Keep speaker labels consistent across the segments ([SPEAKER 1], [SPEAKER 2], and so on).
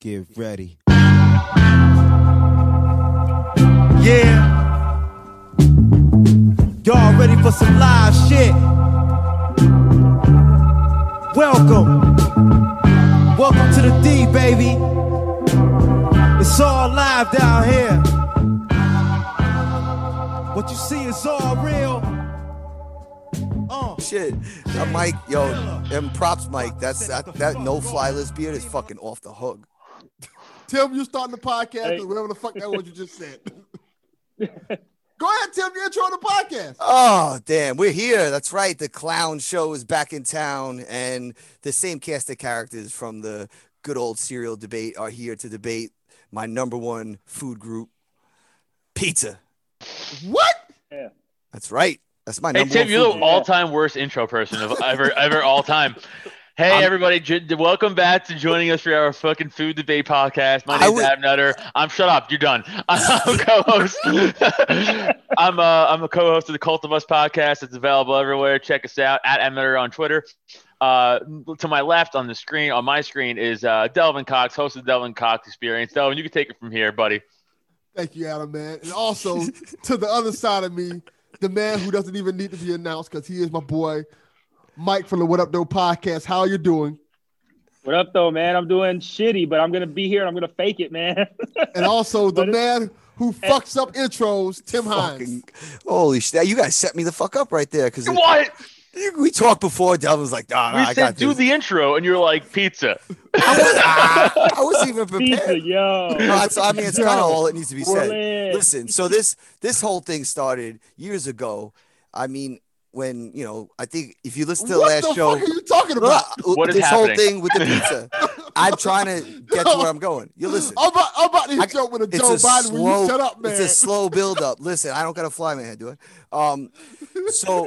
[SPEAKER 1] Get ready.
[SPEAKER 2] Yeah. Y'all ready for some live shit? Welcome. Welcome to the D, baby. It's all live down here. What you see is all real. Uh.
[SPEAKER 3] Shit, that Mike, yo, and props, Mike. That's that that no fly list beard is fucking off the hook.
[SPEAKER 4] Tim, you starting the podcast
[SPEAKER 5] Hey.
[SPEAKER 4] or whatever the fuck that was you just said. Go ahead, Tim. You intro the podcast.
[SPEAKER 3] Oh damn, we're here. That's right. The clown show is back in town, and the same cast of characters from the good old serial debate are here to debate my number one food group, pizza.
[SPEAKER 4] What?
[SPEAKER 3] That's right. That's my
[SPEAKER 6] Hey
[SPEAKER 3] number
[SPEAKER 6] Tim,
[SPEAKER 3] one.
[SPEAKER 6] you're
[SPEAKER 3] food
[SPEAKER 6] the
[SPEAKER 3] group.
[SPEAKER 6] all-time worst intro person of ever, ever all time. Hey
[SPEAKER 3] I'm-
[SPEAKER 6] everybody, j- welcome back to joining us for our fucking food debate podcast. My
[SPEAKER 3] I
[SPEAKER 6] name's
[SPEAKER 3] would-
[SPEAKER 6] Ab Nutter. I'm shut up. You're done. I'm co-host. I'm uh, I'm a co-host of the Cult of Us podcast. It's available everywhere. Check us out at Ab Nutter on Twitter. Uh, to my left on the screen, on my screen is uh, Delvin Cox, host of the Delvin Cox Experience. Delvin, you can take it from here, buddy.
[SPEAKER 4] Thank you, Adam, man. And also to the other side of me, the man who doesn't even need to be announced because he is my boy, Mike from the What Up Though podcast. How you doing?
[SPEAKER 5] What up, though, man? I'm doing shitty, but I'm gonna be here and I'm gonna fake it, man.
[SPEAKER 4] And also the
[SPEAKER 5] What is- Eh.
[SPEAKER 4] man who fucks up intros, Tim Hines.
[SPEAKER 3] Fucking, holy shit! You guys set me the fuck up right there because
[SPEAKER 6] What?
[SPEAKER 3] we talked before. Delvin's like, nah, nah,
[SPEAKER 6] We
[SPEAKER 3] Uh, I
[SPEAKER 6] said
[SPEAKER 3] got
[SPEAKER 6] do
[SPEAKER 3] this.
[SPEAKER 6] the intro, and you're like pizza.
[SPEAKER 3] I, was, ah, I wasn't even
[SPEAKER 5] Pizza,
[SPEAKER 3] prepared. No,
[SPEAKER 5] yo.
[SPEAKER 3] that's, I mean, it's kind of all that needs to be said.
[SPEAKER 4] eh.
[SPEAKER 5] Orlando.
[SPEAKER 3] Listen, so this this whole thing started years ago. I mean, when you know, I think if you listen to the
[SPEAKER 4] what
[SPEAKER 3] last
[SPEAKER 4] the
[SPEAKER 3] show,
[SPEAKER 4] fuck are you talking about?
[SPEAKER 6] What is
[SPEAKER 3] this whole
[SPEAKER 6] happening?
[SPEAKER 3] thing with the pizza, I'm trying to get to where I'm going. You listen.
[SPEAKER 4] I'm about, I'm about to
[SPEAKER 3] I-
[SPEAKER 4] hit you up with a
[SPEAKER 3] It's
[SPEAKER 4] Joe
[SPEAKER 3] a
[SPEAKER 4] Biden when
[SPEAKER 3] slow,
[SPEAKER 4] you shut up, man.
[SPEAKER 3] it's a slow build up. Listen, I don't got a fly in my head, do I? Um, so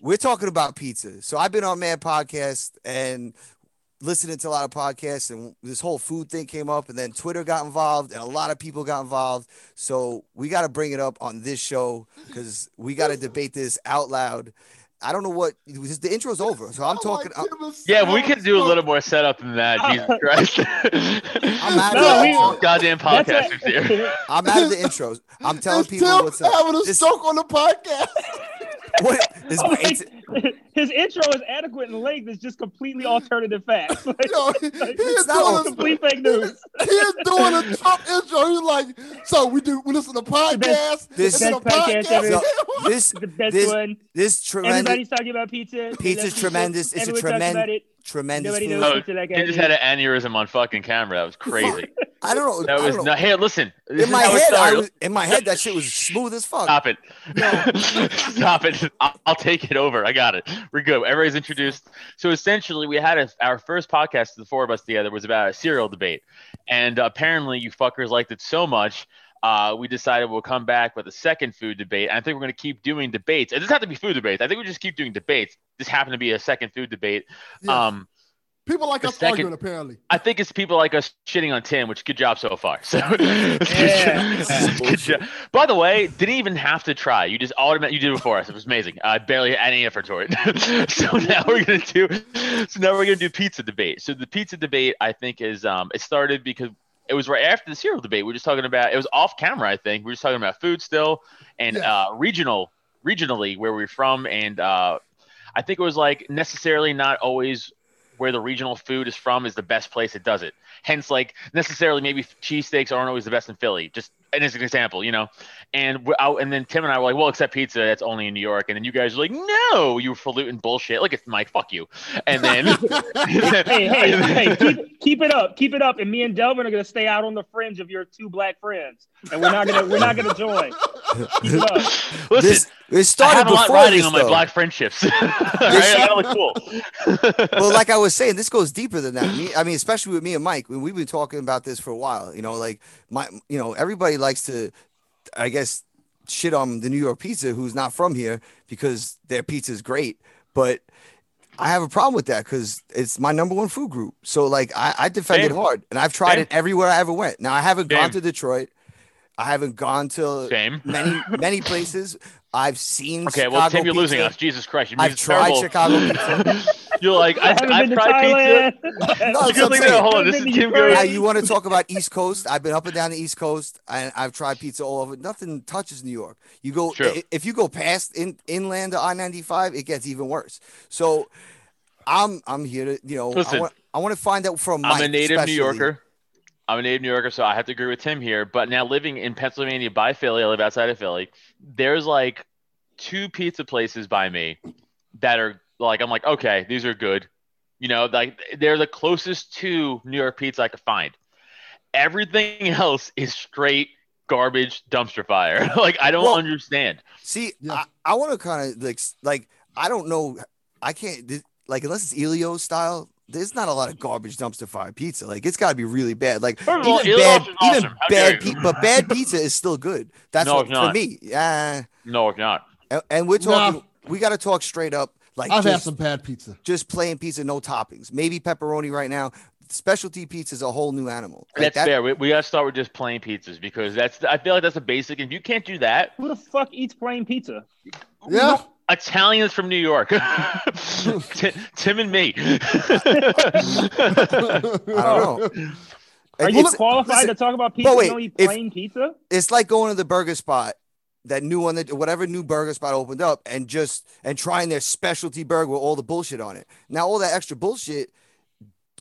[SPEAKER 3] we're talking about pizza. So I've been on Mad Podcast and listening to a lot of podcasts, and this whole food thing came up, and then Twitter got involved, and a lot of people got involved. So we got to bring it up on this show because we got to debate this out loud. I don't know what the intro's over, so I'm
[SPEAKER 4] Oh,
[SPEAKER 3] talking.
[SPEAKER 4] my goodness.
[SPEAKER 6] Yeah, we could do a little more setup than that.
[SPEAKER 3] uh,
[SPEAKER 6] Jesus Christ. I'm out of
[SPEAKER 5] No, we-
[SPEAKER 6] goddamn
[SPEAKER 5] That's what-
[SPEAKER 6] podcasters here.
[SPEAKER 3] I'm out of the intros. I'm telling
[SPEAKER 4] Is
[SPEAKER 3] people
[SPEAKER 4] Tim
[SPEAKER 3] what's up.
[SPEAKER 4] having a
[SPEAKER 3] This-
[SPEAKER 4] stroke on the podcast.
[SPEAKER 3] What is
[SPEAKER 4] Oh
[SPEAKER 5] I'm
[SPEAKER 3] it's-
[SPEAKER 5] like, his intro is adequate in length. It's just completely alternative facts. Like,
[SPEAKER 4] Yo, he is
[SPEAKER 3] not
[SPEAKER 4] doing
[SPEAKER 3] on-
[SPEAKER 4] a
[SPEAKER 5] complete fake news.
[SPEAKER 4] He is doing a Trump intro. He's like, so we do we listen to podcasts.
[SPEAKER 3] This-
[SPEAKER 4] and then
[SPEAKER 5] Best podcast ever.
[SPEAKER 4] and then-
[SPEAKER 3] this
[SPEAKER 5] The best
[SPEAKER 3] This-
[SPEAKER 5] one.
[SPEAKER 3] this tremendous
[SPEAKER 5] Everybody's talking about pizza. They
[SPEAKER 3] Pizza's
[SPEAKER 5] love pizza.
[SPEAKER 3] tremendous. It's a
[SPEAKER 5] Everyone talks
[SPEAKER 3] tremen-
[SPEAKER 5] about it.
[SPEAKER 3] tremendous
[SPEAKER 5] Nobody
[SPEAKER 3] food.
[SPEAKER 5] knows pizza like I
[SPEAKER 6] Oh, You just
[SPEAKER 5] do.
[SPEAKER 6] had an aneurysm on fucking camera. That was crazy.
[SPEAKER 3] I don't know.
[SPEAKER 6] That
[SPEAKER 3] I
[SPEAKER 6] was
[SPEAKER 3] don't know.
[SPEAKER 6] not. Hey, listen.
[SPEAKER 3] in
[SPEAKER 6] This is
[SPEAKER 3] my
[SPEAKER 6] how it
[SPEAKER 3] head. I
[SPEAKER 6] started.
[SPEAKER 3] was, in my head, that shit was smooth as fuck.
[SPEAKER 6] Stop it. Stop it. I'll, I'll take it over. I got it. We're good. Everybody's introduced. So essentially, we had a, our first podcast, the four of us together, was about a cereal debate. And apparently, you fuckers liked it so much. Uh, we decided we'll come back with a second food debate. And I think we're going to keep doing debates. It doesn't have to be food debates. I think we just keep doing debates. This happened to be a second food debate.
[SPEAKER 4] Yeah.
[SPEAKER 6] Um,
[SPEAKER 4] People like
[SPEAKER 6] the
[SPEAKER 4] us
[SPEAKER 6] second-
[SPEAKER 4] arguing, apparently.
[SPEAKER 6] I think it's people like us shitting on Tim, which good job so far. So
[SPEAKER 5] Yeah.
[SPEAKER 6] good job. By the way, didn't even have to try. You just automatically you did it for us. It was amazing. I barely had any effort toward it. so now we're gonna do. So now we're gonna do pizza debate. So the pizza debate, I think, is um, it started because it was right after the cereal debate. We were just talking about it was off camera. I think we were just talking about food still and
[SPEAKER 4] Yeah.
[SPEAKER 6] uh, regional, regionally where we are from, and uh, I think it was like necessarily not always where the regional food is from is the best place it does it. Hence, like necessarily maybe cheesesteaks aren't always the best in Philly. Just and as an example, you know. And we- I, and then Tim and I were like, well, except pizza, that's only in New York. And then you guys were like, no, you falutin bullshit. Look at Mike, fuck you. And then
[SPEAKER 5] hey, hey, hey, keep, keep it up, keep it up, and me and Delvin are gonna stay out on the fringe of your two black friends, and we're not gonna we're not gonna join. Keep it up.
[SPEAKER 6] listen.
[SPEAKER 3] This it
[SPEAKER 6] I
[SPEAKER 3] started
[SPEAKER 6] have a lot
[SPEAKER 3] before
[SPEAKER 6] riding
[SPEAKER 3] this,
[SPEAKER 6] on my
[SPEAKER 3] though.
[SPEAKER 6] black friendships. All right, that look cool.
[SPEAKER 3] well, like I was saying, this goes deeper than that. Me, I mean, especially with me and Mike, we- we've been talking about this for a while. You know, like my, you know, everybody likes to, I guess, shit on the New York pizza who's not from here because their pizza is great, but. I have a problem with that because it's my number one food group. So like I, I defend it
[SPEAKER 6] Same.
[SPEAKER 3] hard, and I've tried
[SPEAKER 6] Same.
[SPEAKER 3] it everywhere I ever went. Now I haven't gone to
[SPEAKER 6] Same.
[SPEAKER 3] Detroit, I haven't gone to
[SPEAKER 6] Shame.
[SPEAKER 3] many many places. I've seen
[SPEAKER 6] Okay,
[SPEAKER 3] Chicago
[SPEAKER 6] well, Tim, you're
[SPEAKER 3] pizza.
[SPEAKER 6] losing us. Jesus Christ, your
[SPEAKER 3] I've
[SPEAKER 6] music's
[SPEAKER 3] tried
[SPEAKER 6] terrible.
[SPEAKER 3] Chicago pizza.
[SPEAKER 6] You're like, I,
[SPEAKER 5] I haven't
[SPEAKER 6] I
[SPEAKER 5] been to
[SPEAKER 6] fried
[SPEAKER 5] Thailand.
[SPEAKER 6] pizza.
[SPEAKER 3] No,
[SPEAKER 6] You're
[SPEAKER 3] that's what I'm
[SPEAKER 6] looking
[SPEAKER 3] saying.
[SPEAKER 6] at, hold on, this
[SPEAKER 5] I've
[SPEAKER 6] is
[SPEAKER 5] been to
[SPEAKER 6] Tim
[SPEAKER 5] Ukraine.
[SPEAKER 6] Gary.
[SPEAKER 3] Now you want to talk about East Coast? I've been up and down the East Coast, and I've tried pizza all over. Nothing touches New York. You go
[SPEAKER 6] True.
[SPEAKER 3] i- if you go past in, inland to I ninety five, it gets even worse. So, I'm I'm here to you know
[SPEAKER 6] Listen.
[SPEAKER 3] I want I want to find out from
[SPEAKER 6] I'm a
[SPEAKER 3] Mike,
[SPEAKER 6] native
[SPEAKER 3] especially.
[SPEAKER 6] New Yorker. I'm a native New Yorker, so I have to agree with Tim here. But now living in Pennsylvania by Philly, I live outside of Philly. There's like two pizza places by me that are like I'm like, okay, these are good. You know, like they're the closest to New York pizza I could find. Everything else is straight garbage dumpster fire. like I don't
[SPEAKER 3] Well-
[SPEAKER 6] understand.
[SPEAKER 3] See,
[SPEAKER 4] Yeah.
[SPEAKER 3] I, I want to kind of like s- like I don't know. I can't th- like unless it's Elio style. There's not a lot of garbage dumpster fire pizza. Like it's got to be really bad. Like
[SPEAKER 6] First of
[SPEAKER 3] even
[SPEAKER 6] all, Elio's
[SPEAKER 3] bad,
[SPEAKER 6] is
[SPEAKER 3] even
[SPEAKER 6] awesome.
[SPEAKER 3] bad,
[SPEAKER 6] How dare you.
[SPEAKER 3] pe- but bad pizza is still good. That's
[SPEAKER 6] No,
[SPEAKER 3] what,
[SPEAKER 6] it's
[SPEAKER 3] for
[SPEAKER 6] not.
[SPEAKER 3] me. Yeah,
[SPEAKER 6] No, it's not.
[SPEAKER 3] and, and we're
[SPEAKER 4] Nah.
[SPEAKER 3] talking. We got to talk straight up. Like
[SPEAKER 4] I've had
[SPEAKER 3] just,
[SPEAKER 4] some bad pizza.
[SPEAKER 3] just plain pizza, no toppings. Maybe pepperoni right now. Specialty pizza is a whole new animal. Like
[SPEAKER 6] That's fair. We, we gotta start with just plain pizzas because that's I feel like that's a basic. If you can't do that,
[SPEAKER 5] Who the fuck eats plain pizza?
[SPEAKER 4] Yeah.
[SPEAKER 6] Italians from New York. Ti- Tim and me.
[SPEAKER 4] I
[SPEAKER 3] I don't
[SPEAKER 4] know.
[SPEAKER 5] Are you
[SPEAKER 3] it's,
[SPEAKER 5] qualified
[SPEAKER 3] listen,
[SPEAKER 5] to talk about pizza?
[SPEAKER 3] wait,
[SPEAKER 5] you don't eat
[SPEAKER 3] if-
[SPEAKER 5] plain pizza?
[SPEAKER 3] it's like going to the burger spot, that new one that whatever new burger spot opened up, and just and trying their specialty burger with all the bullshit on it. Now all that extra bullshit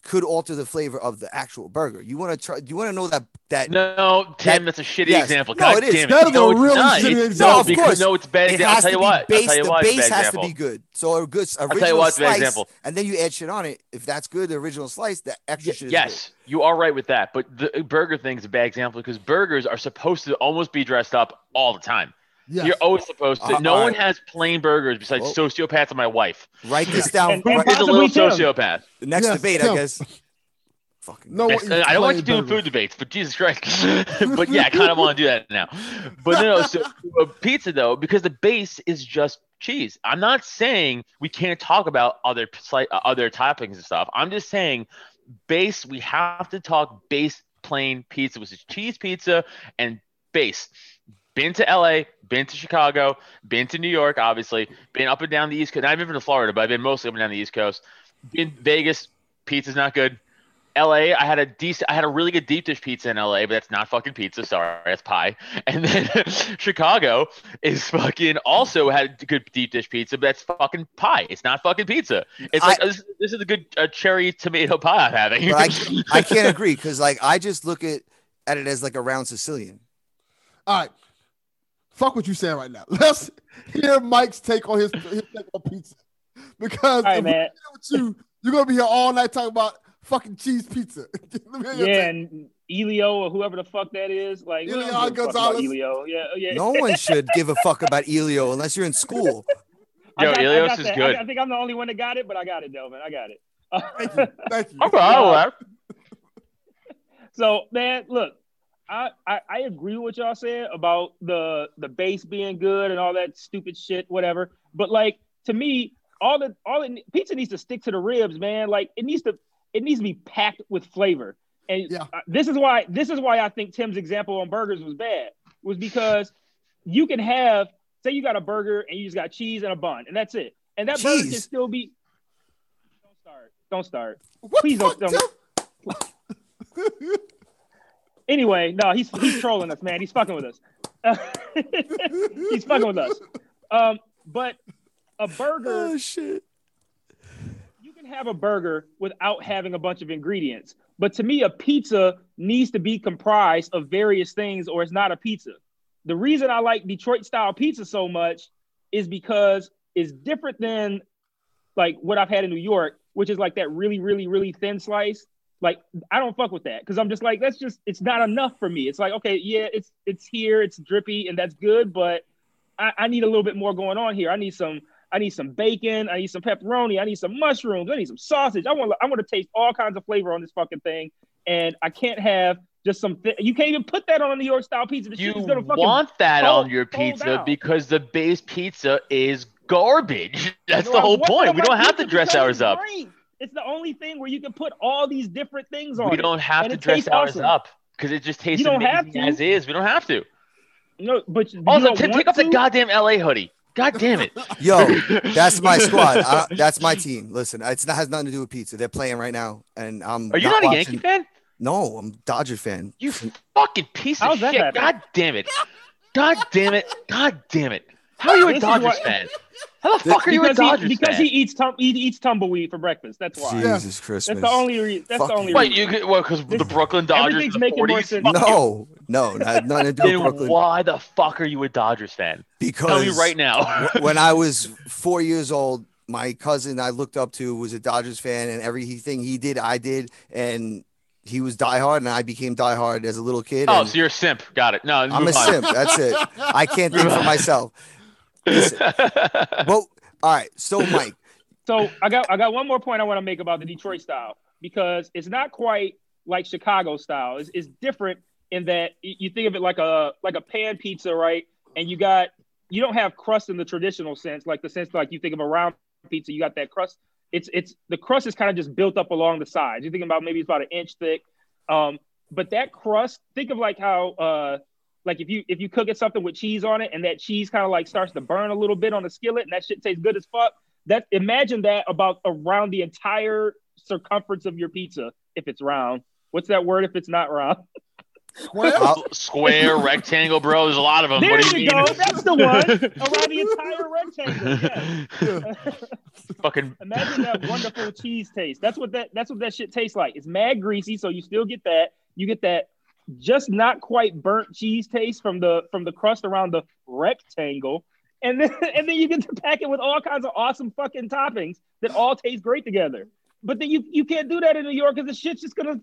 [SPEAKER 3] could alter the flavor of the actual burger. You want to try? You want to know that that
[SPEAKER 6] no, Tim,
[SPEAKER 3] That-
[SPEAKER 6] that's a shitty
[SPEAKER 3] yes.
[SPEAKER 6] example.
[SPEAKER 3] No, it
[SPEAKER 6] God
[SPEAKER 3] is.
[SPEAKER 6] damn it.
[SPEAKER 4] That is
[SPEAKER 6] no,
[SPEAKER 4] a
[SPEAKER 6] it's
[SPEAKER 4] really
[SPEAKER 6] not.
[SPEAKER 4] shitty
[SPEAKER 6] It's-
[SPEAKER 4] example.
[SPEAKER 6] No,
[SPEAKER 3] No, of
[SPEAKER 6] because
[SPEAKER 3] course.
[SPEAKER 6] no, it's a bad.
[SPEAKER 3] it
[SPEAKER 6] example. I'll
[SPEAKER 3] has to
[SPEAKER 6] tell you
[SPEAKER 3] be
[SPEAKER 6] what. I'll
[SPEAKER 3] base.
[SPEAKER 6] tell you
[SPEAKER 3] The
[SPEAKER 6] what. it's a
[SPEAKER 3] base
[SPEAKER 6] bad
[SPEAKER 3] has
[SPEAKER 6] example.
[SPEAKER 3] to be good. So a good original
[SPEAKER 6] you what, it's a bad
[SPEAKER 3] slice,
[SPEAKER 6] example.
[SPEAKER 3] and then you add shit on it. If that's good, the original slice, that extra shit. Is
[SPEAKER 6] Yes, you are right with that. But the burger thing is a bad example because burgers are supposed to almost be dressed up all the time.
[SPEAKER 4] Yes.
[SPEAKER 6] You're always supposed to.
[SPEAKER 3] Uh,
[SPEAKER 6] no
[SPEAKER 3] all
[SPEAKER 6] one
[SPEAKER 3] right.
[SPEAKER 6] has plain burgers besides
[SPEAKER 3] Well-
[SPEAKER 6] sociopaths and my wife.
[SPEAKER 3] good. Write this down.
[SPEAKER 5] And- and
[SPEAKER 3] Right-
[SPEAKER 6] She's a
[SPEAKER 5] Possibly
[SPEAKER 6] little
[SPEAKER 5] Tim.
[SPEAKER 6] sociopath.
[SPEAKER 3] the next
[SPEAKER 4] Yes,
[SPEAKER 3] debate,
[SPEAKER 4] Tim.
[SPEAKER 3] I guess. Fucking
[SPEAKER 4] No,
[SPEAKER 6] Yes,
[SPEAKER 4] eats
[SPEAKER 6] uh, I don't like to
[SPEAKER 4] plain
[SPEAKER 6] do
[SPEAKER 4] burgers.
[SPEAKER 6] food debates, but Jesus Christ. but yeah, I kind of want to do that now. But no, so uh, pizza though, because the base is just cheese. I'm not saying we can't talk about other slight, uh, other toppings and stuff. I'm just saying base. We have to talk base plain pizza, which is cheese pizza and base. Been to LA, been to Chicago, been to New York, obviously, been up and down the East Coast. I've been to Florida, but I've been mostly up and down the East Coast. Been Vegas, pizza's not good. LA, I had a decent, I had a really good deep dish pizza in LA, but that's not fucking pizza. Sorry, that's pie. And then Chicago is fucking also had good deep dish pizza, but that's fucking pie. It's not fucking pizza. It's
[SPEAKER 3] I-
[SPEAKER 6] like this, this is a good uh, cherry tomato pie I'm having.
[SPEAKER 3] But I can't agree because like I just look at, at it as like a round Sicilian.
[SPEAKER 4] All right. Fuck what you saying right now. Let's hear Mike's take on his, his take on pizza. Because
[SPEAKER 5] All right,
[SPEAKER 4] if we
[SPEAKER 5] man.
[SPEAKER 4] with you, you're gonna be here all night talking about fucking cheese pizza. Let me hear your
[SPEAKER 5] Yeah,
[SPEAKER 4] take.
[SPEAKER 5] and Elio or whoever the fuck that is, like we don't
[SPEAKER 4] Elio
[SPEAKER 5] give a fuck about
[SPEAKER 4] Gonzalez.
[SPEAKER 5] Elio, yeah, yeah.
[SPEAKER 3] No one should give a fuck about Elio unless you're in school.
[SPEAKER 5] I
[SPEAKER 6] Yo,
[SPEAKER 5] got- I
[SPEAKER 6] Elios
[SPEAKER 5] got
[SPEAKER 6] is
[SPEAKER 5] that. I-
[SPEAKER 6] good.
[SPEAKER 5] I, think I'm the only one that got it, but I got it, though, man. I got it.
[SPEAKER 4] Thank you. Thank you.
[SPEAKER 6] Okay, all right.
[SPEAKER 5] So man, look, I, I I agree with what y'all said about the the base being good and all that stupid shit, whatever. But like to me, all the all it, pizza needs to stick to the ribs, man. Like it needs to it needs to be packed with flavor. And
[SPEAKER 4] Yeah.
[SPEAKER 5] uh, this is why this is why I think Tim's example on burgers was bad was because you can have say you got a burger and you just got cheese and a bun and that's it, and that burger can
[SPEAKER 3] Cheese.
[SPEAKER 5] still be. Don't start. Don't start.
[SPEAKER 4] What
[SPEAKER 5] Please
[SPEAKER 4] the fuck,
[SPEAKER 5] don't-
[SPEAKER 4] Tim?
[SPEAKER 5] Anyway, no, he's he's trolling us, man. He's fucking with us. he's fucking with us. Um, but a
[SPEAKER 4] Oh,
[SPEAKER 5] burger,
[SPEAKER 3] shit!
[SPEAKER 5] you can have a burger without having a bunch of ingredients. But to me, a pizza needs to be comprised of various things, or it's not a pizza. The reason I like Detroit style pizza so much is because it's different than like what I've had in New York, which is like that really, really, really thin slice. Like I don't fuck with that because I'm just like that's just it's not enough for me. It's like okay, yeah, it's it's here, it's drippy, and that's good, but I, I need a little bit more going on here. I need some I need some bacon, I need some pepperoni, I need some mushrooms, I need some sausage. I want I want to taste all kinds of flavor on this fucking thing, and I can't have just some. Thi- you can't even put that on a New York style pizza. The
[SPEAKER 6] You
[SPEAKER 5] shit is gonna fucking
[SPEAKER 6] want that
[SPEAKER 5] fold-
[SPEAKER 6] on your
[SPEAKER 5] fold
[SPEAKER 6] pizza
[SPEAKER 5] out.
[SPEAKER 6] because the base pizza is garbage. That's
[SPEAKER 5] No,
[SPEAKER 6] the
[SPEAKER 5] I
[SPEAKER 6] whole
[SPEAKER 5] want that
[SPEAKER 6] point.
[SPEAKER 5] on
[SPEAKER 6] We
[SPEAKER 5] my
[SPEAKER 6] don't have to
[SPEAKER 5] pizza
[SPEAKER 6] dress
[SPEAKER 5] because
[SPEAKER 6] ours
[SPEAKER 5] it's
[SPEAKER 6] up.
[SPEAKER 5] great. It's the only thing where you can put all these different things on.
[SPEAKER 6] We
[SPEAKER 5] it.
[SPEAKER 6] don't have
[SPEAKER 5] And
[SPEAKER 6] to
[SPEAKER 5] it
[SPEAKER 6] dress
[SPEAKER 5] tastes
[SPEAKER 6] ours
[SPEAKER 5] awesome.
[SPEAKER 6] up because it just tastes
[SPEAKER 5] don't have
[SPEAKER 6] amazing
[SPEAKER 5] to.
[SPEAKER 6] as is. We don't have to.
[SPEAKER 5] No, but you you
[SPEAKER 6] Also,
[SPEAKER 5] don't
[SPEAKER 6] Tim,
[SPEAKER 5] want
[SPEAKER 6] take off the
[SPEAKER 5] to?
[SPEAKER 6] goddamn LA hoodie. God damn it.
[SPEAKER 3] Yo, that's my squad. I, that's my team. Listen, it's not has nothing to do with pizza. They're playing right now, and I'm.
[SPEAKER 6] Are you not, a Yankee
[SPEAKER 3] watching-
[SPEAKER 6] fan?
[SPEAKER 3] No, I'm a Dodger fan.
[SPEAKER 6] You fucking piece of
[SPEAKER 5] How's that
[SPEAKER 6] shit.
[SPEAKER 5] happen?
[SPEAKER 6] God damn it. God damn it. God damn it. How are you a
[SPEAKER 5] This is
[SPEAKER 6] Dodgers
[SPEAKER 5] why-
[SPEAKER 6] fan? How the fuck are you a
[SPEAKER 5] because
[SPEAKER 6] Dodgers
[SPEAKER 5] he, because
[SPEAKER 6] fan?
[SPEAKER 5] he eats tum- he eats tumbleweed for breakfast. That's why.
[SPEAKER 4] Yeah.
[SPEAKER 3] Jesus Christmas.
[SPEAKER 5] That's the only reason. That's the
[SPEAKER 3] Fucking-
[SPEAKER 5] only
[SPEAKER 6] Wait,
[SPEAKER 5] reason.
[SPEAKER 6] you could- well, because the
[SPEAKER 5] This-
[SPEAKER 6] Brooklyn Dodgers in
[SPEAKER 5] everything's
[SPEAKER 6] the
[SPEAKER 5] making more
[SPEAKER 6] 40s?
[SPEAKER 5] sense.
[SPEAKER 6] Fuck you.
[SPEAKER 3] no, no, not, nothing to do with
[SPEAKER 6] Then
[SPEAKER 3] Brooklyn.
[SPEAKER 6] why the fuck are you a Dodgers fan?
[SPEAKER 3] Because
[SPEAKER 6] Tell me right now.
[SPEAKER 3] when I was four years old, my cousin I looked up to was a Dodgers fan, and everything he did, I did, and he was diehard, and I became diehard as a little kid.
[SPEAKER 6] Oh,
[SPEAKER 3] and
[SPEAKER 6] so you're a simp. Got it. No,
[SPEAKER 3] I'm a simp. That's it. I can't think for myself. Listen, well, all right. So, Mike,
[SPEAKER 5] So I got I got one more point I want to make about the Detroit style because it's not quite like Chicago style. It's, it's different in that y- you think of it like a like a pan pizza, right? And you got you don't have crust in the traditional sense, like the sense like you think of a round pizza. You got that crust. It's it's the crust is kind of just built up along the sides. You're thinking about maybe it's about an inch thick, um, but that crust. Think of like how uh, like if you if you cook it something with cheese on it and that cheese kind of like starts to burn a little bit on the skillet and that shit tastes good as fuck that imagine that about around the entire circumference of your pizza if it's round. What's that word if it's not round?
[SPEAKER 4] Well,
[SPEAKER 6] Square, rectangle, bro. There's a lot of them.
[SPEAKER 5] there
[SPEAKER 6] Um, what do
[SPEAKER 5] you,
[SPEAKER 6] you,
[SPEAKER 5] go.
[SPEAKER 6] mean?
[SPEAKER 5] That's the one. Around the entire rectangle. yes.
[SPEAKER 6] Fucking
[SPEAKER 5] Imagine that wonderful cheese taste. That's what that that's what that shit tastes like. It's mad greasy, so you still get that. You get that just not quite burnt cheese taste from the from the crust around the rectangle. And then and then you get to pack it with all kinds of awesome fucking toppings that all taste great together. But then you you can't do that in New York because the shit's just gonna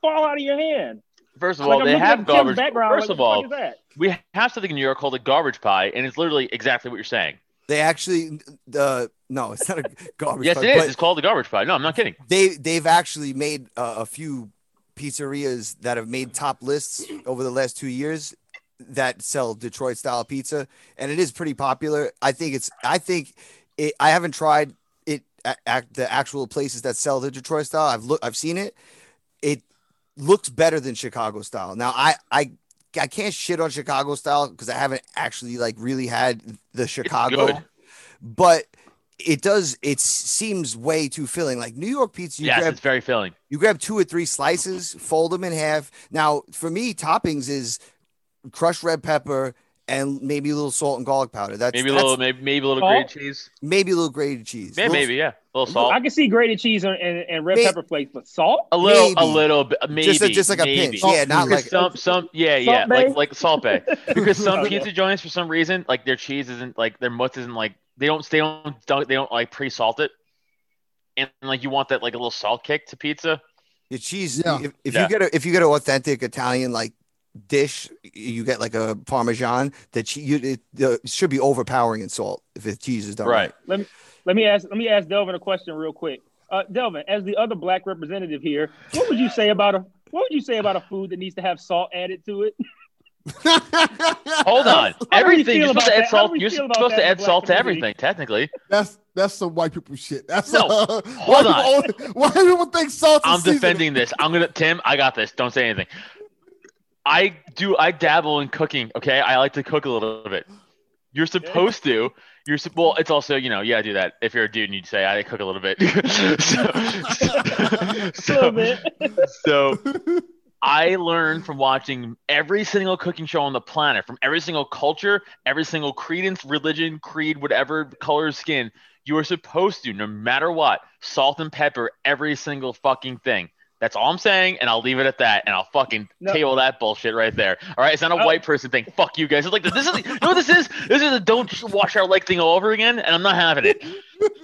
[SPEAKER 5] fall out of your hand.
[SPEAKER 6] First of all,
[SPEAKER 5] I'm
[SPEAKER 6] they
[SPEAKER 5] looking
[SPEAKER 6] have
[SPEAKER 5] at Jim's
[SPEAKER 6] garbage.
[SPEAKER 5] background,
[SPEAKER 6] First
[SPEAKER 5] like,
[SPEAKER 6] of all,
[SPEAKER 5] what the fuck is
[SPEAKER 6] we have something in New York called a garbage pie, and it's literally exactly what you're saying.
[SPEAKER 3] they actually the no, it's not a garbage.
[SPEAKER 6] Yes,
[SPEAKER 3] pie,
[SPEAKER 6] it is.
[SPEAKER 3] but-
[SPEAKER 6] It's called a garbage pie. No, I'm not kidding.
[SPEAKER 3] they they've actually made uh, a few pizzerias that have made top lists over the last two years that sell Detroit style pizza, and it is pretty popular. I think it's I think it, I haven't tried it at, at the actual places that sell the Detroit style. I've looked I've seen it. It looks better than Chicago style. Now I I. I can't shit on Chicago style because I haven't actually like really had the Chicago
[SPEAKER 6] good.
[SPEAKER 3] but it does it seems way too filling like new york pizza you
[SPEAKER 6] yes,
[SPEAKER 3] grab
[SPEAKER 6] it's very filling.
[SPEAKER 3] you grab two or three slices fold them in half now for me toppings is crushed red pepper and maybe a little salt and garlic powder that's
[SPEAKER 6] Maybe a
[SPEAKER 3] that's-
[SPEAKER 6] little, maybe, maybe a little grated cheese.
[SPEAKER 3] maybe a little grated cheese
[SPEAKER 6] Yeah,
[SPEAKER 3] Little-
[SPEAKER 6] maybe, yeah. A little
[SPEAKER 5] that? I
[SPEAKER 6] salt.
[SPEAKER 5] can see grated cheese and, and, and red
[SPEAKER 3] May-
[SPEAKER 5] pepper flakes, but salt?
[SPEAKER 6] A little, a
[SPEAKER 3] maybe.
[SPEAKER 6] little bit. Maybe.
[SPEAKER 3] just, a, just like a
[SPEAKER 6] maybe.
[SPEAKER 3] pinch yeah not
[SPEAKER 6] Because
[SPEAKER 3] like
[SPEAKER 6] some, some, yeah, yeah,
[SPEAKER 5] Salt Bae?
[SPEAKER 6] like like salt bay. Because some
[SPEAKER 5] Okay.
[SPEAKER 6] pizza joints, for some reason, like their cheese isn't like their mutz isn't like they don't they don't dunk- they don't like pre-salt it, and like you want that like a little salt kick to pizza.
[SPEAKER 3] the cheese
[SPEAKER 4] Yeah.
[SPEAKER 3] if, if
[SPEAKER 6] Yeah.
[SPEAKER 3] you get a if you get an authentic italian like dish you get like a parmesan that che- you it, the- it should be overpowering in salt if the cheese is done right.
[SPEAKER 5] Let me ask let me ask Delvin a question real quick. Uh, Delvin, as the other black representative here, what would you say about a what would you say about a food that needs to have salt added to it?
[SPEAKER 6] Hold on,
[SPEAKER 5] How do we
[SPEAKER 6] everything
[SPEAKER 5] feel
[SPEAKER 6] you're supposed
[SPEAKER 5] about
[SPEAKER 6] to add
[SPEAKER 5] that? How do
[SPEAKER 6] salt.
[SPEAKER 5] we
[SPEAKER 6] You're
[SPEAKER 5] feel about
[SPEAKER 6] supposed
[SPEAKER 5] that
[SPEAKER 6] to
[SPEAKER 5] in
[SPEAKER 6] add
[SPEAKER 5] the
[SPEAKER 6] salt to
[SPEAKER 5] black
[SPEAKER 6] everything. Technically,
[SPEAKER 4] that's that's some white people shit. That's
[SPEAKER 6] No,
[SPEAKER 4] uh,
[SPEAKER 6] hold
[SPEAKER 4] white People, only- white people think salt.
[SPEAKER 6] I'm defending this. I'm gonna Tim. I got this. Don't say anything. I do. I dabble in cooking. Okay, I like to cook a little bit. You're supposed to. You're sup- well. It's also you know. Yeah, I do that. If you're a dude, and you'd say I cook a little bit. so,
[SPEAKER 5] A little
[SPEAKER 6] so,
[SPEAKER 5] bit.
[SPEAKER 6] so I learned from watching every single cooking show on the planet, from every single culture, every single credence, religion, creed, whatever color of skin. You are supposed to, no matter what, salt and pepper every single fucking thing. That's all I'm saying, and I'll leave it at that, and I'll fucking
[SPEAKER 5] No.
[SPEAKER 6] table that bullshit right there. All right, it's not a
[SPEAKER 5] Oh.
[SPEAKER 6] white person thing. Fuck you guys. It's like this is you know what this is. This is a don't wash our leg thing all over again, and I'm not having it.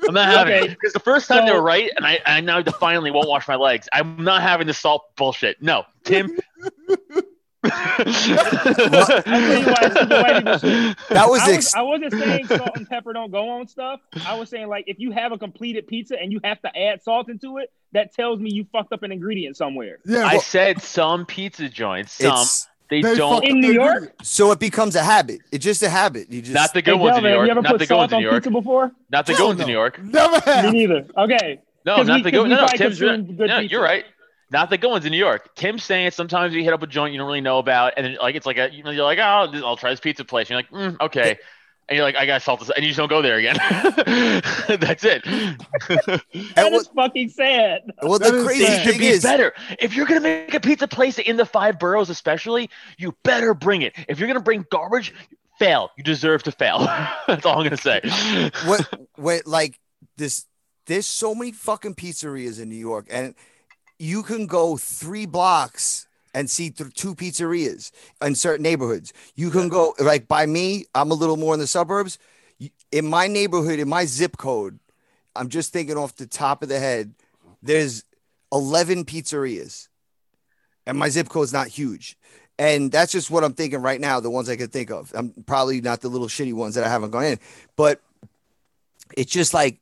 [SPEAKER 6] I'm not having it
[SPEAKER 5] Okay.
[SPEAKER 6] because the first time they
[SPEAKER 5] So-
[SPEAKER 6] were right, and I, I now defiantly won't wash my legs. I'm not having the salt bullshit. No, Tim.
[SPEAKER 5] tell you why it's the white people shit.
[SPEAKER 3] that was, the
[SPEAKER 5] I, was,
[SPEAKER 3] ex-
[SPEAKER 5] I wasn't saying salt and pepper don't go on stuff. I was saying like if you have a completed pizza and you have to add salt into it, that tells me you fucked up an ingredient somewhere.
[SPEAKER 4] Yeah,
[SPEAKER 6] I
[SPEAKER 4] well,
[SPEAKER 6] said some pizza joints, some
[SPEAKER 3] it's
[SPEAKER 6] they,
[SPEAKER 4] they
[SPEAKER 6] don't.
[SPEAKER 4] fucked
[SPEAKER 5] In
[SPEAKER 4] up
[SPEAKER 5] New
[SPEAKER 4] the
[SPEAKER 5] York?
[SPEAKER 4] ingredient.
[SPEAKER 3] So it becomes a habit. It's just a habit. You just
[SPEAKER 6] Not the
[SPEAKER 5] Hey,
[SPEAKER 6] good ones in
[SPEAKER 5] Delvin,
[SPEAKER 6] New
[SPEAKER 5] have
[SPEAKER 6] York.
[SPEAKER 5] you ever
[SPEAKER 6] Not
[SPEAKER 5] put
[SPEAKER 6] the good ones
[SPEAKER 5] salt
[SPEAKER 6] in
[SPEAKER 5] on
[SPEAKER 6] New York.
[SPEAKER 5] pizza before?
[SPEAKER 6] Not the good
[SPEAKER 4] Hell
[SPEAKER 6] ones in
[SPEAKER 4] no.
[SPEAKER 6] New York.
[SPEAKER 4] Never
[SPEAKER 5] Me
[SPEAKER 4] have.
[SPEAKER 5] neither. Okay.
[SPEAKER 6] No,
[SPEAKER 5] 'Cause
[SPEAKER 6] not
[SPEAKER 5] we-
[SPEAKER 6] the
[SPEAKER 5] 'cause
[SPEAKER 6] good. No,
[SPEAKER 5] we
[SPEAKER 6] no,
[SPEAKER 5] probably
[SPEAKER 6] Tim's
[SPEAKER 5] consume
[SPEAKER 6] right.
[SPEAKER 5] good
[SPEAKER 6] No,
[SPEAKER 5] pizza.
[SPEAKER 6] you're right. Not the good ones in New York. Tim's saying sometimes you hit up a joint you don't really know about, and then, like it's like a, you know, you're like, oh, this- I'll try this pizza place. You're like, mm, okay, and you're like, I gotta salt this, and you just don't go there again. That's it.
[SPEAKER 5] That
[SPEAKER 3] And what,
[SPEAKER 5] is fucking sad.
[SPEAKER 3] well,
[SPEAKER 4] that
[SPEAKER 3] the
[SPEAKER 4] is
[SPEAKER 3] crazy
[SPEAKER 4] sad.
[SPEAKER 6] It should
[SPEAKER 3] thing
[SPEAKER 6] be
[SPEAKER 3] is,
[SPEAKER 6] better. If you're gonna make a pizza place in the five boroughs, especially, you better bring it. If you're gonna bring garbage, fail. You deserve to fail. That's all I'm gonna say.
[SPEAKER 3] what, what, like this, there's so many fucking pizzerias in New York, and you can go three blocks and see th- two pizzerias in certain neighborhoods. You can go like by me, I'm a little more in the suburbs. Y- In my neighborhood, in my zip code, I'm just thinking off the top of the head, there's 11 pizzerias, and my zip code's not huge. And that's just what I'm thinking right now, the ones I could think of. I'm probably not the little shitty ones that I haven't gone in, but it's just like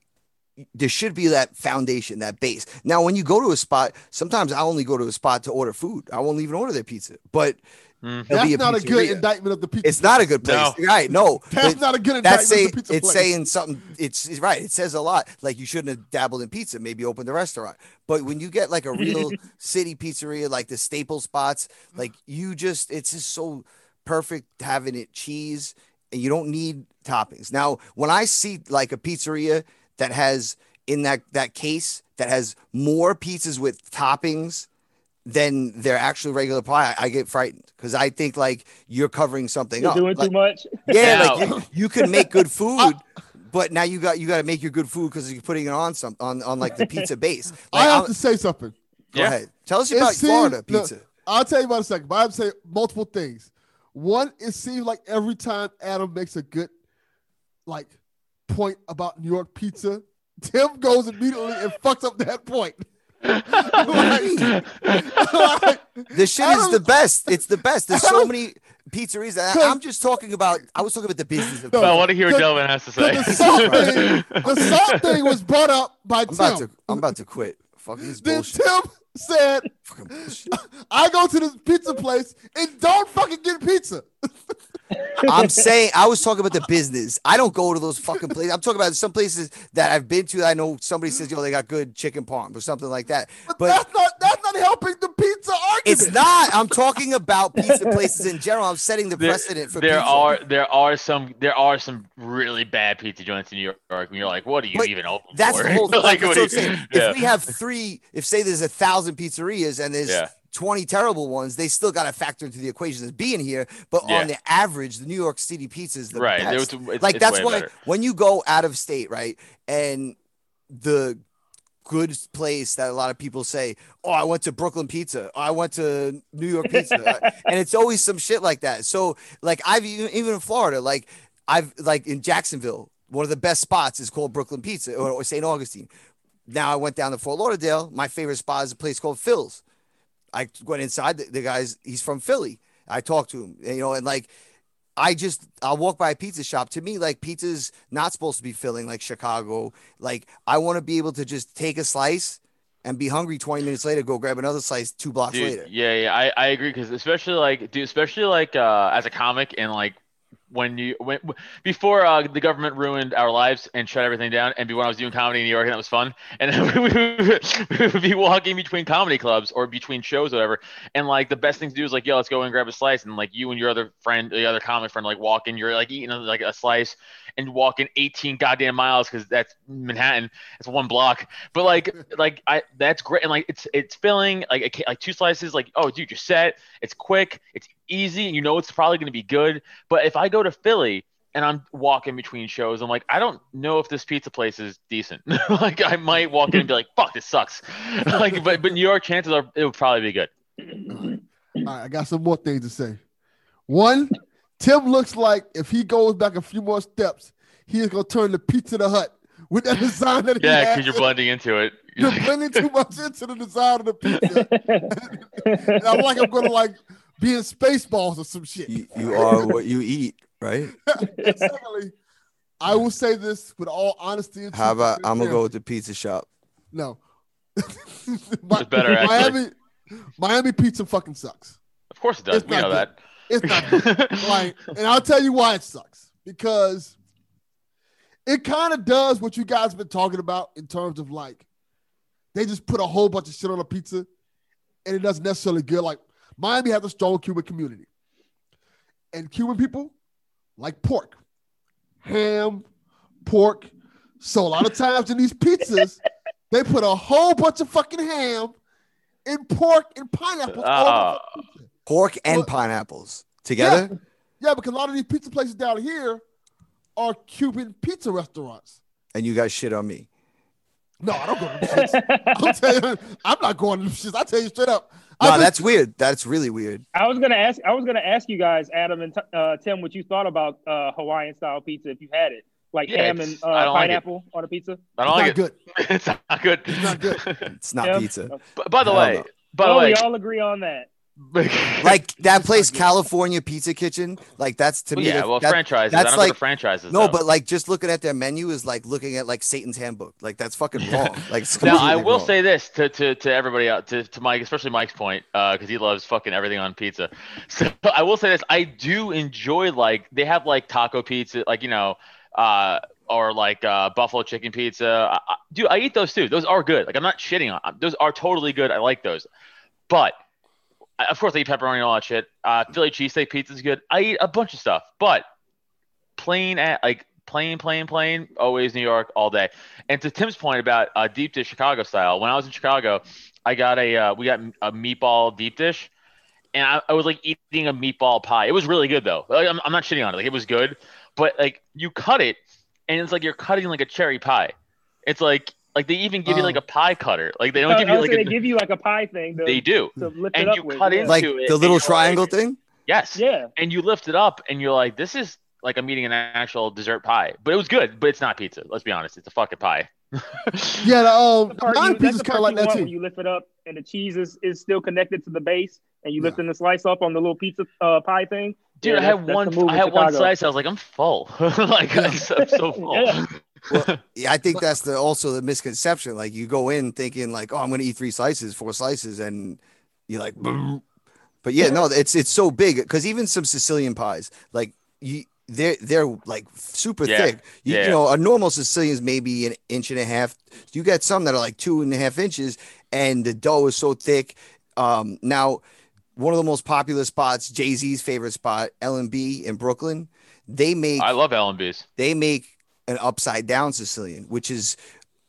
[SPEAKER 3] there should be that foundation, that base. Now, when you go to a spot, sometimes I only go to a spot to order food. I won't even order their pizza, but
[SPEAKER 6] Mm.
[SPEAKER 3] it'll
[SPEAKER 4] That's
[SPEAKER 3] be
[SPEAKER 4] not a good
[SPEAKER 3] pizzeria.
[SPEAKER 4] indictment of the pizza.
[SPEAKER 3] It's not a good place.
[SPEAKER 6] No.
[SPEAKER 3] You're Right? No,
[SPEAKER 4] That's
[SPEAKER 3] It-
[SPEAKER 4] not a good indictment
[SPEAKER 3] that's
[SPEAKER 4] of
[SPEAKER 3] say,
[SPEAKER 4] the pizza
[SPEAKER 3] it's
[SPEAKER 4] place.
[SPEAKER 3] saying something. It's, it's right. It says a lot. Like you shouldn't have dabbled in pizza. Maybe opened a restaurant. But when you get like a real city pizzeria, like the staple spots, like you just, it's just so perfect having it cheese, and you don't need toppings. Now, when I see like a pizzeria that has in that that case that has more pizzas with toppings than their actual regular pie, I, I get frightened because I think like you're covering something
[SPEAKER 5] You're
[SPEAKER 3] up.
[SPEAKER 5] doing
[SPEAKER 3] Like-
[SPEAKER 5] too much.
[SPEAKER 3] yeah,
[SPEAKER 6] Now-
[SPEAKER 3] like you, you can make
[SPEAKER 4] Uh,
[SPEAKER 3] good food, but now you got you got to make your good food because you're putting it on some on on like the pizza base.
[SPEAKER 4] I
[SPEAKER 3] Like,
[SPEAKER 4] have
[SPEAKER 3] I'll-
[SPEAKER 4] to say something.
[SPEAKER 3] go
[SPEAKER 6] Yeah.
[SPEAKER 3] ahead. Tell us
[SPEAKER 4] It
[SPEAKER 3] about
[SPEAKER 4] seems-
[SPEAKER 3] Florida
[SPEAKER 4] look,
[SPEAKER 3] pizza.
[SPEAKER 4] I'll tell you about it in a second, but I have to say multiple things. One, it seems like every time Adam makes a good like point about New York pizza, Tim goes immediately and fucks up that point. Like,
[SPEAKER 3] This shit is
[SPEAKER 4] Adam-
[SPEAKER 3] the best. It's the best. There's so
[SPEAKER 4] Adam-
[SPEAKER 3] many pizzerias. that-
[SPEAKER 4] Cause-
[SPEAKER 3] I'm just talking about. I was talking about the business of.
[SPEAKER 4] No,
[SPEAKER 6] But I
[SPEAKER 3] pizza.
[SPEAKER 6] want to hear what Delvin has to
[SPEAKER 4] the,
[SPEAKER 6] say.
[SPEAKER 4] salt thing, the salt thing was brought up by
[SPEAKER 3] I'm
[SPEAKER 4] Tim.
[SPEAKER 3] about to. I'm about to quit. Fucking this
[SPEAKER 4] then
[SPEAKER 3] bullshit.
[SPEAKER 4] Tim said,
[SPEAKER 3] Fucking bullshit.
[SPEAKER 4] I go to this pizza place and don't fucking get pizza.
[SPEAKER 3] I'm saying I was talking about the business. I don't go to those fucking places. I'm talking about some places that I've been to. That I know somebody says, "Yo, they got good chicken parm" or something like that.
[SPEAKER 4] But,
[SPEAKER 3] But
[SPEAKER 4] that's not that's not helping the pizza argument.
[SPEAKER 3] it's not. I'm talking about pizza places in general. I'm setting the
[SPEAKER 6] There-
[SPEAKER 3] precedent for
[SPEAKER 6] there
[SPEAKER 3] pizza.
[SPEAKER 6] are there are some there are some really bad pizza joints in New York, and you're like, what are you
[SPEAKER 3] But
[SPEAKER 6] even open
[SPEAKER 3] That's
[SPEAKER 6] for?
[SPEAKER 3] the whole thing.
[SPEAKER 6] Like,
[SPEAKER 3] that's what
[SPEAKER 6] what are
[SPEAKER 3] I'm saying.
[SPEAKER 6] you- yeah.
[SPEAKER 3] If we have three, if say there's a thousand pizzerias and there's
[SPEAKER 6] Yeah.
[SPEAKER 3] 20 terrible ones, they still got to factor into the equation as being here. But
[SPEAKER 6] Yeah.
[SPEAKER 3] on the average, the New York City pizza is the
[SPEAKER 6] right,
[SPEAKER 3] best.
[SPEAKER 6] there was- it's-
[SPEAKER 3] like
[SPEAKER 6] it's
[SPEAKER 3] that's
[SPEAKER 6] way
[SPEAKER 3] why
[SPEAKER 6] better.
[SPEAKER 3] when you go out of state, right, and the good place that a lot of people say, "Oh, I went to Brooklyn Pizza," "Oh, "I went to New York Pizza," and it's always some shit like that. So, like, I've even, even in Florida, like, I've like in Jacksonville, one of the best spots is called Brooklyn Pizza or, or St. Augustine. Now I went down to Fort Lauderdale. My favorite spot is a place called Phil's. I went inside. The, the guy's he's from Philly. I talked to him, and, you know, and like I just I'll walk by a pizza shop. To me, like pizza's not supposed to be filling like Chicago. Like I want to be able to just take a slice and be hungry 20 minutes later, go grab another slice two blocks
[SPEAKER 6] Dude,
[SPEAKER 3] later.
[SPEAKER 6] Yeah, yeah, I, I agree because especially like, dude, especially like uh, as a comic and like when you when before uh, the government ruined our lives and shut everything down, and when I was doing comedy in New York and that was fun, and we would, we would be walking between comedy clubs or between shows, or whatever, and like the best thing to do is like, yo, let's go and grab a slice, and like you and your other friend, the other comic friend, like walking, you're like eating like a slice and walking 18 goddamn miles because that's Manhattan, it's one block, but like, like I, that's great, and like it's it's filling, like it ca- like two slices, like oh dude, you're set. It's quick, it's easy, and you know it's probably gonna be good. But if I go to Philly and I'm walking between shows, I'm like, I don't know if this pizza place is decent. like I might walk in and be like, fuck, this sucks. like, but but New York chances are it would probably be good.
[SPEAKER 4] All right, I got some more things to say. One, Tim looks like if he goes back a few more steps, he is gonna turn to Pizza the Hut with that design that he
[SPEAKER 6] Yeah,
[SPEAKER 4] has.
[SPEAKER 6] because you're blending into it.
[SPEAKER 4] You're blending too much into the design of the pizza. And I'm like, I'm gonna like be in Spaceballs or some shit.
[SPEAKER 3] you are what you eat, right?
[SPEAKER 4] And secondly, I will say this with all honesty. and
[SPEAKER 3] How
[SPEAKER 4] truth
[SPEAKER 3] about
[SPEAKER 4] and
[SPEAKER 3] I'm gonna go
[SPEAKER 4] sincerity.
[SPEAKER 3] with the pizza shop?
[SPEAKER 4] No.
[SPEAKER 6] It's better, actually.
[SPEAKER 4] Miami, Miami pizza fucking sucks.
[SPEAKER 6] of course it does.
[SPEAKER 4] It's
[SPEAKER 6] We
[SPEAKER 4] not
[SPEAKER 6] know
[SPEAKER 4] good.
[SPEAKER 6] that.
[SPEAKER 4] It's not good. like, and I'll tell you why it sucks because it kind of does what you guys have been talking about in terms of like they just put a whole bunch of shit on a pizza and it doesn't necessarily good. Like Miami has a strong Cuban community, and Cuban people like pork, ham, pork. So a lot of times in these pizzas, they put a whole bunch of fucking ham and pork and pineapples. all over
[SPEAKER 6] Uh,
[SPEAKER 3] Pork and
[SPEAKER 4] Well-
[SPEAKER 3] pineapples together.
[SPEAKER 4] Yeah, because a lot of these pizza places down here are Cuban pizza restaurants.
[SPEAKER 3] And you got shit on me.
[SPEAKER 4] No, I don't go to them shits. I'm, telling you, I'm not going to them shits. I tell you straight up. I
[SPEAKER 3] No,
[SPEAKER 4] just-
[SPEAKER 3] that's weird. That's really weird.
[SPEAKER 5] I was gonna ask. I was gonna ask you guys, Adam and uh, Tim, what you thought about uh, Hawaiian style pizza if you had it, like
[SPEAKER 6] Yeah,
[SPEAKER 5] ham and
[SPEAKER 6] it's- I
[SPEAKER 5] uh,
[SPEAKER 6] don't like it.
[SPEAKER 5] pineapple on a pizza.
[SPEAKER 6] I
[SPEAKER 4] it's
[SPEAKER 6] don't like
[SPEAKER 4] not
[SPEAKER 6] it.
[SPEAKER 4] good.
[SPEAKER 6] it's not good.
[SPEAKER 4] It's not
[SPEAKER 6] good.
[SPEAKER 3] It's not
[SPEAKER 5] Yeah.
[SPEAKER 3] pizza.
[SPEAKER 6] by the
[SPEAKER 3] Hell
[SPEAKER 6] way,
[SPEAKER 3] no.
[SPEAKER 6] by the
[SPEAKER 5] well,
[SPEAKER 6] way,
[SPEAKER 5] we all agree on that.
[SPEAKER 3] Like that place,
[SPEAKER 4] good.
[SPEAKER 3] California Pizza Kitchen. Like that's to
[SPEAKER 6] Well,
[SPEAKER 3] me.
[SPEAKER 6] yeah,
[SPEAKER 3] that-
[SPEAKER 6] well,
[SPEAKER 3] that-
[SPEAKER 6] franchises. I
[SPEAKER 3] that's
[SPEAKER 6] don't go
[SPEAKER 3] like-
[SPEAKER 6] to franchises.
[SPEAKER 3] No,
[SPEAKER 6] though.
[SPEAKER 3] but like just looking at their menu is like looking at like Satan's handbook. Like that's fucking wrong. Like it's
[SPEAKER 6] now I
[SPEAKER 3] completely
[SPEAKER 6] will
[SPEAKER 3] wrong.
[SPEAKER 6] say this to, to, to everybody out to, to Mike, especially Mike's point, because he loves fucking everything on pizza. So I will say this: I do enjoy like they have like taco pizza, like you know, uh, or like uh, buffalo chicken pizza. I, I, dude, I eat those too. Those are good. Like I'm not shitting on those. Are totally good. I like those, but I- of course I eat pepperoni and all that shit. Uh, Philly cheesesteak pizza is good. I eat a bunch of stuff, but plain at like plain, plain, plain, always New York all day. And to Tim's point about uh, deep dish Chicago style, when I was in Chicago, I got a uh, we got a meatball deep dish, and I, I was like eating a meatball pie. It was really good though. Like, I'm, I'm not shitting on it. Like it was good, but like you cut it, and it's like you're cutting like a cherry pie. It's like like they even give you
[SPEAKER 4] Oh.
[SPEAKER 6] like a pie cutter. Like they
[SPEAKER 5] I
[SPEAKER 6] don't
[SPEAKER 5] was
[SPEAKER 6] give you
[SPEAKER 5] gonna
[SPEAKER 6] like
[SPEAKER 5] say Oh, they
[SPEAKER 6] a,
[SPEAKER 5] give you like a pie thing to,
[SPEAKER 6] they do.
[SPEAKER 5] to lift
[SPEAKER 6] and
[SPEAKER 5] it up
[SPEAKER 6] you
[SPEAKER 5] with.
[SPEAKER 6] cut
[SPEAKER 5] yeah.
[SPEAKER 6] into
[SPEAKER 3] like
[SPEAKER 6] it and
[SPEAKER 3] the
[SPEAKER 6] you're
[SPEAKER 3] little
[SPEAKER 6] like-
[SPEAKER 3] triangle thing.
[SPEAKER 6] Yes
[SPEAKER 5] yeah.
[SPEAKER 6] and you lift it up and you're like, this is like I'm eating an actual dessert pie. But it was good, but it's not pizza. Let's be honest. It's a fucking pie.
[SPEAKER 4] Yeah, the, um, the
[SPEAKER 5] The part you,
[SPEAKER 4] nine
[SPEAKER 5] that's
[SPEAKER 4] pieces
[SPEAKER 5] the
[SPEAKER 4] kind
[SPEAKER 5] part
[SPEAKER 4] of like
[SPEAKER 5] you
[SPEAKER 4] that
[SPEAKER 5] want
[SPEAKER 4] too.
[SPEAKER 5] when you lift it up and the cheese is, is still connected to the base, and you
[SPEAKER 4] Yeah.
[SPEAKER 5] lifting the slice up on the little pizza uh, pie thing.
[SPEAKER 6] Dude,
[SPEAKER 5] Yeah,
[SPEAKER 6] I
[SPEAKER 5] that's-
[SPEAKER 6] had
[SPEAKER 5] that's the
[SPEAKER 6] one
[SPEAKER 5] move
[SPEAKER 6] I
[SPEAKER 5] in
[SPEAKER 6] had one
[SPEAKER 5] Chicago.
[SPEAKER 6] slice. I was like, I'm full. like I'm so, I'm so full.
[SPEAKER 5] Yeah.
[SPEAKER 3] Yeah, I think that's the also the misconception. Like you go in thinking like, oh, I'm gonna eat three slices, four slices, and you're like, "Brr." but yeah, no, it's it's so big because even some Sicilian pies, like you, they're they're like super
[SPEAKER 6] Yeah.
[SPEAKER 3] thick. You, you
[SPEAKER 6] Yeah.
[SPEAKER 3] know, a normal Sicilian is maybe an inch and a half. You got some that are like two and a half inches, and the dough is so thick. Um, now, one of the most popular spots, Jay Z's favorite spot, L and B in Brooklyn, they make
[SPEAKER 6] I love LMBs.
[SPEAKER 3] they make an upside down Sicilian, which is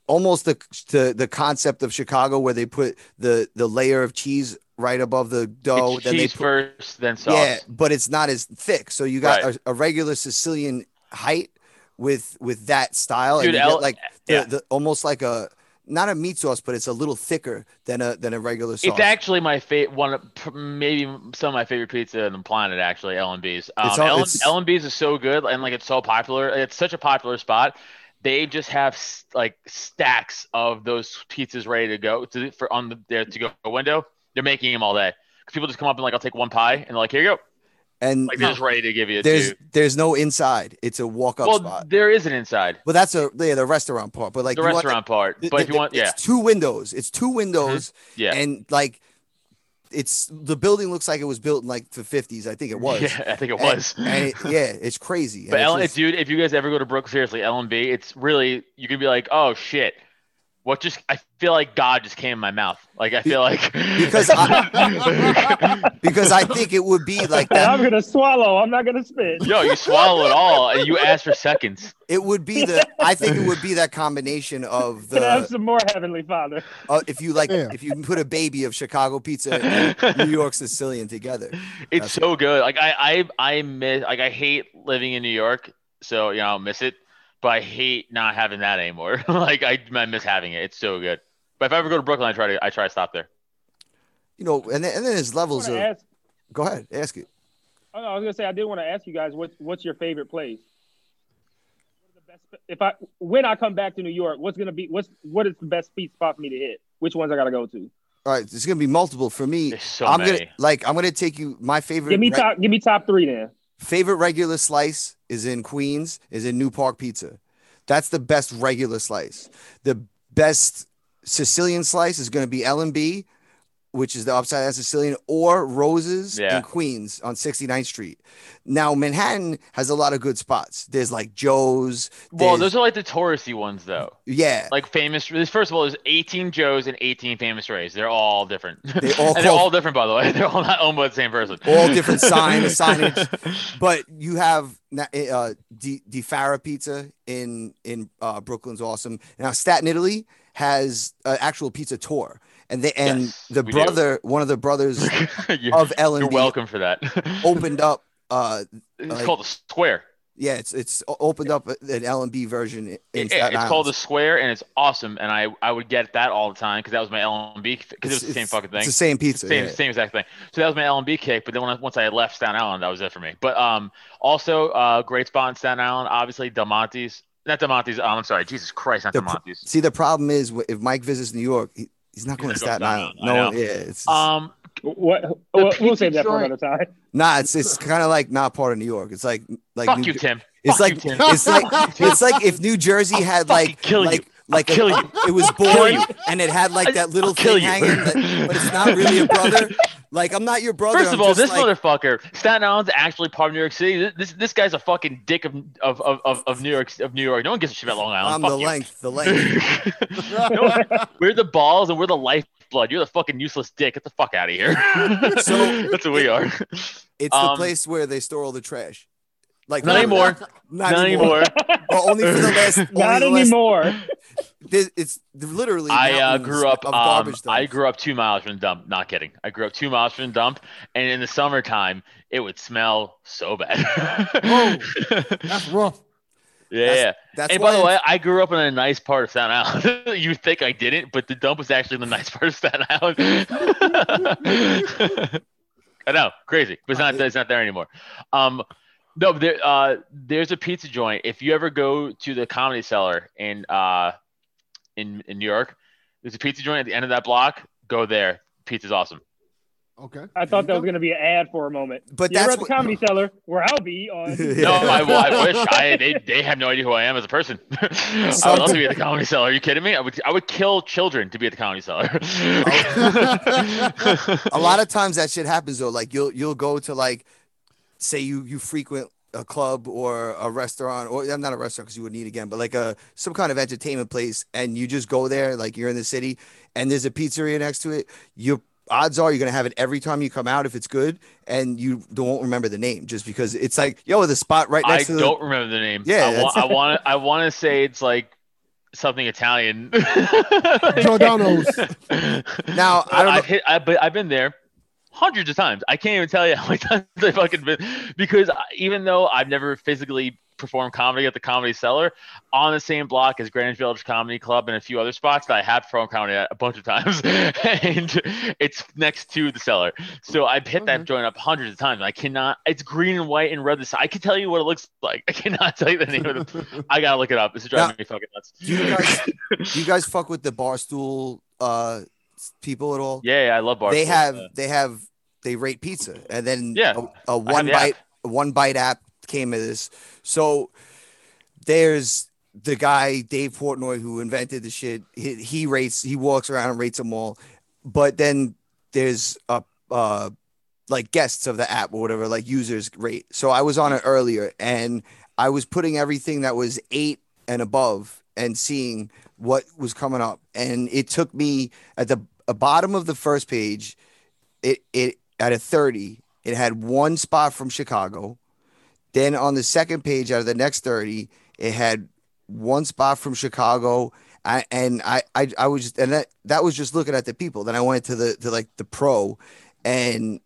[SPEAKER 3] almost the the, the concept of Chicago where they put the the layer of cheese right above the dough.
[SPEAKER 6] it's
[SPEAKER 3] then they
[SPEAKER 6] cheese
[SPEAKER 3] put,
[SPEAKER 6] first, then sauce.
[SPEAKER 3] yeah, but it's not as thick. So you got
[SPEAKER 6] Right.
[SPEAKER 3] a, a regular Sicilian height with with that style,
[SPEAKER 6] Dude,
[SPEAKER 3] and you get
[SPEAKER 6] L-
[SPEAKER 3] like the,
[SPEAKER 6] yeah.
[SPEAKER 3] the almost like a not a meat sauce, but it's a little thicker than a than a regular sauce.
[SPEAKER 6] It's actually my favorite one, of- pr- maybe some of my favorite pizza on the planet. Actually, L and B's. Um,
[SPEAKER 3] It's all-
[SPEAKER 6] L
[SPEAKER 3] it's-
[SPEAKER 6] and B's is so good, and like it's so popular. It's such a popular spot. They just have s- like stacks of those pizzas ready to go to for on the their to go window. They're making them all day. 'Cause People just come up and like, I'll take one pie, and they're like, here you go.
[SPEAKER 3] and
[SPEAKER 6] Like they're just ready to give you.
[SPEAKER 3] there's
[SPEAKER 6] two.
[SPEAKER 3] there's no inside. It's a walk up
[SPEAKER 6] well,
[SPEAKER 3] spot.
[SPEAKER 6] there is an inside
[SPEAKER 3] But that's a yeah, the restaurant part. But like
[SPEAKER 6] the
[SPEAKER 3] you want that-
[SPEAKER 6] restaurant part,
[SPEAKER 3] Th-
[SPEAKER 6] but
[SPEAKER 3] th-
[SPEAKER 6] if you want,
[SPEAKER 3] th-
[SPEAKER 6] yeah, Mm-hmm.
[SPEAKER 3] it's two windows. It's two windows,
[SPEAKER 6] yeah.
[SPEAKER 3] and like, it's the building looks like it was built in like the fifties. I think it was.
[SPEAKER 6] Yeah, I think it
[SPEAKER 3] And-
[SPEAKER 6] was.
[SPEAKER 3] And, it, yeah, it's crazy. And
[SPEAKER 6] But
[SPEAKER 3] it's
[SPEAKER 6] L-
[SPEAKER 3] just-
[SPEAKER 6] dude, if you guys ever go to Brook, seriously, L and B, it's really you could be like, oh shit, what just? I feel like God just came in my mouth. Like I feel like
[SPEAKER 3] because
[SPEAKER 4] I-
[SPEAKER 3] because I think it would be like
[SPEAKER 5] And I'm
[SPEAKER 3] that.
[SPEAKER 5] gonna swallow. I'm not gonna spit.
[SPEAKER 6] yo, you swallow it all and you ask for seconds.
[SPEAKER 3] It would be the. I think it would be that combination of
[SPEAKER 5] Can I have
[SPEAKER 3] the.
[SPEAKER 5] some more, Heavenly Father?
[SPEAKER 3] Uh, if you like,
[SPEAKER 4] Yeah.
[SPEAKER 3] if you put a baby of Chicago pizza and New
[SPEAKER 6] it's
[SPEAKER 3] York Sicilian together. That's-
[SPEAKER 6] so good. Like I, I, I miss. Like I hate living in New York, so you know I miss it. But I hate not having that anymore. like I, I miss having it. It's so good. But if I ever go to Brooklyn, I try to, I try to stop there.
[SPEAKER 3] You know, and then, and then there's
[SPEAKER 5] I
[SPEAKER 3] levels
[SPEAKER 5] wanna
[SPEAKER 3] of.
[SPEAKER 5] ask-
[SPEAKER 3] Go ahead, ask it.
[SPEAKER 5] oh, no, I was gonna say I did want to ask you guys what what's your favorite place. What are the best- If I when I come back to New York, what's gonna be what's what is the best speed spot for me to hit? Which ones I gotta go to?
[SPEAKER 3] All right, it's gonna be multiple for me.
[SPEAKER 6] There's so
[SPEAKER 3] I'm
[SPEAKER 6] many.
[SPEAKER 3] gonna like I'm gonna take you my favorite.
[SPEAKER 5] Give me
[SPEAKER 3] re-
[SPEAKER 5] top. Give me top three then.
[SPEAKER 3] favorite regular slice is in Queens, is in New Park Pizza. That's the best regular slice. The best Sicilian slice is going to be L and B which is the upside down Sicilian, or Roses
[SPEAKER 6] Yeah.
[SPEAKER 3] in Queens on 69th Street. Now, Manhattan has a lot of good spots. There's like Joe's.
[SPEAKER 6] Well,
[SPEAKER 3] there's-
[SPEAKER 6] those are like the touristy ones though.
[SPEAKER 3] yeah.
[SPEAKER 6] Like famous. There's first of all, there's 18 Joes and 18 famous Rays. They're all different.
[SPEAKER 3] They all
[SPEAKER 6] and they're
[SPEAKER 3] call-
[SPEAKER 6] all different, by the way. They're all not owned by the same person.
[SPEAKER 3] All different signs, signage. but you have na- uh, Di Di Farah Pizza in in uh, Brooklyn's awesome. Now Staten Italy has an actual pizza tour, and they and
[SPEAKER 6] Yes,
[SPEAKER 3] the
[SPEAKER 6] we do.
[SPEAKER 3] brother, one of the brothers
[SPEAKER 6] you're,
[SPEAKER 3] of Ellen,
[SPEAKER 6] you're welcome for that.
[SPEAKER 3] opened up. Uh,
[SPEAKER 6] it's
[SPEAKER 3] like-
[SPEAKER 6] called the square.
[SPEAKER 3] yeah, it's it's o- opened up an L and B version. In
[SPEAKER 6] Yeah,
[SPEAKER 3] Staten
[SPEAKER 6] it's
[SPEAKER 3] Island.
[SPEAKER 6] called the square, and it's awesome. And I, I would get that all the time because that was my LMB because it was
[SPEAKER 3] It's-
[SPEAKER 6] the same
[SPEAKER 3] it's-
[SPEAKER 6] fucking thing.
[SPEAKER 3] It's the same pizza.
[SPEAKER 6] same
[SPEAKER 3] yeah.
[SPEAKER 6] same exact thing. So that was my LMB kick. But then when I, once I left Staten Island, that was it for me. But um, also uh, great spot in Staten Island. Obviously Del Monte's, not Del Monte's. Um, I'm sorry, Jesus Christ, not
[SPEAKER 3] The
[SPEAKER 6] Del
[SPEAKER 3] pr-
[SPEAKER 6] Monte's.
[SPEAKER 3] See, the problem is wh- if Mike visits New York, he, he's not going to
[SPEAKER 6] not
[SPEAKER 3] Staten
[SPEAKER 6] going to
[SPEAKER 3] Island.
[SPEAKER 6] Staten
[SPEAKER 3] No,
[SPEAKER 6] Island,
[SPEAKER 3] yeah, it's
[SPEAKER 6] Um,
[SPEAKER 5] What? Well, we'll
[SPEAKER 6] pizza
[SPEAKER 5] save that for
[SPEAKER 6] joint-
[SPEAKER 5] another time.
[SPEAKER 3] nah, it's it's kind of like not part of New York. It's like like
[SPEAKER 6] fuck
[SPEAKER 3] New
[SPEAKER 6] you,
[SPEAKER 3] Jer-
[SPEAKER 6] Tim.
[SPEAKER 3] It's
[SPEAKER 6] fuck
[SPEAKER 3] like
[SPEAKER 6] you, Tim.
[SPEAKER 3] it's like it's like if New Jersey
[SPEAKER 6] I'll
[SPEAKER 3] had
[SPEAKER 6] fucking
[SPEAKER 3] like
[SPEAKER 6] kill you.
[SPEAKER 3] like like a-
[SPEAKER 6] kill you.
[SPEAKER 3] it was
[SPEAKER 6] kill
[SPEAKER 3] born
[SPEAKER 6] you.
[SPEAKER 3] and it had like
[SPEAKER 6] I-
[SPEAKER 3] that little
[SPEAKER 6] I'll kill
[SPEAKER 3] thing
[SPEAKER 6] you.
[SPEAKER 3] hanging, but, but it's not really a brother. Like I'm not your brother.
[SPEAKER 6] First of
[SPEAKER 3] I'm
[SPEAKER 6] all,
[SPEAKER 3] just
[SPEAKER 6] this
[SPEAKER 3] like,
[SPEAKER 6] motherfucker, Staten Island's actually part of New York City. This this guy's a fucking dick of of, of, of, of New York of New York. No one gives a shit about Long
[SPEAKER 3] I'm
[SPEAKER 6] Island.
[SPEAKER 3] the
[SPEAKER 6] Fuck you.
[SPEAKER 3] length, the length.
[SPEAKER 6] we're the balls and we're the lifeblood. You're the fucking useless dick. Get the fuck out of here.
[SPEAKER 3] So-
[SPEAKER 6] that's what we are.
[SPEAKER 3] It's the
[SPEAKER 6] Um,
[SPEAKER 3] place where they store all the trash. Like
[SPEAKER 6] Not anymore.
[SPEAKER 3] Not,
[SPEAKER 6] Not anymore.
[SPEAKER 3] Well, only for the last. Only
[SPEAKER 5] Not
[SPEAKER 3] the last-
[SPEAKER 5] anymore.
[SPEAKER 3] This- it's literally.
[SPEAKER 6] I uh,
[SPEAKER 3] mountains
[SPEAKER 6] grew up.
[SPEAKER 3] Of
[SPEAKER 6] Um,
[SPEAKER 3] garbage
[SPEAKER 6] I
[SPEAKER 3] dumps.
[SPEAKER 6] grew up two miles from the dump. Not kidding. I grew up two miles from the dump, and in the summertime, it would smell so bad.
[SPEAKER 4] That's rough.
[SPEAKER 6] yeah. yeah.
[SPEAKER 3] That's
[SPEAKER 6] And
[SPEAKER 3] why
[SPEAKER 6] by the
[SPEAKER 3] it's-
[SPEAKER 6] way, I grew up in a nice part of Staten Island. you think I didn't, but the dump was actually in the nice part of Staten Island. I know, crazy, but it's not. It's not there anymore. Um, no, but there, uh, there's a pizza joint. If you ever go to the Comedy Cellar in uh, in in New York, there's a pizza joint at the end of that block. Go there. Pizza's awesome.
[SPEAKER 4] Okay.
[SPEAKER 5] I thought that was going to be an ad for a moment.
[SPEAKER 3] But
[SPEAKER 5] You're
[SPEAKER 3] that's
[SPEAKER 5] at the
[SPEAKER 3] what-
[SPEAKER 5] comedy cellar where I'll be on.
[SPEAKER 6] No,
[SPEAKER 3] Yeah.
[SPEAKER 6] I, I wish. I they, they have no idea who I am as a person. I would love to be at the comedy cellar. Are you kidding me? I would I would kill children to be at the comedy cellar.
[SPEAKER 3] a lot of times that shit happens though. Like you'll you'll go to like say you you frequent a club or a restaurant or I'm not a restaurant because you would need again, but like a some kind of entertainment place, and you just go there like you're in the city, and there's a pizzeria next to it. You odds are you're gonna have it every time you come out if it's good, and you don't won't remember the name just because it's like yo the spot right
[SPEAKER 6] I
[SPEAKER 3] next to the
[SPEAKER 6] don't remember the name.
[SPEAKER 3] Yeah,
[SPEAKER 6] I, wa-
[SPEAKER 3] that's-
[SPEAKER 6] I want I want to say it's like something Italian.
[SPEAKER 4] Giordano's.
[SPEAKER 3] now I don't know.
[SPEAKER 6] I've hit. I, but I've been there hundreds of times. I can't even tell you how many times I fucking been because I- even though I've never physically performed comedy at the Comedy Cellar on the same block as Greenwich Village Comedy Club and a few other spots that I have performed comedy at a bunch of times, and it's next to the Cellar. So I've hit that
[SPEAKER 3] Mm-hmm.
[SPEAKER 4] Okay.
[SPEAKER 6] joint up hundreds of times. and I cannot. It's green and white and red. This I can tell you what it looks like. I cannot tell you the name of it. I gotta look it up. It's driving me fucking nuts.
[SPEAKER 3] Do you guys do you guys fuck with the barstool uh people at all?
[SPEAKER 6] yeah, yeah, I love bars.
[SPEAKER 3] they have they have they rate pizza and then
[SPEAKER 6] Yeah,
[SPEAKER 3] a, a one
[SPEAKER 6] the app.
[SPEAKER 3] bite a one bite app came of this so there's the guy dave portnoy who invented the shit he, he rates he walks around and rates them all but then there's a uh like guests of the app or whatever like users rate so i was on it earlier and i was putting everything that was eight and above and seeing what was coming up and it took me at the uh, bottom of the first page it it at a 30 it had one spot from chicago then on the second page out of the next 30 it had one spot from chicago I, and I, I i was and that that was just looking at the people then i went to the to like the pro and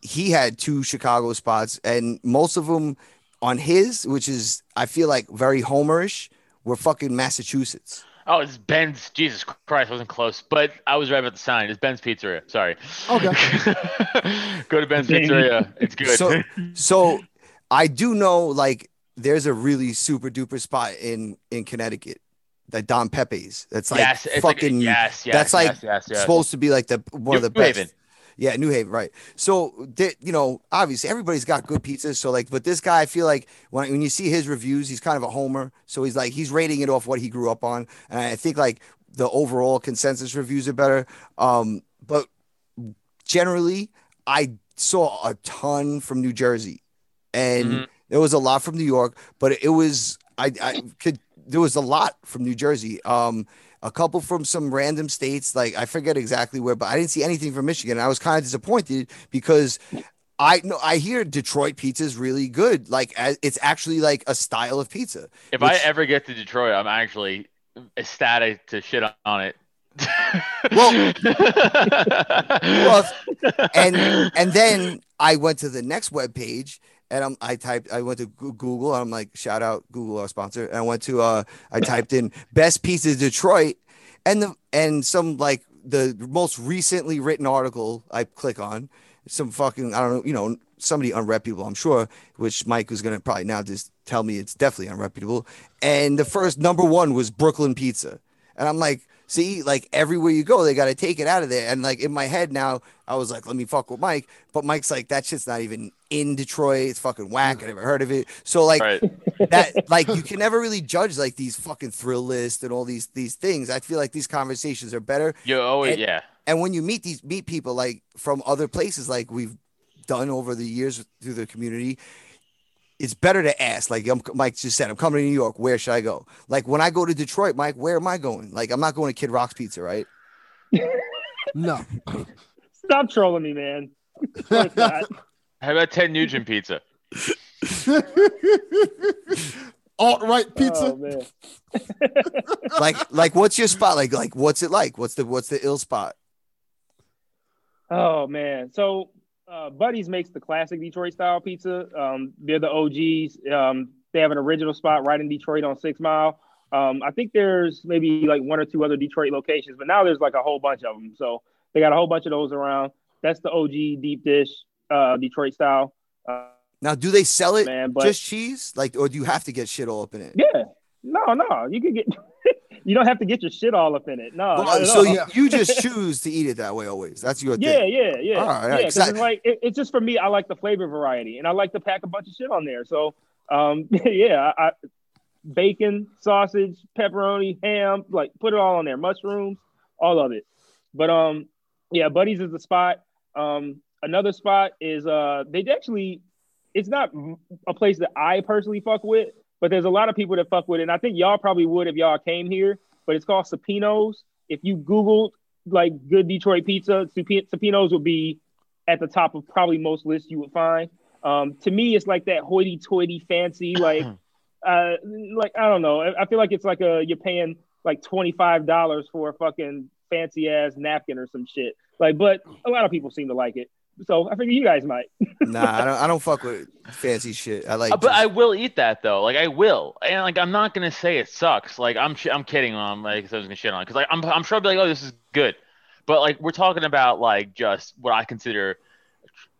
[SPEAKER 3] he had two chicago spots and most of them on his which is i feel like very homerish were fucking massachusetts
[SPEAKER 6] Oh, it's Ben's. Jesus Christ, wasn't close, but I was right about the sign. It's Ben's Pizzeria. Sorry. Go to Ben's
[SPEAKER 5] Dang.
[SPEAKER 6] Pizzeria. It's good.
[SPEAKER 3] So, so I do know like there's a really super duper spot in in Connecticut that Don Pepe's. That's like
[SPEAKER 6] yes, it's like-
[SPEAKER 3] fucking
[SPEAKER 6] yes, yes,
[SPEAKER 3] that's like
[SPEAKER 6] yes, yes, yes.
[SPEAKER 3] supposed to be like the one of
[SPEAKER 6] New
[SPEAKER 3] the best.
[SPEAKER 6] Haven.
[SPEAKER 3] Yeah, New Haven, right? So there, you know, obviously everybody's got good pizzas. So like, but this guy, I feel like when when you see his reviews, he's kind of a homer. So he's like he's rating it off what he grew up on, and I think like the overall consensus reviews are better. Um, but generally, I saw a ton from New Jersey, and
[SPEAKER 6] Mhm.
[SPEAKER 3] there was a lot from New York, but it was I, I could there was a lot from New Jersey. Um, a couple from some random states, like I forget exactly where, but I didn't see anything from Michigan. I was kind of disappointed because I know I hear Detroit pizza is really good. Like as, it's actually like a style of pizza.
[SPEAKER 6] If
[SPEAKER 3] Which-
[SPEAKER 6] I ever get to Detroit, I'm actually ecstatic to shit on it.
[SPEAKER 3] Well-
[SPEAKER 6] well,
[SPEAKER 3] Well, and and then I went to the next web page and I'm, I typed I went to Goo- Google and I'm like shout out Google our sponsor and I went to uh I typed in best pieces Detroit and the and some like the most recently written article I click on some fucking I don't know you know somebody unreputable I'm sure which Mike was gonna probably now just tell me it's definitely unreputable and the first number one was Brooklyn Pizza and I'm like see like everywhere you go they gotta take it out of there and like in my head now I was like, let me fuck with Mike. But Mike's like, that shit's not even in Detroit. It's fucking whack. I never heard of it. So like
[SPEAKER 6] right.
[SPEAKER 3] that, like you can never really judge like these fucking thrill lists and all these these things. I feel like these conversations are better.
[SPEAKER 6] You always,
[SPEAKER 3] And-
[SPEAKER 6] yeah.
[SPEAKER 3] And when you meet these meet people like from other places, like we've done over the years through the community, it's better to ask. Like I'm, Mike just said, I'm coming to New York. Where should I go? Like when I go to Detroit, Mike, where am I going? Like I'm not going to Kid Rock's Pizza, right?
[SPEAKER 4] No.
[SPEAKER 5] Stop trolling me, man. No, it's not.
[SPEAKER 6] How about Ted Nugent pizza?
[SPEAKER 4] Alt right pizza.
[SPEAKER 5] Oh, man.
[SPEAKER 3] Like like what's your spot? Like like what's it like? What's the what's the ill spot?
[SPEAKER 5] Oh man! So uh, Buddies makes the classic Detroit style pizza. Um, they're the OGs. Um, they have an original spot right in Detroit on Six Mile. Um, I think there's maybe like one or two other Detroit locations, but now there's like a whole bunch of them. So they got a whole bunch of those around. That's the OG deep dish uh, Detroit style. Uh,
[SPEAKER 3] Now, do they sell it
[SPEAKER 5] man, but
[SPEAKER 3] just cheese? Like, or do you have to get shit all up in it?
[SPEAKER 5] yeah, no, no, you can get. you don't have to get your shit all up in it. No,
[SPEAKER 3] Well,
[SPEAKER 5] not at
[SPEAKER 3] so
[SPEAKER 5] all.
[SPEAKER 3] you, you just choose to eat it that way always. That's your
[SPEAKER 5] Yeah,
[SPEAKER 3] thing.
[SPEAKER 5] yeah, yeah.
[SPEAKER 3] All right, all right,
[SPEAKER 5] yeah, 'cause
[SPEAKER 3] 'cause I-
[SPEAKER 5] it's like it, it's just for me. I like the flavor variety, and I like to pack a bunch of shit on there. So, um, yeah, I, I, bacon, sausage, pepperoni, ham, like put it all on there. Mushrooms, all of it. But um, yeah, Buddies is the spot. Um, another spot is uh, they actually, it's not a place that I personally fuck with, but there's a lot of people that fuck with it. And I think y'all probably would if y'all came here. But it's called Sapinos. If you Googled like good Detroit pizza, Supi- Sapinos would be at the top of probably most lists you would find. Um, to me, it's like that hoity-toity fancy, like, uh, like I don't know. I, I feel like it's like a you're paying like twenty five dollars for a fucking fancy ass napkin or some shit. Like, but a lot of people seem to like it, so I figure you guys might.
[SPEAKER 3] Nah, I don't. I don't fuck with fancy shit. I like.
[SPEAKER 6] Uh, but
[SPEAKER 3] just-
[SPEAKER 6] I will eat that though. Like I will, and like I'm not gonna say it sucks. Like I'm, sh- I'm kidding. On like I was gonna shit on because like I'm, I'm sure I'll be like, oh, this is good. But like we're talking about like just what I consider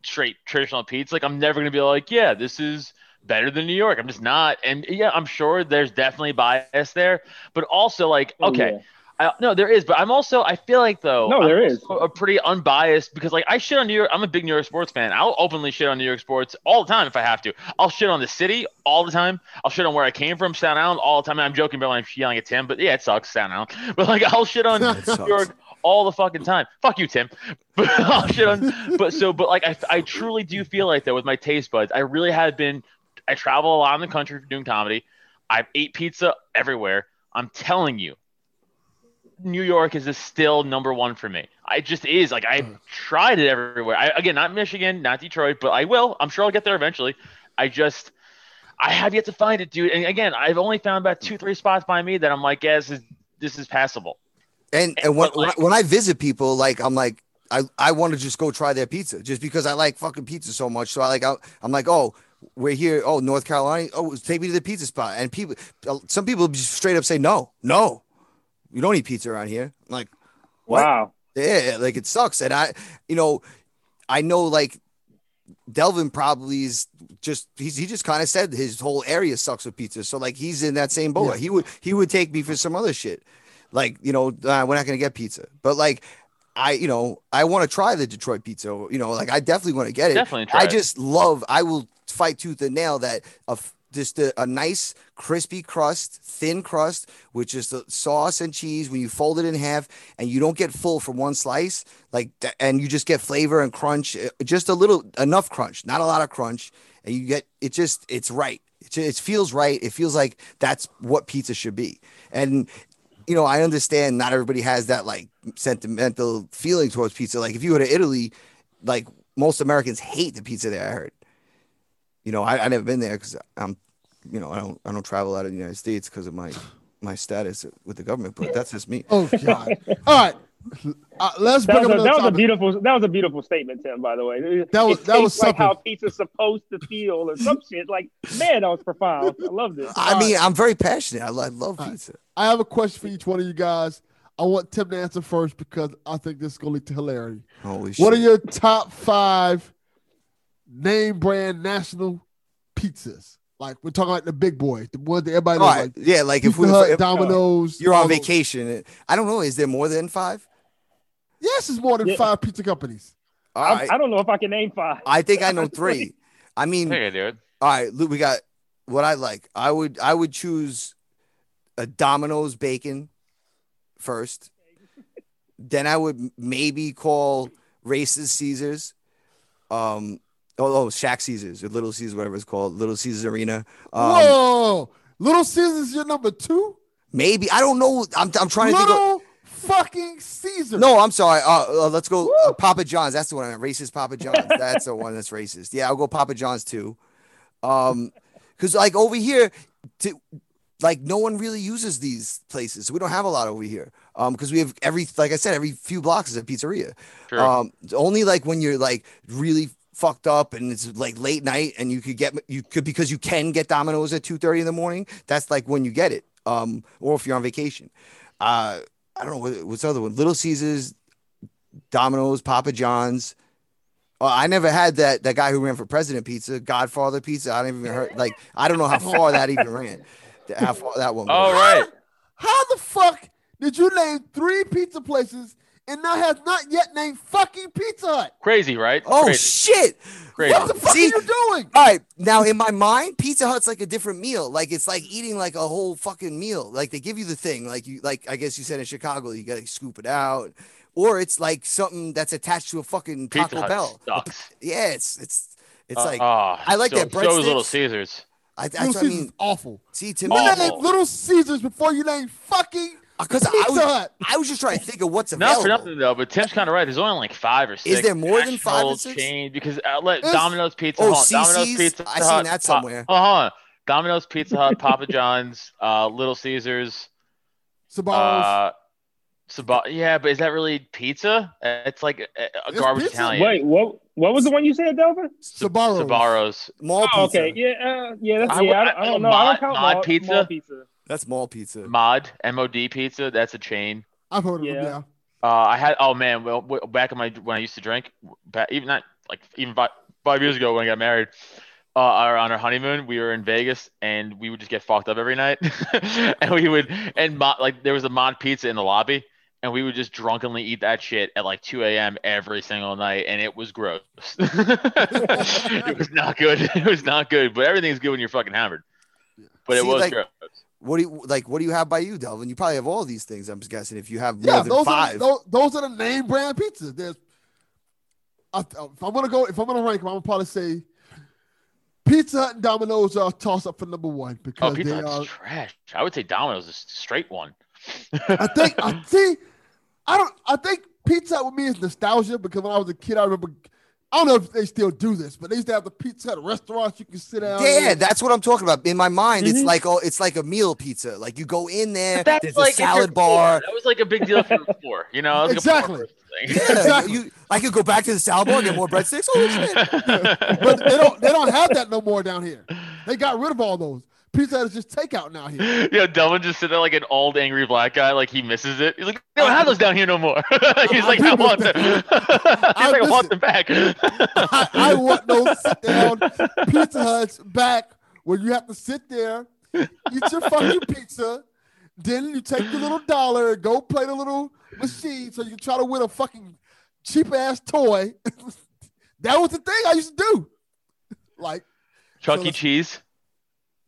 [SPEAKER 6] straight traditional pizza. Like I'm never gonna be like, yeah, this is better than New York. I'm just not. And yeah, I'm sure there's definitely bias there. But also like,
[SPEAKER 5] Oh,
[SPEAKER 6] okay,
[SPEAKER 5] yeah.
[SPEAKER 6] I, no, there is, but I'm also I feel like though
[SPEAKER 5] No, there
[SPEAKER 6] I'm
[SPEAKER 5] is.
[SPEAKER 6] also a pretty unbiased because like I shit on New York. I'm a big New York sports fan. I'll openly shit on New York sports all the time if I have to. I'll shit on the city all the time. I'll shit on where I came from, Staten Island, all the time. I'm joking, but I'm yelling at Tim. But yeah, it sucks, Staten Island. But like I'll shit on
[SPEAKER 4] That
[SPEAKER 6] New
[SPEAKER 3] sucks.
[SPEAKER 6] York all the fucking time. Fuck you, Tim. But I'll shit on. But so, but like I, I truly do feel like that with my taste buds. I really have been. I travel a lot in the country for doing comedy. I've ate pizza everywhere. I'm telling you, New York is just still number one for me. I just is like I
[SPEAKER 3] Mm.
[SPEAKER 6] have tried it everywhere. I, again, not Michigan, not Detroit, but I will. I'm sure I'll get there eventually. I just I have yet to find it, dude. And again, I've only found about two, three spots by me that I'm like, yeah, this is this is passable.
[SPEAKER 3] and and when
[SPEAKER 6] but, like-
[SPEAKER 3] when I visit people, like I'm like I I want to just go try their pizza just because I like fucking pizza so much. So I like I, I'm like oh. We're here. Oh, North Carolina. Oh, take me to the pizza spot. And people, uh, some people just straight up say, no, no, you don't eat pizza around here. I'm like, What?
[SPEAKER 5] Wow.
[SPEAKER 3] Yeah, like it sucks. And I, you know, I know like Delvin probably is just he's he just kind of said his whole area sucks with pizza. So like he's in that same boat.
[SPEAKER 4] Yeah.
[SPEAKER 3] He would he would take me for some other shit. Like, you know, uh, we're not gonna get pizza. But like I, you know, I want to try the Detroit pizza. You know, like I definitely want to get it.
[SPEAKER 6] Definitely try
[SPEAKER 3] I
[SPEAKER 6] it.
[SPEAKER 3] just love I will fight tooth and nail that a f- just a, a nice crispy crust, thin crust with just the sauce and cheese. When you fold it in half and you don't get full from one slice, like th- and you just get flavor and crunch, uh, just a little enough crunch, not a lot of crunch, and you get it. Just it's right. It, ju- it feels right. It feels like that's what pizza should be. And you know, I understand not everybody has that like sentimental feeling towards pizza. Like if you go to Italy, like most Americans hate the pizza there. I heard. You know, I I never been there because I'm, you know, I don't I don't travel out of the United States because of my my status with the government. But that's just me.
[SPEAKER 4] Oh God! All right, uh, let's
[SPEAKER 5] That
[SPEAKER 4] bring up another
[SPEAKER 5] was, a, that was a
[SPEAKER 4] topic.
[SPEAKER 5] beautiful. That was a beautiful statement, Tim. By the way, It-
[SPEAKER 4] That was-
[SPEAKER 5] it
[SPEAKER 4] that was
[SPEAKER 5] tastes like
[SPEAKER 4] something.
[SPEAKER 5] how pizza's supposed to feel or some shit. Like, man, that was profound. I love this.
[SPEAKER 3] I
[SPEAKER 4] All
[SPEAKER 3] mean, I'm very passionate. I, lo- I love
[SPEAKER 4] All right.
[SPEAKER 3] pizza.
[SPEAKER 4] I have a question for each one of you guys. I want Tim to answer first because I think this is going to lead to hilarity.
[SPEAKER 3] Holy shit!
[SPEAKER 4] What are your top five name brand national pizzas? Like we're talking like the big boy, the ones that everybody
[SPEAKER 3] All
[SPEAKER 4] knows,
[SPEAKER 3] right,
[SPEAKER 4] like
[SPEAKER 3] yeah, like if
[SPEAKER 4] Pizza
[SPEAKER 3] we
[SPEAKER 4] Hut,
[SPEAKER 3] if
[SPEAKER 4] Domino's.
[SPEAKER 3] you're on
[SPEAKER 4] all those.
[SPEAKER 3] vacation, I don't know. Is there more than five?
[SPEAKER 4] Yes, it's more than
[SPEAKER 5] Yeah.
[SPEAKER 4] five pizza companies.
[SPEAKER 3] All
[SPEAKER 5] I,
[SPEAKER 3] right,
[SPEAKER 5] I don't know if I can name five.
[SPEAKER 3] I think I know three. I
[SPEAKER 6] I
[SPEAKER 3] mean,
[SPEAKER 6] think I do it.
[SPEAKER 3] All right, Lou, we got what I like. I would I would choose a Domino's bacon first. then I would m- maybe call races Caesars. Um oh, oh Shaq Caesars or Little Caesars, whatever it's called, Little Caesars Arena. Um
[SPEAKER 4] Whoa, Little Caesars, your number two.
[SPEAKER 3] maybe I don't know. I'm I'm trying to think of,
[SPEAKER 4] Little fucking Caesar.
[SPEAKER 3] No, I'm sorry. Uh, uh, let's go uh, Papa John's. That's the one. I meant. Racist Papa John's. That's the one that's racist. Yeah, I'll go Papa John's too. Um, because like over here, to, like no one really uses these places. We don't have a lot over here. Um, because we have every like I said, every few blocks is a pizzeria.
[SPEAKER 6] True.
[SPEAKER 3] Um, it's only like when you're like really fucked up and it's like late night and you could get you could because you can get Domino's at two thirty in the morning. That's like when you get it. Um, or if you're on vacation. Uh, I don't know what, what's the other one. Little Caesars, Domino's, Papa John's. Uh, I never had that that guy who ran for president pizza, Godfather pizza. I don't even heard like I don't know how far that even ran. How far that one?
[SPEAKER 6] All
[SPEAKER 3] was.
[SPEAKER 6] right.
[SPEAKER 4] How the fuck did you name three pizza places and not has not yet named fucking Pizza Hut?
[SPEAKER 6] Crazy, right?
[SPEAKER 3] Oh
[SPEAKER 6] Crazy.
[SPEAKER 3] shit!
[SPEAKER 6] Crazy.
[SPEAKER 4] What the fuck
[SPEAKER 3] See-
[SPEAKER 4] are you doing?
[SPEAKER 3] All right, now in my mind, Pizza Hut's like a different meal. Like it's like eating like a whole fucking meal. Like they give you the thing, like you like I guess you said in Chicago, you gotta scoop it out, or it's like something that's attached to a fucking Taco
[SPEAKER 6] Pizza Hut
[SPEAKER 3] Bell.
[SPEAKER 6] sucks.
[SPEAKER 3] Yeah, it's it's it's
[SPEAKER 6] Uh,
[SPEAKER 3] like
[SPEAKER 6] ah,
[SPEAKER 3] I like
[SPEAKER 6] so,
[SPEAKER 3] that
[SPEAKER 6] So is Little
[SPEAKER 3] breadsticks.
[SPEAKER 6] Caesars.
[SPEAKER 3] I,
[SPEAKER 4] Little
[SPEAKER 3] that's what I
[SPEAKER 4] Caesars
[SPEAKER 3] mean.
[SPEAKER 4] awful.
[SPEAKER 3] See to
[SPEAKER 4] You
[SPEAKER 3] me,
[SPEAKER 6] Awful.
[SPEAKER 4] name Little Caesars before you name fucking
[SPEAKER 3] because I
[SPEAKER 4] Pizza
[SPEAKER 3] was
[SPEAKER 4] Hut.
[SPEAKER 3] I was just trying to think of what's
[SPEAKER 6] Not for
[SPEAKER 3] available.
[SPEAKER 6] nothing though, but Tim's kind of right. There's only like five or six.
[SPEAKER 3] there more than five or
[SPEAKER 6] national
[SPEAKER 3] six?
[SPEAKER 6] chain- because outlet
[SPEAKER 4] Is-
[SPEAKER 6] Domino's Pizza
[SPEAKER 3] Oh,
[SPEAKER 6] Hut, Domino's
[SPEAKER 3] CC's?
[SPEAKER 6] Pizza
[SPEAKER 3] I
[SPEAKER 6] Hut,
[SPEAKER 3] seen that
[SPEAKER 6] Pa-
[SPEAKER 3] somewhere.
[SPEAKER 6] oh, hold on. Domino's Pizza Hut, Papa John's, uh, Little Caesars,
[SPEAKER 4] Sabaros.
[SPEAKER 6] uh, Saba- yeah, but is that really pizza? Uh, It's like a- a,
[SPEAKER 4] It's
[SPEAKER 6] garbage
[SPEAKER 4] pizza.
[SPEAKER 6] Italian.
[SPEAKER 5] Wait, what? What was the one you said, Delvin?
[SPEAKER 4] Sabaros.
[SPEAKER 6] Sabaros.
[SPEAKER 3] Mall
[SPEAKER 5] Oh,
[SPEAKER 3] pizza.
[SPEAKER 5] okay. Yeah, uh, yeah, that's,
[SPEAKER 6] I
[SPEAKER 5] yeah. I,
[SPEAKER 6] would-
[SPEAKER 5] don't- I
[SPEAKER 6] I-
[SPEAKER 5] don't know. I
[SPEAKER 6] mod-
[SPEAKER 5] don't count
[SPEAKER 6] mod
[SPEAKER 5] mall-
[SPEAKER 6] pizza?
[SPEAKER 5] mall pizza.
[SPEAKER 3] That's mall pizza.
[SPEAKER 6] Mod, MOD Pizza. That's a chain.
[SPEAKER 4] I've heard of them,
[SPEAKER 5] Yeah.
[SPEAKER 4] yeah.
[SPEAKER 6] Uh, I had oh man, well w- back in my when I used to drink, back, even not like even five, five years ago when I got married, uh, our, on our honeymoon we were in Vegas and we would just get fucked up every night, and we would and mod, like there was a mod pizza in the lobby and we would just drunkenly eat that shit at like 2 a.m. every single night and it was gross. it was not good. It was not good. But everything's good when you're fucking hammered. But it
[SPEAKER 3] See,
[SPEAKER 6] was
[SPEAKER 3] like-
[SPEAKER 6] gross.
[SPEAKER 3] What do you like? What do you have by you, Delvin? You probably have all these things. I'm just guessing if you have more
[SPEAKER 4] Yeah,
[SPEAKER 3] than
[SPEAKER 4] those are,
[SPEAKER 3] five.
[SPEAKER 4] those, those are the name brand pizzas. There's, I, if I'm gonna go, if I'm gonna rank them, I'm gonna probably say Pizza Hut and Domino's are toss up for number one
[SPEAKER 6] Oh,
[SPEAKER 4] because
[SPEAKER 6] Pizza
[SPEAKER 4] they
[SPEAKER 6] Hut's
[SPEAKER 4] are.
[SPEAKER 6] trash. I would say Domino's is a straight one.
[SPEAKER 4] I think I think I don't. I think Pizza Hut with me is nostalgia because when I was a kid, I remember. I don't know if they still do this, but they used to have the Pizza Hut restaurants you can sit down.
[SPEAKER 3] Yeah,
[SPEAKER 6] Um,
[SPEAKER 4] in.
[SPEAKER 3] that's what I'm talking about. In my mind, it's
[SPEAKER 5] Mhm.
[SPEAKER 3] like oh, it's like a meal pizza. Like you go in there,
[SPEAKER 6] Mm-hmm. But that's
[SPEAKER 3] there's
[SPEAKER 6] like
[SPEAKER 3] a
[SPEAKER 6] if you're
[SPEAKER 3] salad
[SPEAKER 6] poor,
[SPEAKER 3] bar.
[SPEAKER 6] That was like a big deal for the poor, you know. That was like a poor
[SPEAKER 3] Yeah,
[SPEAKER 6] person
[SPEAKER 4] Exactly.
[SPEAKER 3] you, I could go back to the salad bar and get more breadsticks. Oh shit!
[SPEAKER 6] thing.
[SPEAKER 4] but they don't. They don't have that no more down here. They got rid of all those. Pizza Hut is just takeout now here.
[SPEAKER 6] yeah, Delvin just sitting there like an old angry black guy, like he misses it. He's like, "They don't have those down here no more." He's like, "I want them." He's like, "I want them back."
[SPEAKER 4] I, I want those sit down Pizza Huts back where you have to sit there, eat your fucking pizza, then you take your little dollar and go play the little machine so you can try to win a fucking cheap ass toy. that was the thing I used to do. Like
[SPEAKER 6] Chuck E.
[SPEAKER 4] let's-
[SPEAKER 6] Cheese.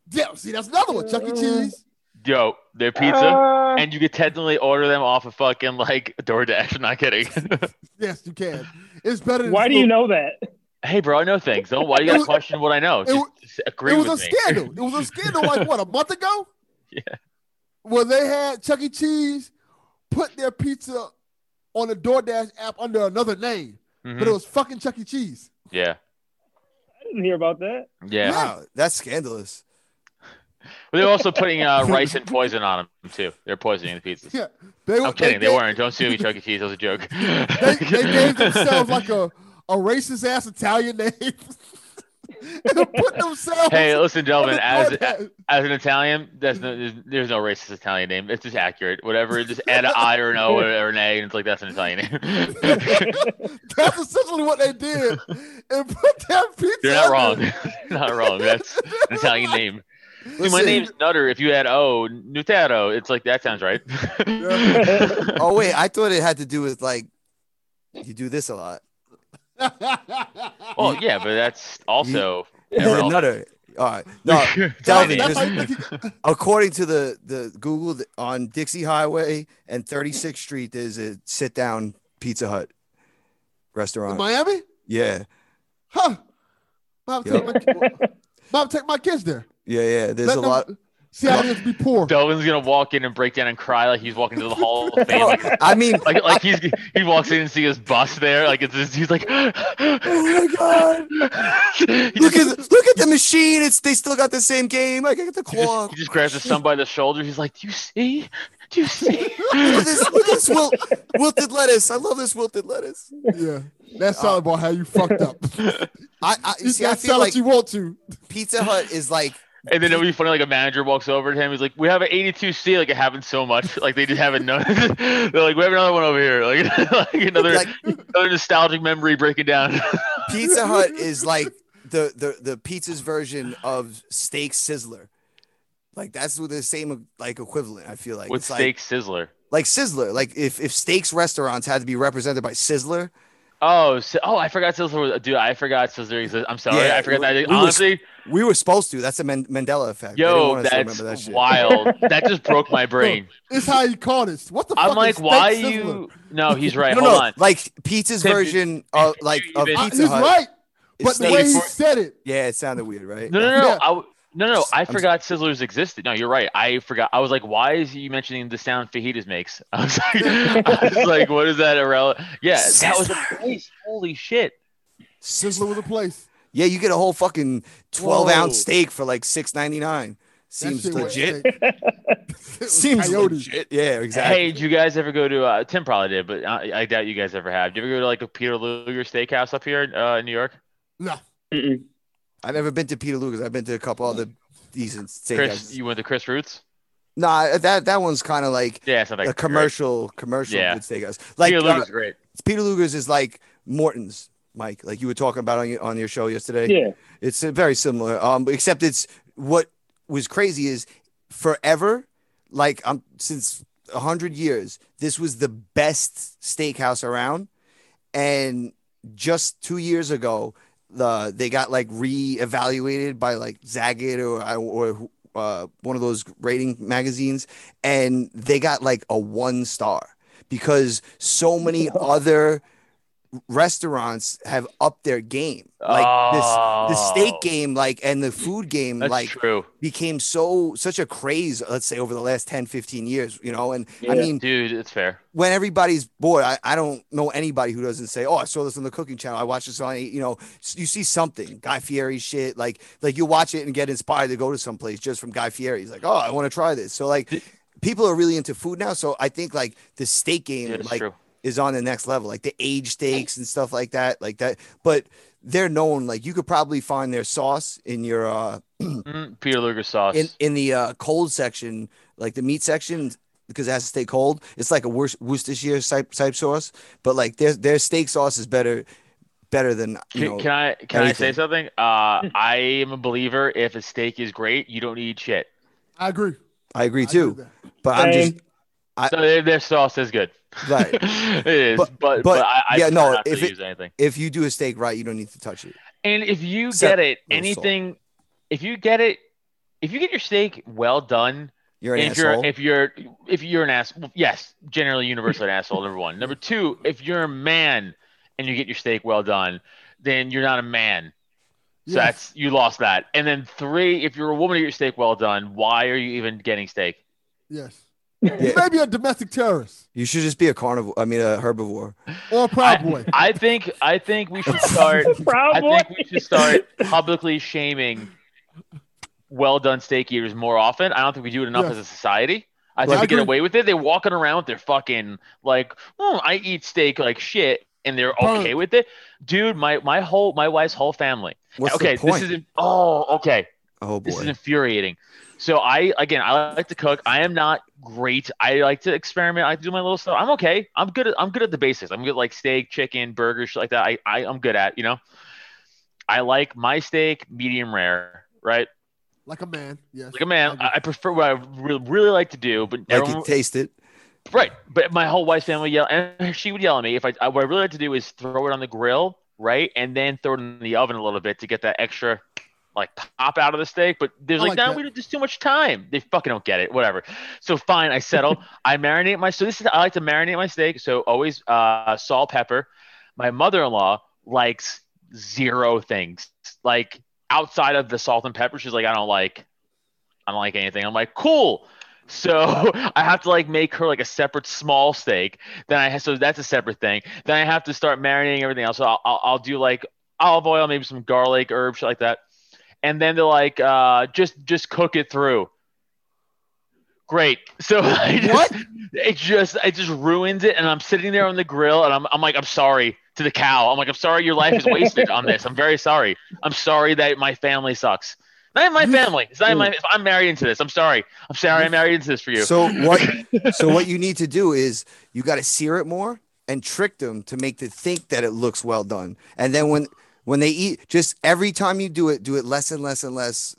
[SPEAKER 4] Yeah, see, that's another one. Chuck E. Cheese.
[SPEAKER 6] Yo, their pizza,
[SPEAKER 5] Uh,
[SPEAKER 6] and you could technically order them off of fucking like DoorDash. Not kidding.
[SPEAKER 4] Yes, you can. It's better. Than
[SPEAKER 5] why do you know that?
[SPEAKER 6] hey, bro, I know things. Don't why you gotta
[SPEAKER 4] was-
[SPEAKER 6] question what I know? Just,
[SPEAKER 4] wa-
[SPEAKER 6] just agree
[SPEAKER 4] it was
[SPEAKER 6] with
[SPEAKER 4] a
[SPEAKER 6] me.
[SPEAKER 4] scandal. It was a scandal like what a month ago.
[SPEAKER 6] Yeah.
[SPEAKER 4] Where they had Chuck E. Cheese put their pizza on the DoorDash app under another name,
[SPEAKER 6] Mhm.
[SPEAKER 4] but it was fucking Chuck E. Cheese.
[SPEAKER 6] Yeah,
[SPEAKER 5] I didn't hear about that.
[SPEAKER 6] yeah.
[SPEAKER 3] Wow, Oh, that's scandalous.
[SPEAKER 6] But they're also putting uh, rice and poison on them too. They're poisoning the pizzas.
[SPEAKER 4] Yeah, they were.
[SPEAKER 6] I'm kidding. They
[SPEAKER 4] gave-
[SPEAKER 6] weren't. Don't sue me, Chuck E. Cheese. That was a joke.
[SPEAKER 4] They, they gave themselves like a, a racist ass Italian name. and put themselves.
[SPEAKER 6] Hey, listen,
[SPEAKER 4] on the
[SPEAKER 6] gentlemen. As
[SPEAKER 4] DoorDash.
[SPEAKER 6] as an Italian, that's no, there's, there's no racist Italian name. It's just accurate. Whatever, just add an I or an O or, or an A, and it's like that's an Italian name.
[SPEAKER 4] that's essentially what they did, and put their pizza.
[SPEAKER 6] You're not wrong.
[SPEAKER 4] under it.
[SPEAKER 6] not wrong. That's an Italian name. Dude, my
[SPEAKER 3] Listen.
[SPEAKER 6] name's Nutter. If you add O, Nutaro, it's like that sounds right.
[SPEAKER 3] Oh wait, I thought it had to do with like you do this a lot.
[SPEAKER 6] well, yeah, but that's also
[SPEAKER 3] You're
[SPEAKER 6] Yeah,
[SPEAKER 3] another. All right. No, Delvin,
[SPEAKER 4] That's
[SPEAKER 3] just-
[SPEAKER 4] how you think he-
[SPEAKER 3] according to the the Google th- on Dixie Highway and 36th Street, there's a sit down Pizza Hut
[SPEAKER 4] in
[SPEAKER 3] restaurant.
[SPEAKER 4] Miami?
[SPEAKER 3] yeah,
[SPEAKER 4] Huh? Bob, take my, Bob, take my kids there.
[SPEAKER 3] yeah, yeah. There's
[SPEAKER 4] Let
[SPEAKER 3] a
[SPEAKER 4] them
[SPEAKER 3] lot.
[SPEAKER 4] See how it is to be poor.
[SPEAKER 6] Delvin's gonna walk in and break down and cry like he's walking to the Hall of Fame.
[SPEAKER 3] Oh,
[SPEAKER 6] Like,
[SPEAKER 3] I mean,
[SPEAKER 6] like, like he's he walks in and sees his bus there. Like it's just, he's like,
[SPEAKER 3] oh my god! Look at look at the machine. It's they still got the same game. I got the
[SPEAKER 6] He just,
[SPEAKER 3] claw.
[SPEAKER 6] he just grabs his son by the shoulder. He's like, "Do you see? Do you see?"
[SPEAKER 3] Look at this, look at this wilt, wilted lettuce. I love this wilted lettuce.
[SPEAKER 4] Yeah, that's all about how you fucked up.
[SPEAKER 3] I, I
[SPEAKER 4] You
[SPEAKER 3] Uh, see. I
[SPEAKER 4] gotta
[SPEAKER 3] feel
[SPEAKER 4] sell
[SPEAKER 3] like
[SPEAKER 4] what you want to.
[SPEAKER 3] Pizza Hut is like
[SPEAKER 6] And then it would be funny. Like a manager walks over to him. He's like, "We have an 82C. Like it happened so much. Like they just haven't known. They're like, we have another one over here. Like, like another
[SPEAKER 3] Like-
[SPEAKER 6] another nostalgic memory breaking down.
[SPEAKER 3] Pizza Hut is like the the the pizza's version of steak sizzler. Like that's what the same like equivalent. I feel like
[SPEAKER 6] with
[SPEAKER 3] it's
[SPEAKER 6] steak sizzler.
[SPEAKER 3] like like sizzler. Like if if steaks restaurants had to be represented by sizzler,
[SPEAKER 6] Oh, si- oh, I forgot sizzler. Was, dude, I forgot sizzler. existed. I'm sorry.
[SPEAKER 3] Yeah,
[SPEAKER 6] I forgot
[SPEAKER 3] we
[SPEAKER 6] that.
[SPEAKER 3] were-
[SPEAKER 6] Honestly,
[SPEAKER 3] we were supposed to. That's a Man- Mandela effect. They didn't
[SPEAKER 6] yo,
[SPEAKER 3] want us to
[SPEAKER 6] that's
[SPEAKER 3] remember that shit.
[SPEAKER 6] wild. that just broke my brain.
[SPEAKER 4] It's how you caught us. What the fuck?
[SPEAKER 6] I'm like,
[SPEAKER 4] is
[SPEAKER 6] why
[SPEAKER 4] steak sizzler?
[SPEAKER 6] you? No, he's right.
[SPEAKER 3] no,
[SPEAKER 6] Hold
[SPEAKER 3] no,
[SPEAKER 6] on.
[SPEAKER 3] like pizza's
[SPEAKER 6] Tim,
[SPEAKER 3] version of
[SPEAKER 6] you
[SPEAKER 3] like of
[SPEAKER 6] even-
[SPEAKER 4] I-
[SPEAKER 3] Pizza
[SPEAKER 4] Uh, he's
[SPEAKER 3] Hut.
[SPEAKER 4] right,
[SPEAKER 3] is
[SPEAKER 4] but the
[SPEAKER 3] steak.
[SPEAKER 4] way he
[SPEAKER 6] steak.
[SPEAKER 4] said it.
[SPEAKER 3] yeah, it sounded weird, right?
[SPEAKER 6] No, no, no.
[SPEAKER 4] Yeah.
[SPEAKER 6] I w no, no. I
[SPEAKER 3] I'm-
[SPEAKER 6] forgot Sizzlers existed. No, you're right. I forgot. I was like, why is he mentioning the sound fajitas makes? I was like, I was like what is that irrelevant? Yeah, that was a place. Holy shit.
[SPEAKER 4] Sizzler was a place.
[SPEAKER 3] Yeah, you get a whole fucking twelve ounce
[SPEAKER 6] Whoa.
[SPEAKER 3] steak for like six ninety nine.
[SPEAKER 4] That
[SPEAKER 3] Seems
[SPEAKER 4] shit was
[SPEAKER 3] legit.
[SPEAKER 4] steak.
[SPEAKER 3] Seems
[SPEAKER 4] Coyotes.
[SPEAKER 3] legit. Yeah, exactly.
[SPEAKER 6] Hey, did you guys ever go to? Uh, Tim probably did, but I, I doubt you guys ever have. Did you ever go to like a Peter Luger steakhouse up here in, uh, in New York?
[SPEAKER 4] No,
[SPEAKER 5] Mm-mm.
[SPEAKER 3] I've never been to Peter Lucas. I've been to a couple other decent
[SPEAKER 6] Chris,
[SPEAKER 3] steakhouses.
[SPEAKER 6] you went to Chris Roots?
[SPEAKER 3] Nah, that that one's kind of like
[SPEAKER 6] Yeah, it's not that
[SPEAKER 3] a
[SPEAKER 6] great.
[SPEAKER 3] commercial commercial
[SPEAKER 6] Yeah.
[SPEAKER 3] good steakhouse. Like uh, Peter,
[SPEAKER 6] Peter Luger's great.
[SPEAKER 3] Peter Luger's is like Morton's, Mike. Like you were talking about on your on your show yesterday.
[SPEAKER 5] Yeah.
[SPEAKER 3] It's uh, very similar. Um, except it's what was crazy is forever, like um, since a hundred years, this was the best steakhouse around, and just two years ago, the they got like reevaluated by like Zagat or I- or who- uh, one of those rating magazines, and they got like a one star because so many other restaurants have upped their game like this the steak
[SPEAKER 6] Oh.
[SPEAKER 3] game like and the food game
[SPEAKER 6] That's
[SPEAKER 3] like
[SPEAKER 6] true.
[SPEAKER 3] became so such a craze let's say over the last 10 15 years you know and i
[SPEAKER 5] Yeah.
[SPEAKER 3] mean
[SPEAKER 6] Dude, it's fair.
[SPEAKER 3] when everybody's bored I, I don't know anybody who doesn't say oh i saw this on the cooking channel i watched this on you know s- you see something guy fieri shit like like you watch it and get inspired to go to someplace just from guy fieri he's like oh i want to try this so like people are really into food now so i think like the steak game
[SPEAKER 6] Yeah, it's
[SPEAKER 3] like
[SPEAKER 6] true.
[SPEAKER 3] is on the next level, like the age steaks and stuff like that, like that. But they're known, like you could probably find their sauce in your uh
[SPEAKER 6] Mm, Peter Luger sauce.
[SPEAKER 3] in in the uh cold section, like the meat section, because it has to stay cold. It's like a Wor- Worcestershire type type sauce, but like their their steak sauce is better better than you
[SPEAKER 6] Can,
[SPEAKER 3] know.
[SPEAKER 6] can I can I
[SPEAKER 3] everything.
[SPEAKER 6] say something? Uh, I am a believer. If a steak is great, you don't need shit.
[SPEAKER 4] I agree.
[SPEAKER 3] I agree
[SPEAKER 4] I agree with
[SPEAKER 3] too,
[SPEAKER 4] that.
[SPEAKER 3] but I'm just
[SPEAKER 6] So their, their sauce is good.
[SPEAKER 3] right.
[SPEAKER 6] it is,
[SPEAKER 3] But-
[SPEAKER 6] but but,
[SPEAKER 3] but,
[SPEAKER 6] I, I
[SPEAKER 3] yeah,
[SPEAKER 6] prefer
[SPEAKER 3] no,
[SPEAKER 6] not to
[SPEAKER 3] if it-
[SPEAKER 6] use anything.
[SPEAKER 3] If you do a steak right, you don't need to touch it.
[SPEAKER 6] And if you
[SPEAKER 3] Except
[SPEAKER 6] get it,
[SPEAKER 3] no salt.
[SPEAKER 6] anything, if you get it if you get your steak well done,
[SPEAKER 3] You're an
[SPEAKER 6] if
[SPEAKER 3] asshole.
[SPEAKER 6] you're if you're if you're an ass, yes, generally universally an asshole. Number one. Number two, if you're a man and you get your steak well done, then you're not a man. So
[SPEAKER 4] Yes.
[SPEAKER 6] that's you lost that. And then three, if you're a woman and you get your steak well done, why are you even getting steak?
[SPEAKER 4] Yes.
[SPEAKER 3] Yeah.
[SPEAKER 4] You may be a domestic terrorist
[SPEAKER 3] you should just be a carnivore. I mean, a herbivore.
[SPEAKER 4] or a proud boy.
[SPEAKER 6] I think I think we should start. I
[SPEAKER 5] Proud boy.
[SPEAKER 6] think we should start publicly shaming well done steak eaters more often. I don't think we do it enough
[SPEAKER 4] Yeah.
[SPEAKER 6] as a society. I
[SPEAKER 4] Well, I
[SPEAKER 6] think we get
[SPEAKER 4] agree.
[SPEAKER 6] away with it. They're walking around with their fucking like, "Hmm, I eat steak like shit, and they're
[SPEAKER 4] Bro.
[SPEAKER 6] okay with it. Dude, my my whole my wife's whole family.
[SPEAKER 3] What's
[SPEAKER 6] okay,
[SPEAKER 3] the point?
[SPEAKER 6] this is oh okay.
[SPEAKER 3] oh boy.
[SPEAKER 6] This is infuriating. So I again, I like to cook. I am not great. I like to experiment. I do my little stuff. I'm okay. I'm good. At, I'm good at the basics. I'm good at, like steak, chicken, burgers, shit like that. I, I I'm good at you know. I like my steak medium rare, right?
[SPEAKER 4] like a man. Yes.
[SPEAKER 6] Like a man, I,
[SPEAKER 4] I
[SPEAKER 6] I prefer what I really, really like to do, but
[SPEAKER 3] like
[SPEAKER 6] everyone-
[SPEAKER 3] you taste it.
[SPEAKER 6] Right, but my whole wife's family yell, and she would yell at me if I, I. What I really like to do is throw it on the grill, right, and then throw it in the oven a little bit to get that extra, like pop out of the steak. But there's
[SPEAKER 4] I
[SPEAKER 6] like,
[SPEAKER 4] like
[SPEAKER 6] no,
[SPEAKER 4] that.
[SPEAKER 6] we don't. There's too much time. They fucking don't get it. Whatever. So fine, I settle. I marinate my. So this is I like to marinate my steak. So always uh, salt, pepper. My mother-in-law likes zero things. Like outside of the salt and pepper, she's like, I don't like, I don't like anything. I'm like, cool. So I have to like make her like a separate small steak. Then I so that's a separate thing. Then I have to start marinating everything else. So I'll, I'll, I'll do like olive oil, maybe some garlic, herbs, shit like that. And then they're like, uh, just just cook it through. Great. So I just,
[SPEAKER 3] What?
[SPEAKER 6] It just it just ruins it. And I'm sitting there on the grill, and I'm I'm like, I'm sorry to the cow. I'm like, I'm sorry your life is wasted on this. I'm very sorry. I'm sorry that my family sucks. Not in my family. It's not in my. I'm married into this. I'm sorry. I'm sorry. I married into this for you.
[SPEAKER 3] So what? so what you need to do is you got to sear it more and trick them to make them think that it looks well done. And then when when they eat, just every time you do it, do it less and less and less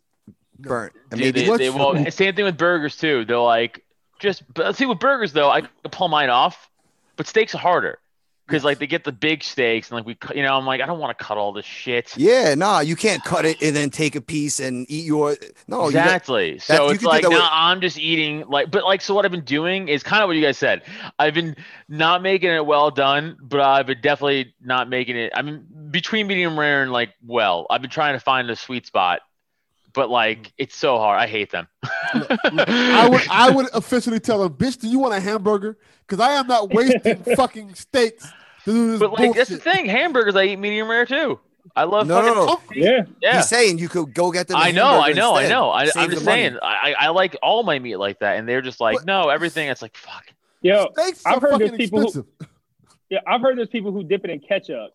[SPEAKER 3] burnt. And
[SPEAKER 6] Dude,
[SPEAKER 3] maybe
[SPEAKER 6] they, they won't- same thing with burgers too. They're like just but let's see with burgers though. I can pull mine off, but steaks are harder because like they get the big steaks and like we cut- you know I'm like I don't want to cut all this shit.
[SPEAKER 3] yeah, nah, you can't cut it and then take a piece and eat your. No, oh, you got-
[SPEAKER 6] exactly. so
[SPEAKER 3] you
[SPEAKER 6] it's
[SPEAKER 3] could do
[SPEAKER 6] like
[SPEAKER 3] that
[SPEAKER 6] now
[SPEAKER 3] with-
[SPEAKER 6] I'm just eating like but like so what I've been doing is kind of what you guys said. I've been not making it well done, but I've been definitely not making it. I mean between medium rare and like well, I've been trying to find the sweet spot. But
[SPEAKER 3] Mm.
[SPEAKER 6] like it's so hard. I hate them.
[SPEAKER 4] I would I would officially tell her, bitch, do you want a hamburger? Because I am not wasting fucking steaks to do this
[SPEAKER 6] But like that's the
[SPEAKER 4] bullshit.
[SPEAKER 6] thing, hamburgers I eat medium rare too. I love
[SPEAKER 3] No,
[SPEAKER 6] fucking
[SPEAKER 3] no, no.
[SPEAKER 5] Yeah.
[SPEAKER 6] yeah.
[SPEAKER 3] He's saying you could go get them. a
[SPEAKER 6] I know,
[SPEAKER 3] hamburger
[SPEAKER 6] I know, I
[SPEAKER 3] instead.
[SPEAKER 6] know. I,
[SPEAKER 3] Save
[SPEAKER 6] I'm just
[SPEAKER 3] the money.
[SPEAKER 6] saying, I, I I like all my meat like that, and they're just like,
[SPEAKER 4] But-
[SPEAKER 6] no, everything. It's like fuck.
[SPEAKER 5] Yo,
[SPEAKER 4] Steaks
[SPEAKER 5] I've
[SPEAKER 4] are
[SPEAKER 5] heard there's
[SPEAKER 4] fucking
[SPEAKER 5] people who-
[SPEAKER 4] expensive.
[SPEAKER 5] yeah, I've heard there's people who dip it in ketchup.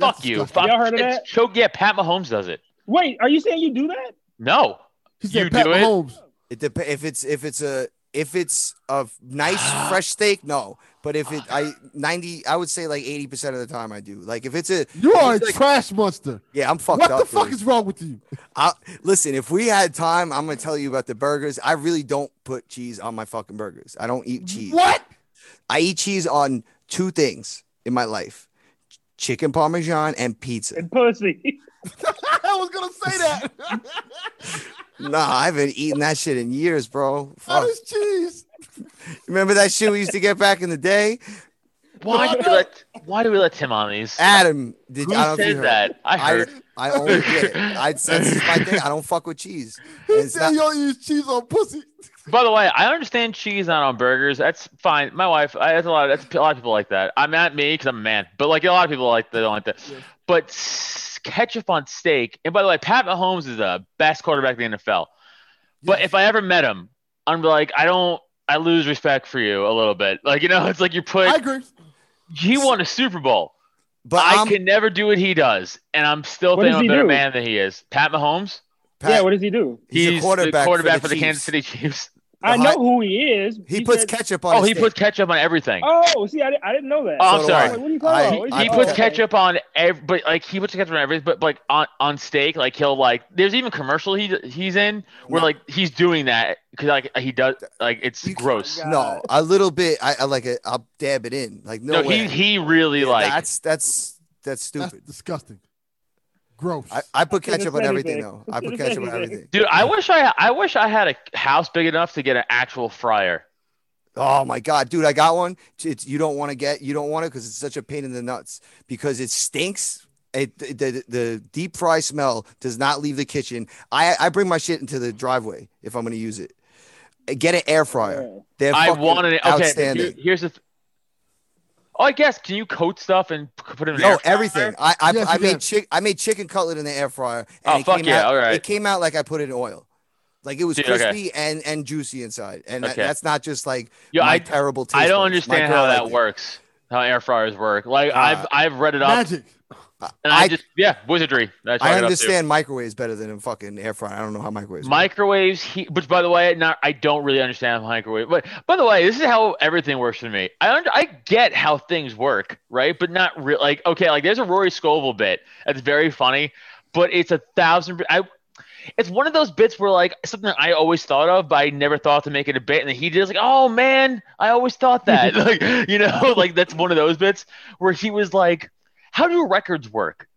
[SPEAKER 4] That's
[SPEAKER 6] fuck you.
[SPEAKER 4] disgusting.
[SPEAKER 6] Fuck.
[SPEAKER 5] Y'all heard of
[SPEAKER 6] it's
[SPEAKER 5] that?
[SPEAKER 6] Choke. Yeah, Pat Mahomes does it.
[SPEAKER 5] Wait, are you saying you do that?
[SPEAKER 6] No,
[SPEAKER 4] He said
[SPEAKER 6] You
[SPEAKER 4] Pat
[SPEAKER 6] do it?
[SPEAKER 4] Mahomes.
[SPEAKER 3] It dep- if it's if it's a if it's a nice fresh steak, no. But if it I ninety, I would say like eighty percent of the time I do. Like if it's a
[SPEAKER 4] You are a
[SPEAKER 3] He's like-
[SPEAKER 4] trash monster.
[SPEAKER 3] yeah, I'm fucked
[SPEAKER 4] What
[SPEAKER 3] up.
[SPEAKER 4] the fuck
[SPEAKER 3] dude.
[SPEAKER 4] is wrong with you?
[SPEAKER 3] I, listen, if we had time, I'm gonna tell you about the burgers. I really don't put cheese on my fucking burgers. I don't eat cheese.
[SPEAKER 4] What?
[SPEAKER 3] I eat cheese on two things in my life: chicken parmesan and pizza.
[SPEAKER 5] And pussy.
[SPEAKER 4] I was gonna say that.
[SPEAKER 3] nah, I haven't eaten that shit in years, bro.
[SPEAKER 4] That
[SPEAKER 3] Fuck.
[SPEAKER 4] is cheese.
[SPEAKER 3] Remember that shit we used to get back in the day?
[SPEAKER 6] why do
[SPEAKER 4] What?
[SPEAKER 6] we let why do we let Tim on these?
[SPEAKER 3] Adam, did
[SPEAKER 6] Who
[SPEAKER 3] I don't know if you
[SPEAKER 6] said
[SPEAKER 3] heard.
[SPEAKER 6] that? I
[SPEAKER 3] I,
[SPEAKER 6] heard.
[SPEAKER 3] I only get it. I that's just my thing. I don't fuck with cheese.
[SPEAKER 4] He
[SPEAKER 3] It's
[SPEAKER 4] said
[SPEAKER 3] not-
[SPEAKER 4] you don't use cheese on pussy.
[SPEAKER 6] By the way, I understand cheese not on burgers. That's fine. My wife, I, that's a lot. That's a lot of people like that. I'm not me because I'm a man, but like a lot of people like they don't like that.
[SPEAKER 4] Yes.
[SPEAKER 6] But s- ketchup on steak. And by the way, Pat Mahomes is the best quarterback in the NFL. But if I ever met him, I'm like, I don't. I lose respect for you a little bit. Like you know, it's like you put.
[SPEAKER 4] I agree.
[SPEAKER 6] he won a Super Bowl.
[SPEAKER 3] But
[SPEAKER 6] I
[SPEAKER 3] I'm,
[SPEAKER 6] can never do what he does, and I'm still
[SPEAKER 5] What
[SPEAKER 6] think
[SPEAKER 5] does
[SPEAKER 6] I'm a
[SPEAKER 5] he
[SPEAKER 6] better
[SPEAKER 5] do?
[SPEAKER 6] man than he is. Pat Mahomes.
[SPEAKER 3] Pat,
[SPEAKER 5] yeah, what does he do?
[SPEAKER 3] he's, a quarterback,
[SPEAKER 6] the quarterback for the,
[SPEAKER 3] Chiefs.
[SPEAKER 6] Kansas City Chiefs.
[SPEAKER 3] The
[SPEAKER 5] I
[SPEAKER 3] hot-
[SPEAKER 5] know who he is.
[SPEAKER 3] He, puts
[SPEAKER 5] said-
[SPEAKER 3] ketchup on.
[SPEAKER 6] Oh,
[SPEAKER 3] his
[SPEAKER 6] he
[SPEAKER 3] steak.
[SPEAKER 6] puts ketchup on everything.
[SPEAKER 5] Oh, see, I didn't, I didn't know that.
[SPEAKER 6] Oh, I'm
[SPEAKER 3] So do
[SPEAKER 6] sorry.
[SPEAKER 3] I.
[SPEAKER 5] Wait, what are you talking
[SPEAKER 3] I-
[SPEAKER 5] about? What are
[SPEAKER 3] I
[SPEAKER 5] you
[SPEAKER 6] he
[SPEAKER 5] talking
[SPEAKER 6] puts
[SPEAKER 5] about?
[SPEAKER 6] ketchup on every, but like he puts ketchup on everything. But like on on steak, like he'll like. There's even commercial he he's in where
[SPEAKER 3] No.
[SPEAKER 6] like he's doing that because like he does like it's
[SPEAKER 3] You-
[SPEAKER 6] gross.
[SPEAKER 3] No, a little bit. I, I like it. I'll dab it in. Like no,
[SPEAKER 6] No,
[SPEAKER 3] way.
[SPEAKER 6] he he really
[SPEAKER 3] Yeah,
[SPEAKER 6] like
[SPEAKER 3] that's that's that's stupid.
[SPEAKER 4] That's disgusting. Gross.
[SPEAKER 3] I, I put
[SPEAKER 5] I should've
[SPEAKER 3] ketchup on
[SPEAKER 5] said
[SPEAKER 3] everything though.
[SPEAKER 5] anything.
[SPEAKER 3] I put
[SPEAKER 5] Should've
[SPEAKER 3] ketchup
[SPEAKER 5] said
[SPEAKER 3] on
[SPEAKER 5] anything.
[SPEAKER 3] everything.
[SPEAKER 6] Dude, I wish I I wish I had a house big enough to get an actual fryer.
[SPEAKER 3] Oh my god, dude, I got one. It's, you don't want to get you don't want it because it's such a pain in the nuts because it stinks. It the, the, the deep fry smell does not leave the kitchen. I I bring my shit into the driveway if I'm gonna use it. Get an air fryer.
[SPEAKER 5] Yeah.
[SPEAKER 3] They're
[SPEAKER 6] I
[SPEAKER 3] fucking
[SPEAKER 6] wanted it. Okay, here-
[SPEAKER 3] outstanding.
[SPEAKER 6] here's the. Th- oh, I guess can you coat stuff and p- put it in? an
[SPEAKER 3] No,
[SPEAKER 6] air fryer?
[SPEAKER 3] everything. I I,
[SPEAKER 4] Yes,
[SPEAKER 3] I
[SPEAKER 4] you
[SPEAKER 3] made
[SPEAKER 4] can.
[SPEAKER 3] chick I made chicken cutlet in the air fryer. And
[SPEAKER 6] Oh,
[SPEAKER 3] it
[SPEAKER 6] fuck
[SPEAKER 3] came
[SPEAKER 6] yeah,
[SPEAKER 3] out,
[SPEAKER 6] all right.
[SPEAKER 3] It came out like I put it in oil. Like it was
[SPEAKER 6] Dude, okay.
[SPEAKER 3] crispy and and juicy inside, and that-
[SPEAKER 6] Okay.
[SPEAKER 3] that's not just like
[SPEAKER 6] Yo,
[SPEAKER 3] my
[SPEAKER 6] I
[SPEAKER 3] terrible taste.
[SPEAKER 6] I don't
[SPEAKER 3] buds. My
[SPEAKER 6] understand
[SPEAKER 3] girl
[SPEAKER 6] how
[SPEAKER 3] liked
[SPEAKER 6] that
[SPEAKER 3] it.
[SPEAKER 6] works. How air fryers work. Like
[SPEAKER 3] Uh,
[SPEAKER 6] I've I've read it up
[SPEAKER 4] Magic.
[SPEAKER 6] and I,
[SPEAKER 3] I-
[SPEAKER 6] just yeah wizardry. That's what
[SPEAKER 3] I
[SPEAKER 6] read up to.
[SPEAKER 3] understand microwaves better than a fucking air fryer. I don't know how microwaves. work.
[SPEAKER 6] Microwaves, he, which by the way, not I don't really understand microwave. But by the way, this is how everything works for me. I under, I get how things work, right? But not real. Like okay, like there's a Rory Scovel bit that's very funny, but it's a thousand. per- I it's one of those bits where like something I always thought of, but I never thought to make it a bit, and then he did it's like, oh man, I always thought that. like you know, like that's one of those bits where he was like, how do records work?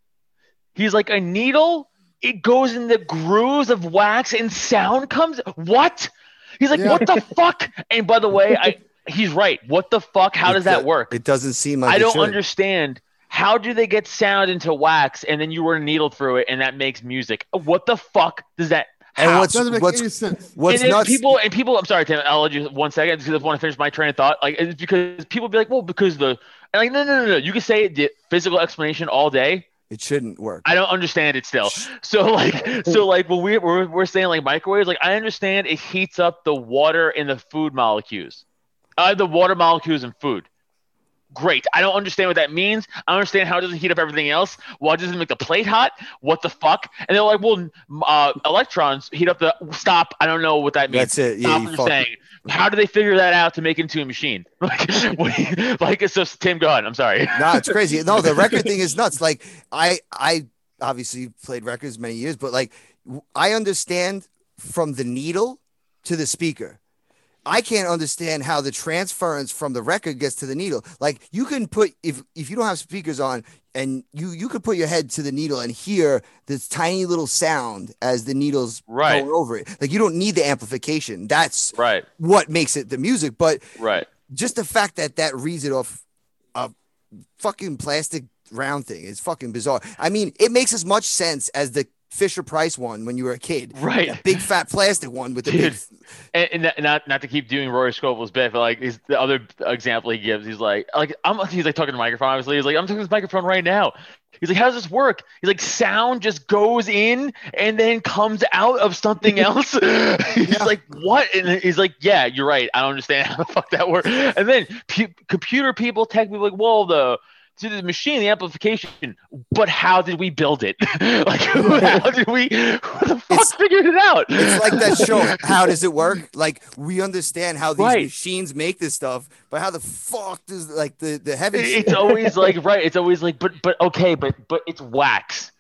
[SPEAKER 6] He's like a needle it goes in the grooves of wax and sound comes what he's like
[SPEAKER 4] Yeah.
[SPEAKER 6] what the fuck and by the way i he's right what the fuck how
[SPEAKER 3] It
[SPEAKER 6] does that
[SPEAKER 3] do-
[SPEAKER 6] work
[SPEAKER 3] It doesn't seem like
[SPEAKER 6] i
[SPEAKER 3] it
[SPEAKER 6] don't
[SPEAKER 3] should.
[SPEAKER 6] understand how do they get sound into wax and then you were needled through it and that makes music what the fuck does that
[SPEAKER 3] And
[SPEAKER 6] how?
[SPEAKER 3] what's
[SPEAKER 4] Doesn't make
[SPEAKER 3] what's
[SPEAKER 4] any sense.
[SPEAKER 3] what's
[SPEAKER 6] and then
[SPEAKER 3] nuts?
[SPEAKER 6] people and people. I'm sorry, Tim. I'll let you one second because I want to finish my train of thought. Like it's because people be like, well, because the and like no no no no. You can say the physical explanation all day.
[SPEAKER 3] it shouldn't work.
[SPEAKER 6] I don't understand it still. So like, so like when we we're, we're saying like microwaves, like I understand it heats up the water in the food molecules, uh, the water molecules in food. Great. I don't understand what that means. I don't understand how it doesn't heat up everything else. Why doesn't it make the plate hot? What the fuck? And they're like, well, m- uh, electrons heat up the. Stop. I don't know what that means.
[SPEAKER 3] That's it.
[SPEAKER 6] Stop
[SPEAKER 3] Yeah, you fuck.
[SPEAKER 6] what you're saying. How do they figure that out to make into a machine? Like, what do you- like so Tim, go ahead. I'm sorry.
[SPEAKER 3] no, it's crazy. No, the record thing is nuts. Like I I obviously played records many years, but like w- I understand from the needle to the speaker. I can't understand how the transference from the record gets to the needle. Like you can put if if you don't have speakers on and you you could put your head to the needle and hear this tiny little sound as the needle's
[SPEAKER 6] Right.
[SPEAKER 3] going over it. Like you don't need the amplification. That's
[SPEAKER 6] Right.
[SPEAKER 3] what makes it the music, but
[SPEAKER 6] Right.
[SPEAKER 3] just the fact that that reads it off a fucking plastic round thing is fucking bizarre. I mean, it makes as much sense as the Fisher Price one when you were a kid,
[SPEAKER 6] Right.
[SPEAKER 3] That big fat plastic one with the
[SPEAKER 6] Dude.
[SPEAKER 3] big.
[SPEAKER 6] and, and not- not not to keep doing Rory Scovel's bit, but like his, the other example he gives, he's like, like I'm he's like talking to the microphone. Obviously, he's like, I'm talking to this microphone right now. He's like, how does this work? He's like, sound just goes in and then comes out of something else. he's like, what? And he's like, yeah, you're right. I don't understand how the fuck that works. And then pu- computer people, tech people, like, well, the to the machine, the amplification, but how did we build it? like, how did we? Who the fuck
[SPEAKER 3] It's-
[SPEAKER 6] figured it out?
[SPEAKER 3] It's like that show. How does it work? Like we understand how these
[SPEAKER 6] Right.
[SPEAKER 3] machines make this stuff, but how the fuck does like the the heavy?
[SPEAKER 6] It-
[SPEAKER 3] shit-
[SPEAKER 6] it's always like right it's always like but but okay but but it's wax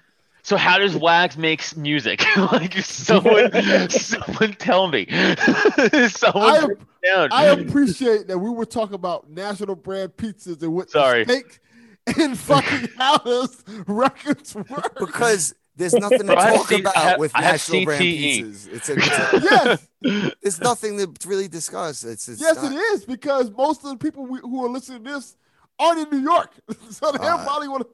[SPEAKER 6] so how does wax makes music like someone someone tell me
[SPEAKER 4] I,
[SPEAKER 6] someone break it down
[SPEAKER 4] I appreciate that we were talking about national brand pizzas and what
[SPEAKER 6] Sorry.
[SPEAKER 4] steak and fucking how does records work.
[SPEAKER 3] because there's nothing to
[SPEAKER 6] Bro, I have
[SPEAKER 3] talk
[SPEAKER 6] C- I
[SPEAKER 3] about
[SPEAKER 6] have-
[SPEAKER 3] with
[SPEAKER 6] I have
[SPEAKER 3] national brand
[SPEAKER 6] CTE.
[SPEAKER 3] pieces. It's, a, it's, a,
[SPEAKER 4] Yes,
[SPEAKER 3] it's nothing to really discuss. It's, it's
[SPEAKER 4] yes,
[SPEAKER 3] not-
[SPEAKER 4] it is because most of the people we, who are listening to this aren't in New York, so they
[SPEAKER 3] Uh,
[SPEAKER 4] probably want to.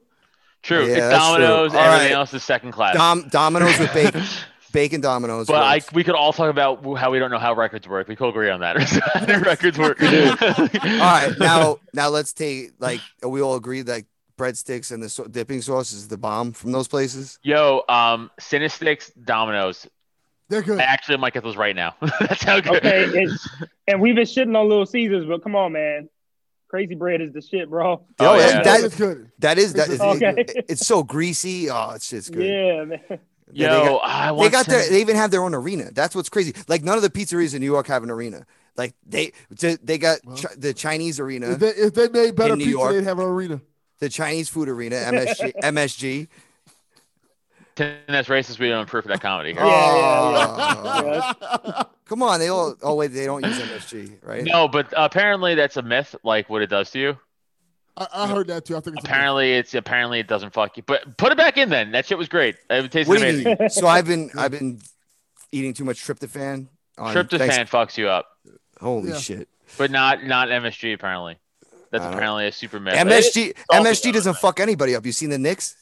[SPEAKER 3] Yeah,
[SPEAKER 6] true it's
[SPEAKER 3] that's true.
[SPEAKER 6] dominoes
[SPEAKER 3] All
[SPEAKER 6] everything
[SPEAKER 3] right.
[SPEAKER 6] else is second class
[SPEAKER 3] Dom, dominoes with bacon. bacon dominoes.
[SPEAKER 6] But I,
[SPEAKER 3] works.
[SPEAKER 6] we could all talk about how we don't know how records work. We could agree on that. How do records work.
[SPEAKER 3] all right, now now let's take like we all agree like breadsticks and the so- dipping sauce is the bomb from those places.
[SPEAKER 6] Yo, um, Cinestics, Dominoes.
[SPEAKER 4] They're good.
[SPEAKER 6] I actually might get those right now. That's how good.
[SPEAKER 5] Okay, and, and we've been shitting on Little Caesars, but come on, man, crazy bread is the shit, bro.
[SPEAKER 6] Oh,
[SPEAKER 3] Yo,
[SPEAKER 6] yeah.
[SPEAKER 3] that,
[SPEAKER 4] it's
[SPEAKER 3] that,
[SPEAKER 4] good.
[SPEAKER 3] that is that is
[SPEAKER 5] Okay.
[SPEAKER 3] it- it's so greasy. Oh, it's just good.
[SPEAKER 5] Yeah, man.
[SPEAKER 3] They-
[SPEAKER 6] Yo,
[SPEAKER 3] they got,
[SPEAKER 6] I
[SPEAKER 3] they
[SPEAKER 6] want
[SPEAKER 3] got
[SPEAKER 6] Cine-
[SPEAKER 3] their they even have their own arena. That's what's crazy. Like none of the pizzerias in New York have an arena. Like they they they got
[SPEAKER 4] Well.
[SPEAKER 3] chi- the Chinese arena,
[SPEAKER 4] If they, if they made better
[SPEAKER 3] In New
[SPEAKER 4] pizza,
[SPEAKER 3] York.
[SPEAKER 4] they'd have an arena.
[SPEAKER 3] the Chinese food arena, MSG. MSG.
[SPEAKER 6] Tim, that's racist. We don't approve of that comedy. Here.
[SPEAKER 5] Yeah, yeah,
[SPEAKER 3] Oh. Come on, they all. Oh wait, they don't use MSG, right?
[SPEAKER 6] No, but apparently that's a myth. Like what it does to you.
[SPEAKER 4] I, I heard that too. I think it's
[SPEAKER 6] Apparently, it's apparently it doesn't fuck you. But put it back in then. That shit was great. It tasted
[SPEAKER 3] What do
[SPEAKER 6] amazing.
[SPEAKER 3] you mean? So I've been I've been eating too much tryptophan. on Thanks-
[SPEAKER 6] Tryptophan fucks you up,
[SPEAKER 3] Holy
[SPEAKER 4] Yeah.
[SPEAKER 3] shit!
[SPEAKER 6] but not not MSG apparently. That's
[SPEAKER 3] I don't-
[SPEAKER 6] apparently a super myth.
[SPEAKER 3] MSG
[SPEAKER 6] all
[SPEAKER 3] MSG
[SPEAKER 6] together,
[SPEAKER 3] doesn't fuck anybody up. You seen the Knicks?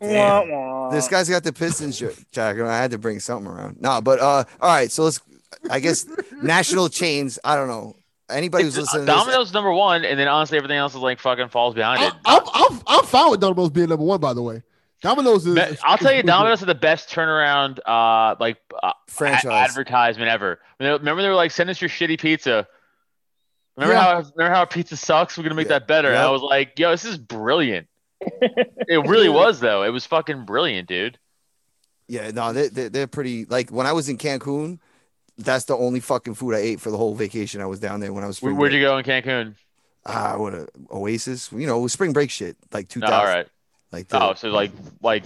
[SPEAKER 3] Damn.
[SPEAKER 5] Wah, wah.
[SPEAKER 3] This guy's got the Pistons jer- jacket. on. I had to bring something around. No, but uh, all right. So let's. I guess national chains. I don't know. Anybody who's listening, to this,
[SPEAKER 6] uh, Domino's is number one, and then honestly, everything else is like fucking falls behind
[SPEAKER 4] I,
[SPEAKER 6] it.
[SPEAKER 4] I'm, I'm, I'm fine with Domino's being number one, by the way. Domino's is.
[SPEAKER 6] Be- I'll tell you, Domino's is the best turnaround, uh, like uh, a-
[SPEAKER 3] franchise.
[SPEAKER 6] advertisement ever. You know, Remember, they were like, "Send us your shitty pizza." Remember
[SPEAKER 4] Yeah.
[SPEAKER 6] how remember how pizza sucks? We're gonna make
[SPEAKER 3] Yeah.
[SPEAKER 6] that better. And I
[SPEAKER 3] Yep.
[SPEAKER 6] was like, "Yo, this is brilliant." it really was though. It was fucking brilliant, dude.
[SPEAKER 3] yeah, no, they, they, they're pretty. Like when I was in Cancun, that's the only fucking food I ate for the whole vacation. I was down there when I was.
[SPEAKER 6] Where,
[SPEAKER 3] Spring
[SPEAKER 6] where'd
[SPEAKER 3] break.
[SPEAKER 6] you go in Cancun?
[SPEAKER 3] Ah, what a Oasis. You know, it was spring break shit. Like two
[SPEAKER 6] No,
[SPEAKER 3] thousand.
[SPEAKER 6] Oh, all right.
[SPEAKER 3] Like the,
[SPEAKER 6] Oh, so like like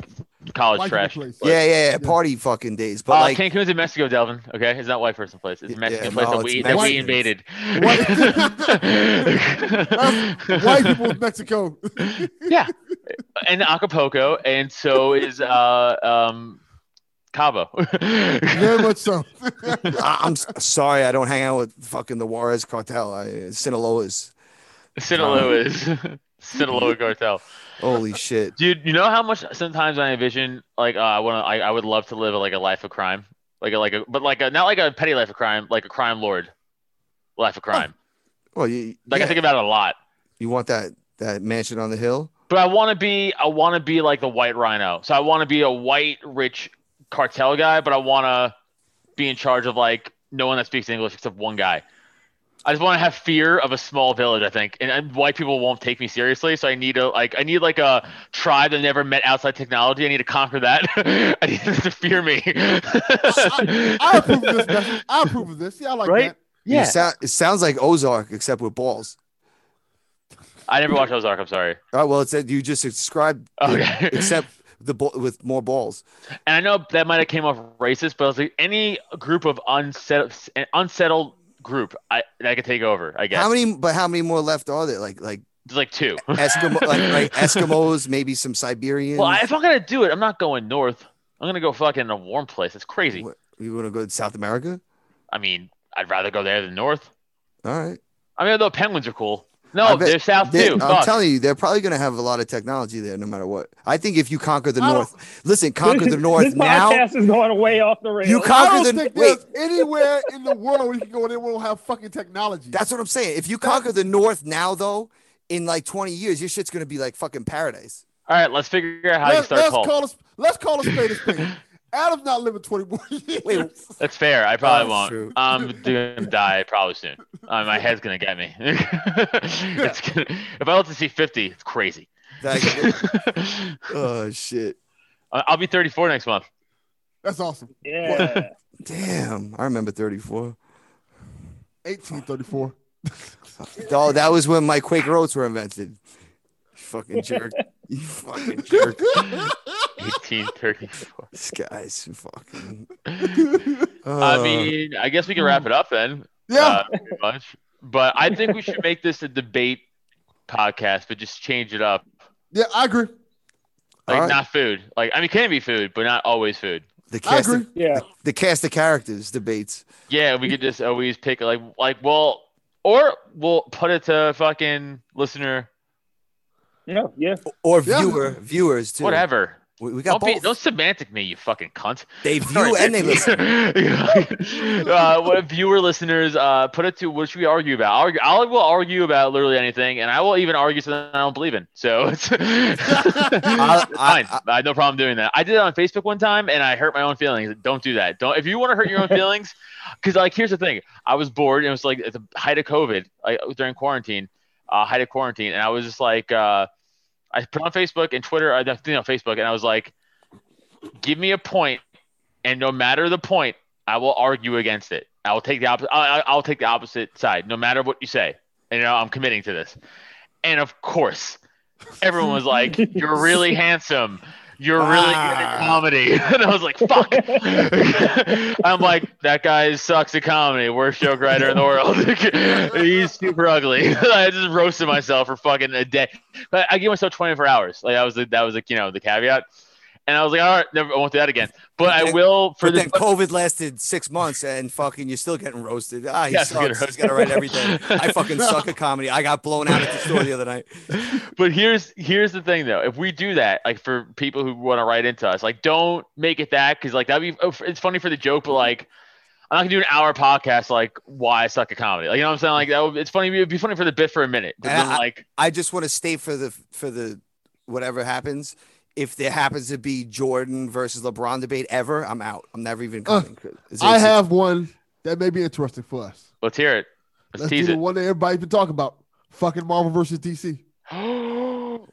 [SPEAKER 6] college
[SPEAKER 4] White
[SPEAKER 6] trash.
[SPEAKER 4] people place.
[SPEAKER 3] yeah, yeah, yeah,
[SPEAKER 4] Yeah.
[SPEAKER 3] party fucking days. But
[SPEAKER 6] uh,
[SPEAKER 3] like,
[SPEAKER 6] Cancun's in Mexico, Delvin. Okay, it's not white person place. It's a
[SPEAKER 3] Yeah,
[SPEAKER 6] Mexican
[SPEAKER 3] yeah,
[SPEAKER 6] place
[SPEAKER 3] no,
[SPEAKER 6] that we
[SPEAKER 3] it's
[SPEAKER 6] that we
[SPEAKER 4] Mexican.
[SPEAKER 6] invaded.
[SPEAKER 4] White- White people in Mexico.
[SPEAKER 6] yeah, and Acapulco, and so is uh um Cabo.
[SPEAKER 4] Very much so.
[SPEAKER 3] I, I'm s- sorry, I don't hang out with fucking the Juarez cartel. I, Sinaloa's.
[SPEAKER 6] Sinaloa is Sinaloa cartel.
[SPEAKER 3] Holy shit.
[SPEAKER 6] Dude, you know how much sometimes I envision like uh, I want to. I, I would love to live like a life of crime, like a, like a but like a not like a petty life of crime, like a crime lord, life of crime.
[SPEAKER 3] Well, you
[SPEAKER 6] Like I
[SPEAKER 3] yeah,
[SPEAKER 6] think about it a lot.
[SPEAKER 3] you want that that mansion on the hill?
[SPEAKER 6] But I want to be I want to be like the white rhino. So I want to be a white rich cartel guy, but I want to be in charge of like no one that speaks English except one guy. I just want to have fear of a small village, I think, and, and white people won't take me seriously. So I need a like I need like a tribe that never met outside technology. I need to conquer that. I need them to fear me.
[SPEAKER 4] I approve of this message. I approve of this. Yeah, I like
[SPEAKER 6] Right?
[SPEAKER 4] that.
[SPEAKER 3] You sou- it sounds like Ozark except with balls.
[SPEAKER 6] I never watched Ozark. I'm sorry.
[SPEAKER 3] All right, well, it said you just described it,
[SPEAKER 6] Okay.
[SPEAKER 3] except the ball with more balls.
[SPEAKER 6] and I know that might have came off racist, but I was like, any group of unsettled, an unsettled group, I that I could take over. I guess
[SPEAKER 3] How many? But how many more left are there? Like like
[SPEAKER 6] there's like two.
[SPEAKER 3] Eskimo, like, like Eskimos, maybe some Siberians.
[SPEAKER 6] well, I- if I'm gonna do it, I'm not going north. I'm gonna go fucking a warm place. It's crazy.
[SPEAKER 3] What- you want to go to South America?
[SPEAKER 6] I mean, I'd rather go there than north.
[SPEAKER 3] All right.
[SPEAKER 6] I mean, though penguins are cool.
[SPEAKER 3] I
[SPEAKER 6] No,
[SPEAKER 3] bet-
[SPEAKER 6] they're south
[SPEAKER 3] They-
[SPEAKER 6] too.
[SPEAKER 3] I'm
[SPEAKER 6] Fuck.
[SPEAKER 3] telling you, they're probably going to have a lot of technology there, no matter what. I think if you conquer the
[SPEAKER 4] I don't-
[SPEAKER 3] north, listen, conquer the north
[SPEAKER 5] this
[SPEAKER 3] now.
[SPEAKER 5] podcast is going way off the rails.
[SPEAKER 3] You
[SPEAKER 4] I
[SPEAKER 3] conquer
[SPEAKER 4] don't
[SPEAKER 3] the
[SPEAKER 4] think
[SPEAKER 3] wait.
[SPEAKER 4] there's anywhere in the world we can go and it won't have fucking technology.
[SPEAKER 3] That's what I'm saying. If you conquer the north now, though, in like 20 years, your shit's going to be like fucking paradise.
[SPEAKER 6] All right, let's figure out how you
[SPEAKER 4] Let,
[SPEAKER 6] start
[SPEAKER 4] us
[SPEAKER 6] Paul.
[SPEAKER 4] call us. Let's call a spade a spade. Adam's not living 21 years.
[SPEAKER 3] Wait,
[SPEAKER 6] That's fair. I probably
[SPEAKER 3] Oh,
[SPEAKER 6] won't.
[SPEAKER 3] shoot.
[SPEAKER 6] I'm gonna die probably soon. Uh, my head's gonna get me. It's gonna- if I live to see 50, it's crazy.
[SPEAKER 3] Like, oh shit!
[SPEAKER 6] I- Uh, I'll be 34 next month.
[SPEAKER 4] That's awesome.
[SPEAKER 5] Yeah.
[SPEAKER 3] Damn, I remember 34.
[SPEAKER 4] 1834.
[SPEAKER 3] Oh, that was when my Quaker oats were invented. You fucking jerk! You fucking jerk!
[SPEAKER 6] 1834.
[SPEAKER 3] This guy's fucking.
[SPEAKER 6] I
[SPEAKER 3] Uh,
[SPEAKER 6] mean, I guess we can wrap it up then.
[SPEAKER 4] Yeah.
[SPEAKER 6] uh, pretty much. But I think we should make this a debate podcast, but just change it up.
[SPEAKER 4] yeah, I agree.
[SPEAKER 6] Like
[SPEAKER 3] Alright.
[SPEAKER 6] not food. Like I mean, can be food, but not always food.
[SPEAKER 3] the
[SPEAKER 4] I
[SPEAKER 3] cast,
[SPEAKER 4] agree.
[SPEAKER 3] of,
[SPEAKER 5] yeah.
[SPEAKER 3] the cast of characters debates.
[SPEAKER 6] Yeah, we could just always pick like like well, or we'll put it to fucking listener,
[SPEAKER 5] No, yeah.
[SPEAKER 3] or
[SPEAKER 4] Yeah.
[SPEAKER 3] viewer viewers too.
[SPEAKER 6] whatever.
[SPEAKER 3] We, we got
[SPEAKER 6] Don't, be,
[SPEAKER 3] both.
[SPEAKER 6] don't semantic me, you fucking cunt.
[SPEAKER 3] they view
[SPEAKER 6] Sorry,
[SPEAKER 3] and they
[SPEAKER 6] dude.
[SPEAKER 3] listen.
[SPEAKER 6] uh, what viewer listeners uh, put it to what should we argue about? Argue, I will argue about literally anything, and I will even argue something I don't believe in. So it's
[SPEAKER 3] I-
[SPEAKER 6] fine. I, have no problem doing that. I did it on Facebook one time, and I hurt my own feelings. Don't do that. Don't if you want to hurt your own feelings, because like here's the thing: I was bored, and it was like at the height of COVID, like during quarantine, uh, height of quarantine, and I was just like, uh, I put on Facebook and Twitter, I you know Facebook, and I was like, give me a point, and no matter the point, I will argue against it. I will take the opposite. I, I- I'll take the opposite side, no matter what you say. And you know, I'm committing to this. And of course, everyone was like, "You're really handsome. you're really good at comedy. and I was like, fuck. I'm like, that guy sucks at comedy. Worst joke writer in the world. He's super ugly. I just roasted myself for fucking a day. But I gave myself 24 hours. Like that was the, that was like you know the caveat. And I was like, all right, never, I won't do that again. But I
[SPEAKER 3] Then-
[SPEAKER 6] will for
[SPEAKER 3] But
[SPEAKER 6] the
[SPEAKER 3] then COVID lasted six months, and fucking, you're still getting roasted. Ah, he
[SPEAKER 6] Yes, you're
[SPEAKER 3] sucks.
[SPEAKER 6] getting
[SPEAKER 3] He's got to write everything.
[SPEAKER 6] roasted.
[SPEAKER 3] I fucking suck at comedy. I got blown out at the store the other night.
[SPEAKER 6] but here's here's the thing though. If we do that, like for people who want to write into us, like don't make it that because like that'd be oh, it's funny for the joke, but like I'm not gonna do an hour podcast like why I suck at comedy. Like you know what I'm saying? Like that would, it's funny. It'd be funny for the bit for a minute, but
[SPEAKER 3] And
[SPEAKER 6] then
[SPEAKER 3] I-
[SPEAKER 6] like
[SPEAKER 3] I just want to state for the for the whatever happens. If there happens to be Jordan versus LeBron debate ever, I'm out. I'm never even
[SPEAKER 4] Uh,
[SPEAKER 3] coming. 'Cause it's-
[SPEAKER 4] I have one that may be interesting for us.
[SPEAKER 6] let's hear it. Let's,
[SPEAKER 4] Let's do
[SPEAKER 6] tease
[SPEAKER 4] the
[SPEAKER 6] it.
[SPEAKER 4] one that everybody's been talking about. Fucking Marvel versus DC.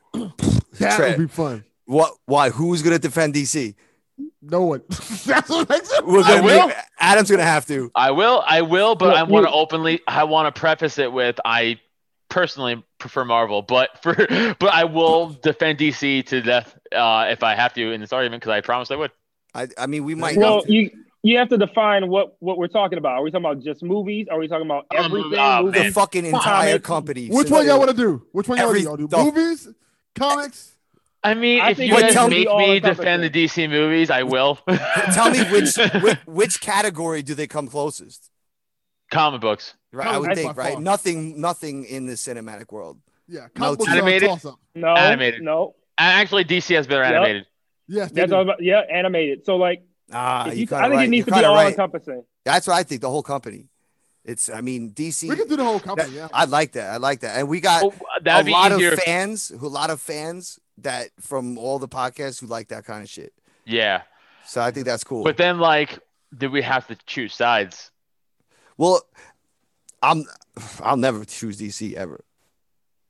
[SPEAKER 4] That
[SPEAKER 3] Trey.
[SPEAKER 4] would be fun.
[SPEAKER 3] what? Why? Who's gonna defend DC?
[SPEAKER 4] No one. That's what makes it.
[SPEAKER 3] We're
[SPEAKER 6] I
[SPEAKER 3] gonna
[SPEAKER 6] will.
[SPEAKER 3] make- Adam's gonna have to.
[SPEAKER 6] I will. I will. But
[SPEAKER 5] Look,
[SPEAKER 6] I want to
[SPEAKER 5] you-
[SPEAKER 6] openly. I want to preface it with I personally prefer Marvel, but for but I will defend DC to death uh, if I have to in this argument because I promised I would.
[SPEAKER 3] I, I mean, we might.
[SPEAKER 5] Well, you you have to define what what we're talking about. Are we talking about just movies? Are we talking about
[SPEAKER 6] Oh,
[SPEAKER 5] everything?
[SPEAKER 6] oh,
[SPEAKER 5] Movies?
[SPEAKER 3] the
[SPEAKER 6] man.
[SPEAKER 3] fucking entire
[SPEAKER 5] man.
[SPEAKER 3] company.
[SPEAKER 4] Which
[SPEAKER 3] since
[SPEAKER 4] one y'all
[SPEAKER 3] they-
[SPEAKER 4] want to do? Which one y'all want
[SPEAKER 3] Every
[SPEAKER 4] to do? Y'all do
[SPEAKER 3] dog-
[SPEAKER 4] movies, comics.
[SPEAKER 6] I mean,
[SPEAKER 5] I
[SPEAKER 6] if
[SPEAKER 5] think
[SPEAKER 6] you
[SPEAKER 3] we
[SPEAKER 6] guys
[SPEAKER 3] can
[SPEAKER 5] be
[SPEAKER 6] make
[SPEAKER 5] all
[SPEAKER 6] me
[SPEAKER 5] encompassing.
[SPEAKER 6] defend the DC movies, I will.
[SPEAKER 3] Tell me which, which which category do they come closest?
[SPEAKER 6] comic books,
[SPEAKER 3] Right, I
[SPEAKER 4] Comic
[SPEAKER 3] would
[SPEAKER 4] books
[SPEAKER 3] think.
[SPEAKER 4] by
[SPEAKER 3] Right,
[SPEAKER 4] far.
[SPEAKER 3] nothing, nothing in the cinematic world.
[SPEAKER 4] Yeah,
[SPEAKER 3] No,
[SPEAKER 4] comic books are a
[SPEAKER 6] animated.
[SPEAKER 4] toss-up.
[SPEAKER 5] No,
[SPEAKER 6] Animated.
[SPEAKER 5] no.
[SPEAKER 6] and actually DC has better
[SPEAKER 5] Yep.
[SPEAKER 6] animated.
[SPEAKER 4] Yes, they
[SPEAKER 5] That's
[SPEAKER 4] do.
[SPEAKER 5] all about, yeah, animated. So like,
[SPEAKER 3] Ah,
[SPEAKER 5] if
[SPEAKER 3] you
[SPEAKER 5] you,
[SPEAKER 3] kind
[SPEAKER 5] I
[SPEAKER 3] of
[SPEAKER 5] think
[SPEAKER 3] right.
[SPEAKER 5] it needs
[SPEAKER 3] you
[SPEAKER 5] to be all
[SPEAKER 3] right.
[SPEAKER 5] encompassing.
[SPEAKER 3] That's what I think. The whole company. It's. I mean, DC.
[SPEAKER 4] we can do the whole company. Yeah,
[SPEAKER 3] I like that. I like that. And we got
[SPEAKER 6] Oh, that'd
[SPEAKER 3] a lot
[SPEAKER 6] be easier.
[SPEAKER 3] of fans who a lot of fans that from all the podcasts who like that kind of shit.
[SPEAKER 6] yeah,
[SPEAKER 3] So I think that's cool.
[SPEAKER 6] but then like, do we have to choose sides?
[SPEAKER 3] well, I'm I'll never choose DC ever.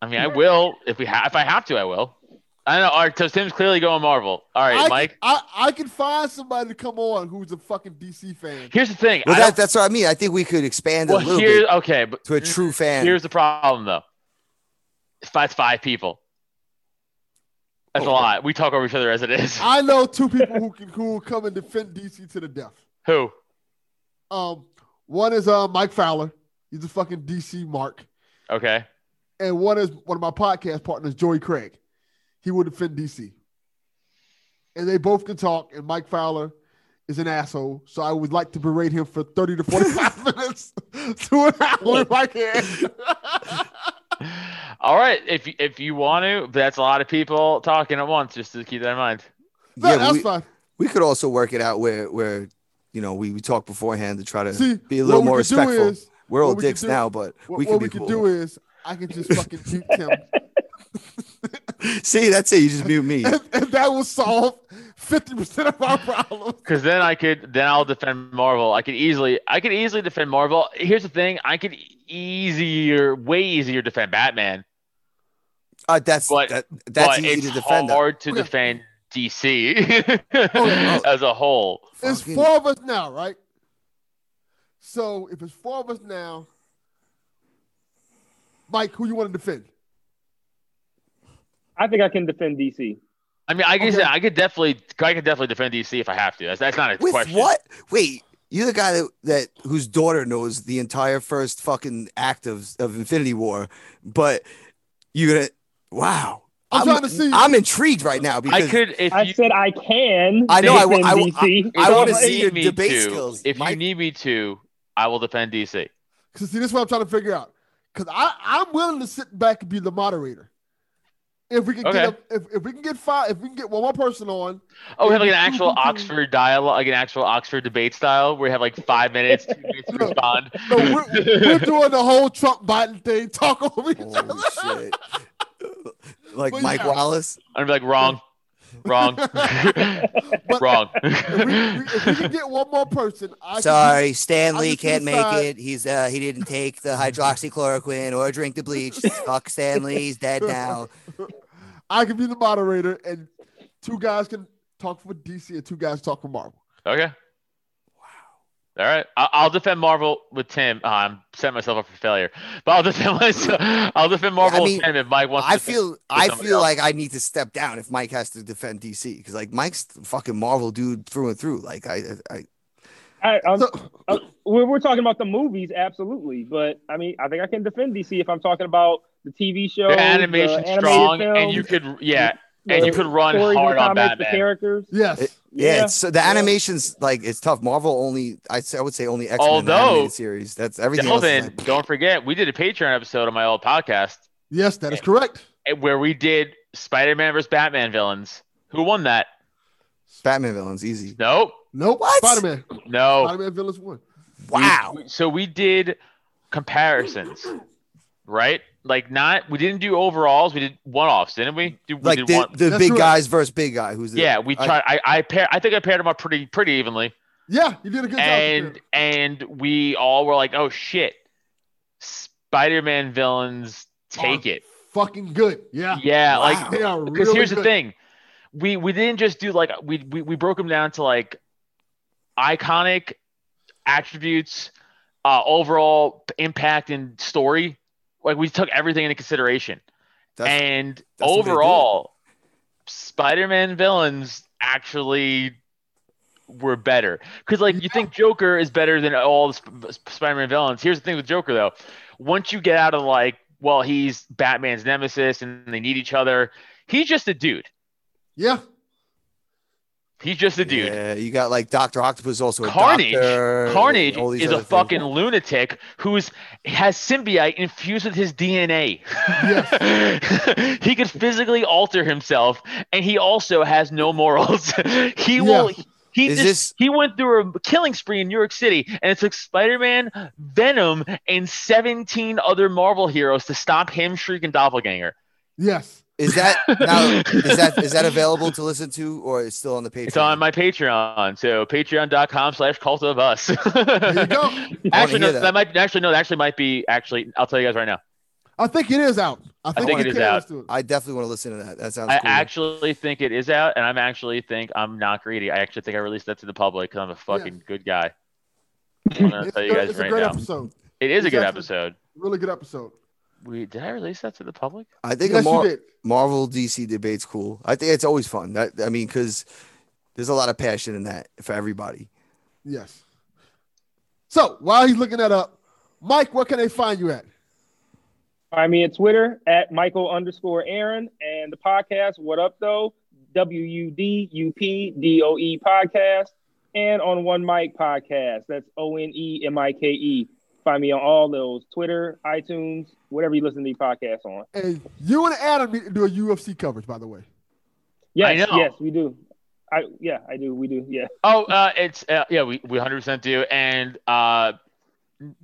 [SPEAKER 6] I mean, I will if we ha- if I have to, I will. I don't know. All right, so Tim's clearly going Marvel. All right,
[SPEAKER 4] I,
[SPEAKER 6] Mike.
[SPEAKER 4] Can, I I can find somebody to come on who's a fucking DC fan.
[SPEAKER 6] Here's the thing.
[SPEAKER 3] Well,
[SPEAKER 6] I don't-
[SPEAKER 3] that, that's what I mean. I think we could expand
[SPEAKER 6] well
[SPEAKER 3] a little
[SPEAKER 6] here,
[SPEAKER 3] bit
[SPEAKER 6] okay, but
[SPEAKER 3] to a true fan.
[SPEAKER 6] here's the problem though. It's five, it's five people. That's a
[SPEAKER 3] Oh.
[SPEAKER 6] lot. We talk over each other as it is.
[SPEAKER 4] I know two people who can who will come and defend DC to the death.
[SPEAKER 6] Who?
[SPEAKER 4] Um, one is uh Mike Fowler. He's a fucking DC mark,
[SPEAKER 6] Okay.
[SPEAKER 4] and one is one of my podcast partners, Joey Craig. He will defend DC, and they both can talk. And Mike Fowler is an asshole, so I would like to berate him for thirty to forty-five minutes to an hour if I can.
[SPEAKER 6] All right, if you- if you want to, but that's a lot of people talking at once. Just to keep that in mind.
[SPEAKER 4] No,
[SPEAKER 3] Yeah,
[SPEAKER 4] that's
[SPEAKER 3] we-
[SPEAKER 4] fine.
[SPEAKER 3] we could also work it out where where you know we, we talk beforehand to try to
[SPEAKER 4] See,
[SPEAKER 3] be a little
[SPEAKER 4] what we
[SPEAKER 3] more
[SPEAKER 4] could do
[SPEAKER 3] respectful.
[SPEAKER 4] is-
[SPEAKER 3] We're
[SPEAKER 4] what
[SPEAKER 3] all
[SPEAKER 4] we could
[SPEAKER 3] dicks
[SPEAKER 4] do-
[SPEAKER 3] now, but we
[SPEAKER 4] What we,
[SPEAKER 3] can
[SPEAKER 4] what
[SPEAKER 3] be
[SPEAKER 4] we
[SPEAKER 3] cool.
[SPEAKER 4] could do is I can just fucking mute Tim,
[SPEAKER 3] See, that's it. You just mute me.
[SPEAKER 4] and, and that will solve fifty percent of our problems.
[SPEAKER 6] Because then I could, then I'll defend Marvel. I could easily, I could easily defend Marvel. Here's the thing: I could easier, way easier defend Batman,
[SPEAKER 3] Uh, that's
[SPEAKER 6] But-
[SPEAKER 3] that, that's
[SPEAKER 6] but
[SPEAKER 3] easy
[SPEAKER 6] it's
[SPEAKER 3] to defend. that.
[SPEAKER 6] hard to
[SPEAKER 4] Okay.
[SPEAKER 6] defend DC
[SPEAKER 4] oh.
[SPEAKER 6] as a whole.
[SPEAKER 4] It's
[SPEAKER 3] Fucking-
[SPEAKER 4] four of us now, right? So if it's four of us now, Mike, who you want to defend?
[SPEAKER 5] I think I can defend DC.
[SPEAKER 6] I mean, I could,
[SPEAKER 4] Okay.
[SPEAKER 6] I could definitely, I could definitely defend DC if I have to. That's, that's not a
[SPEAKER 3] With
[SPEAKER 6] question.
[SPEAKER 3] what? Wait, you're the guy that, that whose daughter knows the entire first fucking act of, of Infinity War, but you're gonna wow.
[SPEAKER 4] I'm trying to see-
[SPEAKER 3] I'm intrigued right now because
[SPEAKER 6] I could, if
[SPEAKER 5] I
[SPEAKER 6] you,
[SPEAKER 5] said I can.
[SPEAKER 3] I know, I wa-
[SPEAKER 5] defend
[SPEAKER 3] I wa-
[SPEAKER 5] DC.
[SPEAKER 6] if
[SPEAKER 3] I
[SPEAKER 6] you
[SPEAKER 3] wanna
[SPEAKER 6] need
[SPEAKER 3] see your
[SPEAKER 6] me
[SPEAKER 3] debate
[SPEAKER 6] to,
[SPEAKER 3] skills,
[SPEAKER 6] If you
[SPEAKER 3] Mike.
[SPEAKER 6] need me to, I will defend DC.
[SPEAKER 4] Because see, this is what I'm trying to figure out. Because I I'm willing to sit back and be the moderator. If we can
[SPEAKER 6] Okay.
[SPEAKER 4] get a, if, if we can get five, if we can get one more person on,
[SPEAKER 6] Oh, we have like an
[SPEAKER 4] Mhm.
[SPEAKER 6] actual Oxford dialogue, like an actual Oxford debate style, where you have like five minutes, two minutes to
[SPEAKER 4] No.
[SPEAKER 6] respond.
[SPEAKER 4] so we're, we're doing the whole Trump Biden thing, talk over each
[SPEAKER 6] Oh,
[SPEAKER 4] other.
[SPEAKER 3] holy shit. Like
[SPEAKER 4] But
[SPEAKER 3] Mike
[SPEAKER 4] yeah.
[SPEAKER 3] Wallace.
[SPEAKER 6] I'm like wrong, wrong,
[SPEAKER 4] But
[SPEAKER 6] wrong.
[SPEAKER 4] If we, we- if we can get one more person, I
[SPEAKER 3] Sorry, Stanley
[SPEAKER 4] just
[SPEAKER 3] can't make
[SPEAKER 4] decide-
[SPEAKER 3] it. He's uh he didn't take the hydroxychloroquine or drink the bleach. Fuck Stanley, he's dead now.
[SPEAKER 4] Can be, I can be the moderator, and two guys can talk for DC, and two guys talk for Marvel.
[SPEAKER 6] okay, All right, I- I'll defend Marvel with Tim. Uh, I'm setting myself up for failure, but I'll defend myself. I'll defend Marvel
[SPEAKER 3] mean,
[SPEAKER 6] with Tim if Mike wants.
[SPEAKER 3] I
[SPEAKER 6] to defend-
[SPEAKER 3] feel I
[SPEAKER 6] somebody
[SPEAKER 3] feel
[SPEAKER 6] else.
[SPEAKER 3] like I need to step down if Mike has to defend DC because like Mike's the fucking Marvel dude through and through. Like I, I
[SPEAKER 5] I, I'm,
[SPEAKER 4] So,
[SPEAKER 5] uh, we're, we're talking about the movies, absolutely. But I mean, I think I can defend DC if I'm talking about the TV show,
[SPEAKER 6] the animation's strong, and you could yeah, and you could run hard on
[SPEAKER 5] The
[SPEAKER 6] Batman.
[SPEAKER 5] characters.
[SPEAKER 4] yes.
[SPEAKER 3] It- yeah.
[SPEAKER 5] Yeah,
[SPEAKER 3] it's, so the
[SPEAKER 5] yeah.
[SPEAKER 3] animations like it's tough. Marvel only I I would say only X Men
[SPEAKER 6] Although-
[SPEAKER 3] animated series. That's everything. else is
[SPEAKER 6] Delvin,
[SPEAKER 3] like,
[SPEAKER 6] don't forget, we did a Patreon episode on my old podcast
[SPEAKER 4] yes, that is correct.
[SPEAKER 6] eh, where we did Spider-Man versus Batman villains. Who won that?
[SPEAKER 3] Batman villains easy.
[SPEAKER 6] Nope,
[SPEAKER 4] Nope.
[SPEAKER 3] What?
[SPEAKER 4] Spider Man.
[SPEAKER 3] Uh,
[SPEAKER 6] no.
[SPEAKER 4] Spider Man Villains 1.
[SPEAKER 6] We-
[SPEAKER 3] Wow.
[SPEAKER 6] we- so we did comparisons, right? Like not we didn't do overalls, we did one offs, didn't we? Do- we
[SPEAKER 3] Like
[SPEAKER 6] did
[SPEAKER 3] the,
[SPEAKER 6] one,
[SPEAKER 3] the
[SPEAKER 4] That's
[SPEAKER 3] big
[SPEAKER 4] right.
[SPEAKER 3] guys versus big guy. Who's the,
[SPEAKER 6] yeah, we
[SPEAKER 3] I-
[SPEAKER 6] tried. I, I pair. I think I paired them up pretty pretty evenly,
[SPEAKER 4] Yeah, you did a good
[SPEAKER 6] and
[SPEAKER 4] job.
[SPEAKER 6] and we all were like, "Oh shit, Spider-Man villains
[SPEAKER 3] Oh,
[SPEAKER 6] take it."
[SPEAKER 4] Fucking good. Yeah.
[SPEAKER 6] Yeah, like
[SPEAKER 4] They are
[SPEAKER 6] because
[SPEAKER 4] really
[SPEAKER 6] here's the
[SPEAKER 4] good.
[SPEAKER 6] thing, we we didn't just do like we we we broke them down to like iconic attributes, uh, overall impact and story. Like we took everything into consideration,
[SPEAKER 3] That's-
[SPEAKER 6] and
[SPEAKER 3] that's the way to do it.
[SPEAKER 6] overall, Spider-Man villains actually were better because like you think Joker is better than all the Sp- Sp- Spider-Man villains. Here's the thing with Joker though, once you get out of like, well, he's Batman's nemesis and they need each other. He's just a dude.
[SPEAKER 4] Yeah.
[SPEAKER 6] He's just a dude.
[SPEAKER 3] Yeah, you got like Doctor Octopus also. A
[SPEAKER 6] Carnage-
[SPEAKER 3] doctor,
[SPEAKER 6] Carnage
[SPEAKER 3] all these
[SPEAKER 6] is a
[SPEAKER 3] other things.
[SPEAKER 6] fucking lunatic who's has symbiote infused with his DNA. he could physically alter himself, and he also has no morals. he will. He
[SPEAKER 3] Is
[SPEAKER 6] just,
[SPEAKER 3] this-
[SPEAKER 6] he went through a killing spree in New York City, and it took Spider-Man, Venom, and 17 other Marvel heroes to stop him, Shriek, and Doppelganger.
[SPEAKER 4] Yes.
[SPEAKER 3] Is that now? is that is that available to listen to or is still on the Patreon?
[SPEAKER 6] It's on my Patreon, so Patreon.com/slash Cult of Us.
[SPEAKER 4] There you go.
[SPEAKER 6] Actually,
[SPEAKER 3] hear
[SPEAKER 6] no,
[SPEAKER 3] that.
[SPEAKER 6] that. might actually no, that actually might be actually. I'll tell you guys right now.
[SPEAKER 4] I think it is out. I think,
[SPEAKER 6] think
[SPEAKER 4] you
[SPEAKER 6] it is
[SPEAKER 4] can
[SPEAKER 6] out.
[SPEAKER 4] listen to it.
[SPEAKER 3] I definitely want to listen to that. That sounds
[SPEAKER 6] I
[SPEAKER 3] cool.
[SPEAKER 6] actually think it is out, and I'm actually think I'm not greedy. I actually think I released that to the public because I'm a fucking good guy. I'm gonna
[SPEAKER 4] It's
[SPEAKER 6] tell you
[SPEAKER 4] good-
[SPEAKER 6] guys
[SPEAKER 4] it's
[SPEAKER 6] right
[SPEAKER 4] a great
[SPEAKER 6] now.
[SPEAKER 4] episode.
[SPEAKER 6] It is a
[SPEAKER 4] It's
[SPEAKER 6] good
[SPEAKER 4] actually-
[SPEAKER 6] episode.
[SPEAKER 4] Really good episode.
[SPEAKER 6] We did I release that to the public?
[SPEAKER 3] I think
[SPEAKER 4] yes,
[SPEAKER 3] a Mar-
[SPEAKER 4] you did.
[SPEAKER 3] Marvel DC debate's cool. I think it's always fun. That I mean, because there's a lot of passion in that for everybody.
[SPEAKER 4] Yes. So while he's looking that up, Mike, where can they find you at?
[SPEAKER 5] Find me at Twitter at Michael underscore Aaron and the podcast. What up though? W U D U P D O E podcast and on One Mic podcast. That's O N E M I K E. Find me on all those Twitter, iTunes, whatever you listen to these podcasts on.
[SPEAKER 4] And you and Adam need to do a UFC coverage, by the way.
[SPEAKER 5] Yes,
[SPEAKER 6] know.
[SPEAKER 5] yes, we do. I yeah, I do. We do. Yeah.
[SPEAKER 6] Oh, uh, it's uh, yeah, we we 100% do. And uh,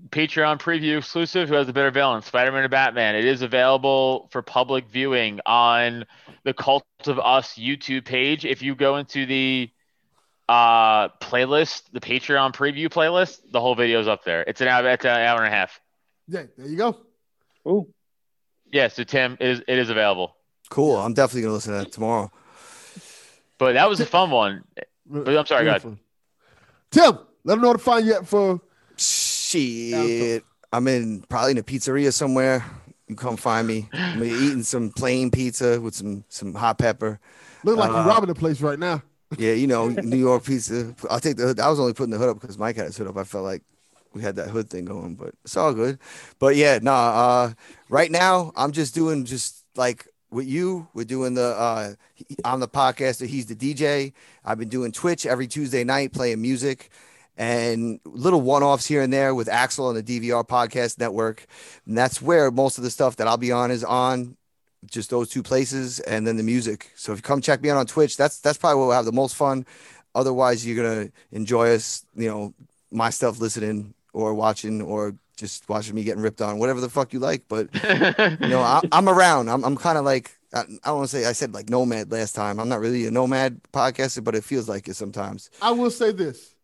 [SPEAKER 6] Patreon preview exclusive. Who has the better villain, Spider-Man or Batman? It is available for public viewing on the Cult of Us YouTube page. If you go into the uh playlist, the Patreon preview playlist, the whole video's up there. It's an hour, it's an hour and a half.
[SPEAKER 4] Yeah, there you go.
[SPEAKER 5] Ooh.
[SPEAKER 6] Yeah, so Tim it is it is available.
[SPEAKER 3] Cool. I'm definitely gonna listen to that tomorrow.
[SPEAKER 6] But that was a fun one. But I'm sorry, go ahead.
[SPEAKER 4] Beautiful. Tim, let them know where to find you at for
[SPEAKER 3] Shit. I'm in probably in a pizzeria somewhere. You come find me. I'm eating some plain pizza with some some hot pepper.
[SPEAKER 4] look like you're
[SPEAKER 3] Uh,
[SPEAKER 4] robbing the place right now.
[SPEAKER 3] Yeah, you know, New York pizza. I'll take the hood. I was only putting the hood up because Mike had his hood up. I felt like we had that hood thing going, but it's all good. But yeah, nah, uh, right now I'm just doing just like with you, we're doing the uh he- I'm the podcaster, he's the DJ. I've been doing Twitch every Tuesday night playing music and little one-offs here and there with Axel on the DVR podcast network. And that's where most of the stuff that I'll be on is on just those two places and then the music. So if you come check me out on Twitch, that's that's probably where we'll have the most fun. Otherwise, you're gonna enjoy us, you know, my stuff listening or watching or just watching me getting ripped on, whatever the fuck you like. But you know, I, I'm around. I'm I'm kind of like I, I don't want to say I said like nomad last time. I'm not really a nomad podcaster, but it feels like it sometimes.
[SPEAKER 4] I will say this.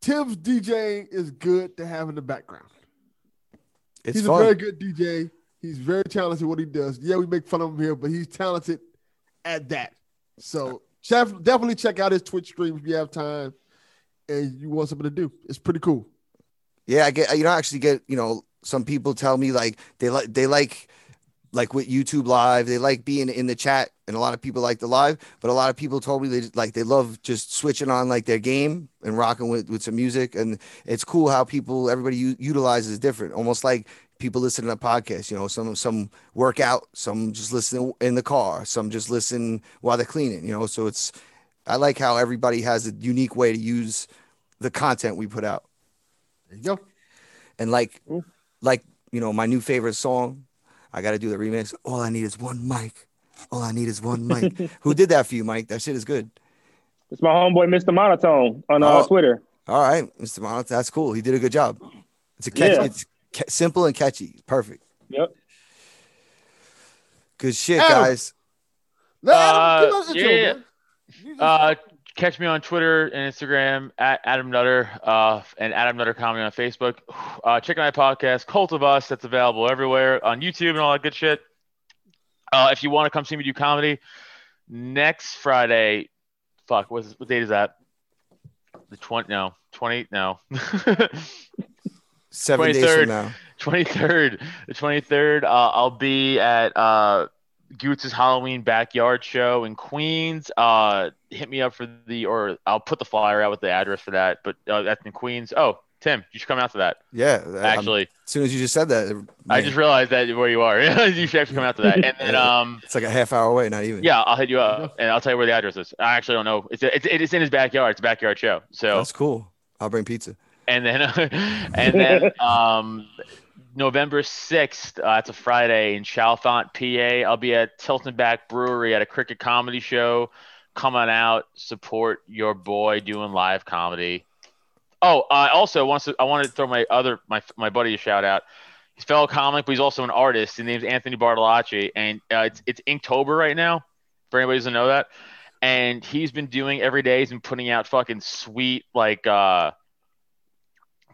[SPEAKER 4] Tim's DJing is good to have in the background.
[SPEAKER 3] It's
[SPEAKER 4] he's
[SPEAKER 3] fun.
[SPEAKER 4] a very good DJ. He's very talented at what he does. Yeah, we make fun of him here, but he's talented at that. So chef, definitely check out his Twitch stream if you have time. and you want something to do. It's pretty cool.
[SPEAKER 3] Yeah, I get. You know, I actually get. You know, some people tell me like they like they like like with YouTube Live, they like being in the chat, and a lot of people like the live. But a lot of people told me they like they love just switching on like their game and rocking with with some music, and it's cool how people everybody u- utilizes different. Almost like people listening to podcasts. You know, some some work out, some just listen in the car, some just listen while they're cleaning. You know, so it's I like how everybody has a unique way to use the content we put out.
[SPEAKER 4] There you go.
[SPEAKER 3] And like,
[SPEAKER 5] Cool.
[SPEAKER 3] like you know, my new favorite song. I got to do the remix. All I need is one mic. All I need is one mic. Who did that for you, Mike? That shit is good.
[SPEAKER 5] It's my homeboy, Mr. Monotone, on uh,
[SPEAKER 3] Oh.
[SPEAKER 5] Twitter.
[SPEAKER 3] All right, Mr. Monat, that's cool. He did a good job. It's a catch.
[SPEAKER 5] Yeah.
[SPEAKER 3] It's ca- simple and catchy. Perfect.
[SPEAKER 5] Yep.
[SPEAKER 3] Good shit,
[SPEAKER 4] Adam.
[SPEAKER 3] guys.
[SPEAKER 4] No,
[SPEAKER 6] Uh,
[SPEAKER 4] Adam, give us an intro,
[SPEAKER 6] yeah.
[SPEAKER 4] man. You just-
[SPEAKER 6] Uh, catch me on Twitter and Instagram at Adam Nutter uh, and Adam Nutter Comedy on Facebook. Uh, check out my podcast, Cult of Us, that's available everywhere on YouTube and all that good shit. Uh, if you want to come see me do comedy next Friday, fuck, what's, what date is that? The 20, no, 20, no.
[SPEAKER 3] Seven days from
[SPEAKER 6] 23rd.
[SPEAKER 3] now.
[SPEAKER 6] 23rd. The 23rd, uh, I'll be at uh, Gootz's Halloween Backyard Show in Queens. Uh, hit me up for the, or I'll put the flyer out with the address for that. But uh, that's in Queens. Oh, Tim, you should come out to that.
[SPEAKER 3] Yeah. uh, I'm-
[SPEAKER 6] Actually,
[SPEAKER 3] as soon as you just said that, it-
[SPEAKER 6] I
[SPEAKER 3] man,
[SPEAKER 6] just realized that where you are, you should actually come out to that. And then, um,
[SPEAKER 3] it's like a half hour away. Not even.
[SPEAKER 6] yeah, I'll hit you up and I'll tell you where the address is. I actually don't know. It's it's, it's in his backyard. It's a backyard show. So
[SPEAKER 3] That's cool. I'll bring pizza.
[SPEAKER 6] and then and then um, November sixth, uh, it's a Friday in Chalfont, PA. I'll be at Tilton Back Brewery at a cricket comedy show. Come on out, support your boy doing live comedy. Oh, I also want to I wanted to throw my other my my buddy a shout out. He's a fellow comic, but he's also an artist. His name's Anthony Bartolacci, and uh, it's it's Inktober right now. For anybody who doesn't know that, and he's been doing every day. He's been putting out fucking sweet like uh,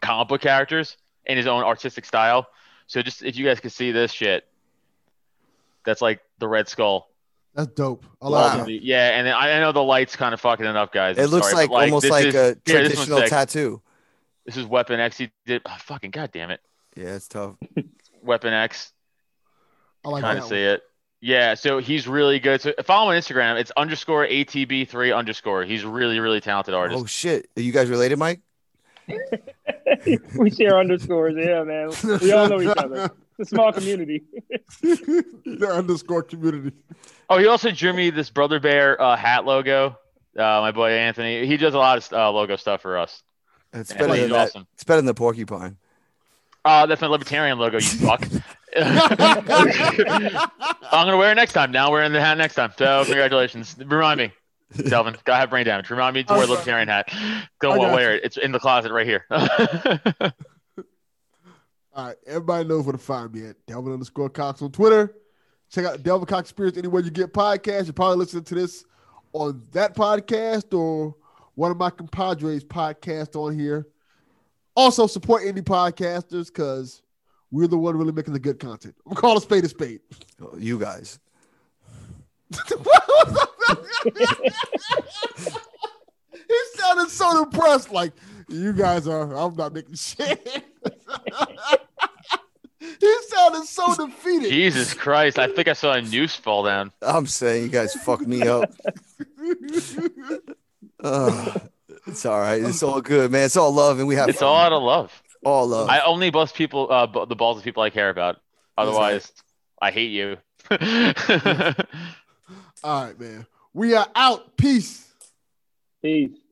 [SPEAKER 6] comic book characters in his own artistic style. So just if you guys could see this shit, that's like the Red Skull.
[SPEAKER 4] That's dope.
[SPEAKER 3] Wow.
[SPEAKER 4] I like that.
[SPEAKER 6] Yeah, and then I I know the light's kind of fucking it up, guys.
[SPEAKER 3] It
[SPEAKER 6] I'm
[SPEAKER 3] looks
[SPEAKER 6] sorry,
[SPEAKER 3] like,
[SPEAKER 6] but,
[SPEAKER 3] almost
[SPEAKER 6] this
[SPEAKER 3] like
[SPEAKER 6] is-
[SPEAKER 3] a
[SPEAKER 6] yeah, this one's
[SPEAKER 3] traditional
[SPEAKER 6] sick.
[SPEAKER 3] tattoo.
[SPEAKER 6] This is Weapon X. He did oh, fucking goddamn it,
[SPEAKER 3] Yeah, it's tough.
[SPEAKER 6] Weapon X.
[SPEAKER 4] I like
[SPEAKER 6] Trying
[SPEAKER 4] that.
[SPEAKER 6] to
[SPEAKER 4] one.
[SPEAKER 6] see it. Yeah, so he's really good. So follow him on Instagram. It's underscore atb3 underscore. He's really really talented artist.
[SPEAKER 3] Oh shit! Are you guys related, Mike?
[SPEAKER 5] we share underscores. Yeah, man. We all know each other. It's a small community.
[SPEAKER 4] the underscore community.
[SPEAKER 6] Oh, he also drew me this Brother Bear uh, hat logo. Uh, my boy Anthony. He does a lot of uh, logo stuff for us.
[SPEAKER 3] It's
[SPEAKER 6] Yeah,
[SPEAKER 3] better
[SPEAKER 6] he's
[SPEAKER 3] than that.
[SPEAKER 6] awesome.
[SPEAKER 3] It's better than the porcupine.
[SPEAKER 6] Uh, that's my libertarian logo, you fuck. I'm gonna wear it next time. Now we're in the hat next time. So congratulations. Remind me, Delvin. I have brain damage. Remind me to wear a libertarian hat. Don't
[SPEAKER 4] I got
[SPEAKER 6] wear it. It's in the closet right here.
[SPEAKER 4] All right, everybody knows where to find me at Delvin underscore Cox on Twitter. Check out Delvin Cox Experience anywhere you get podcasts. You're probably listening to this on that podcast or one of my compadres' podcast on here. Also, support indie podcasters because we're the one really making the good content. I'm calling a spade a spade.
[SPEAKER 3] Oh, You guys.
[SPEAKER 4] he sounded so depressed, like you guys are. I'm not making shit. he sounded so defeated.
[SPEAKER 6] Jesus Christ! I think I saw a noose fall down.
[SPEAKER 3] I'm saying you guys fucked me up. Ugh. it's all right. It's all good, man. It's all love, and we have
[SPEAKER 6] It's
[SPEAKER 3] fun.
[SPEAKER 6] all out of love.
[SPEAKER 3] all love.
[SPEAKER 6] I only bust people, uh, bu- the balls of people I care about. Otherwise, I hate you.
[SPEAKER 4] All right, man. We are out. Peace.
[SPEAKER 5] Peace.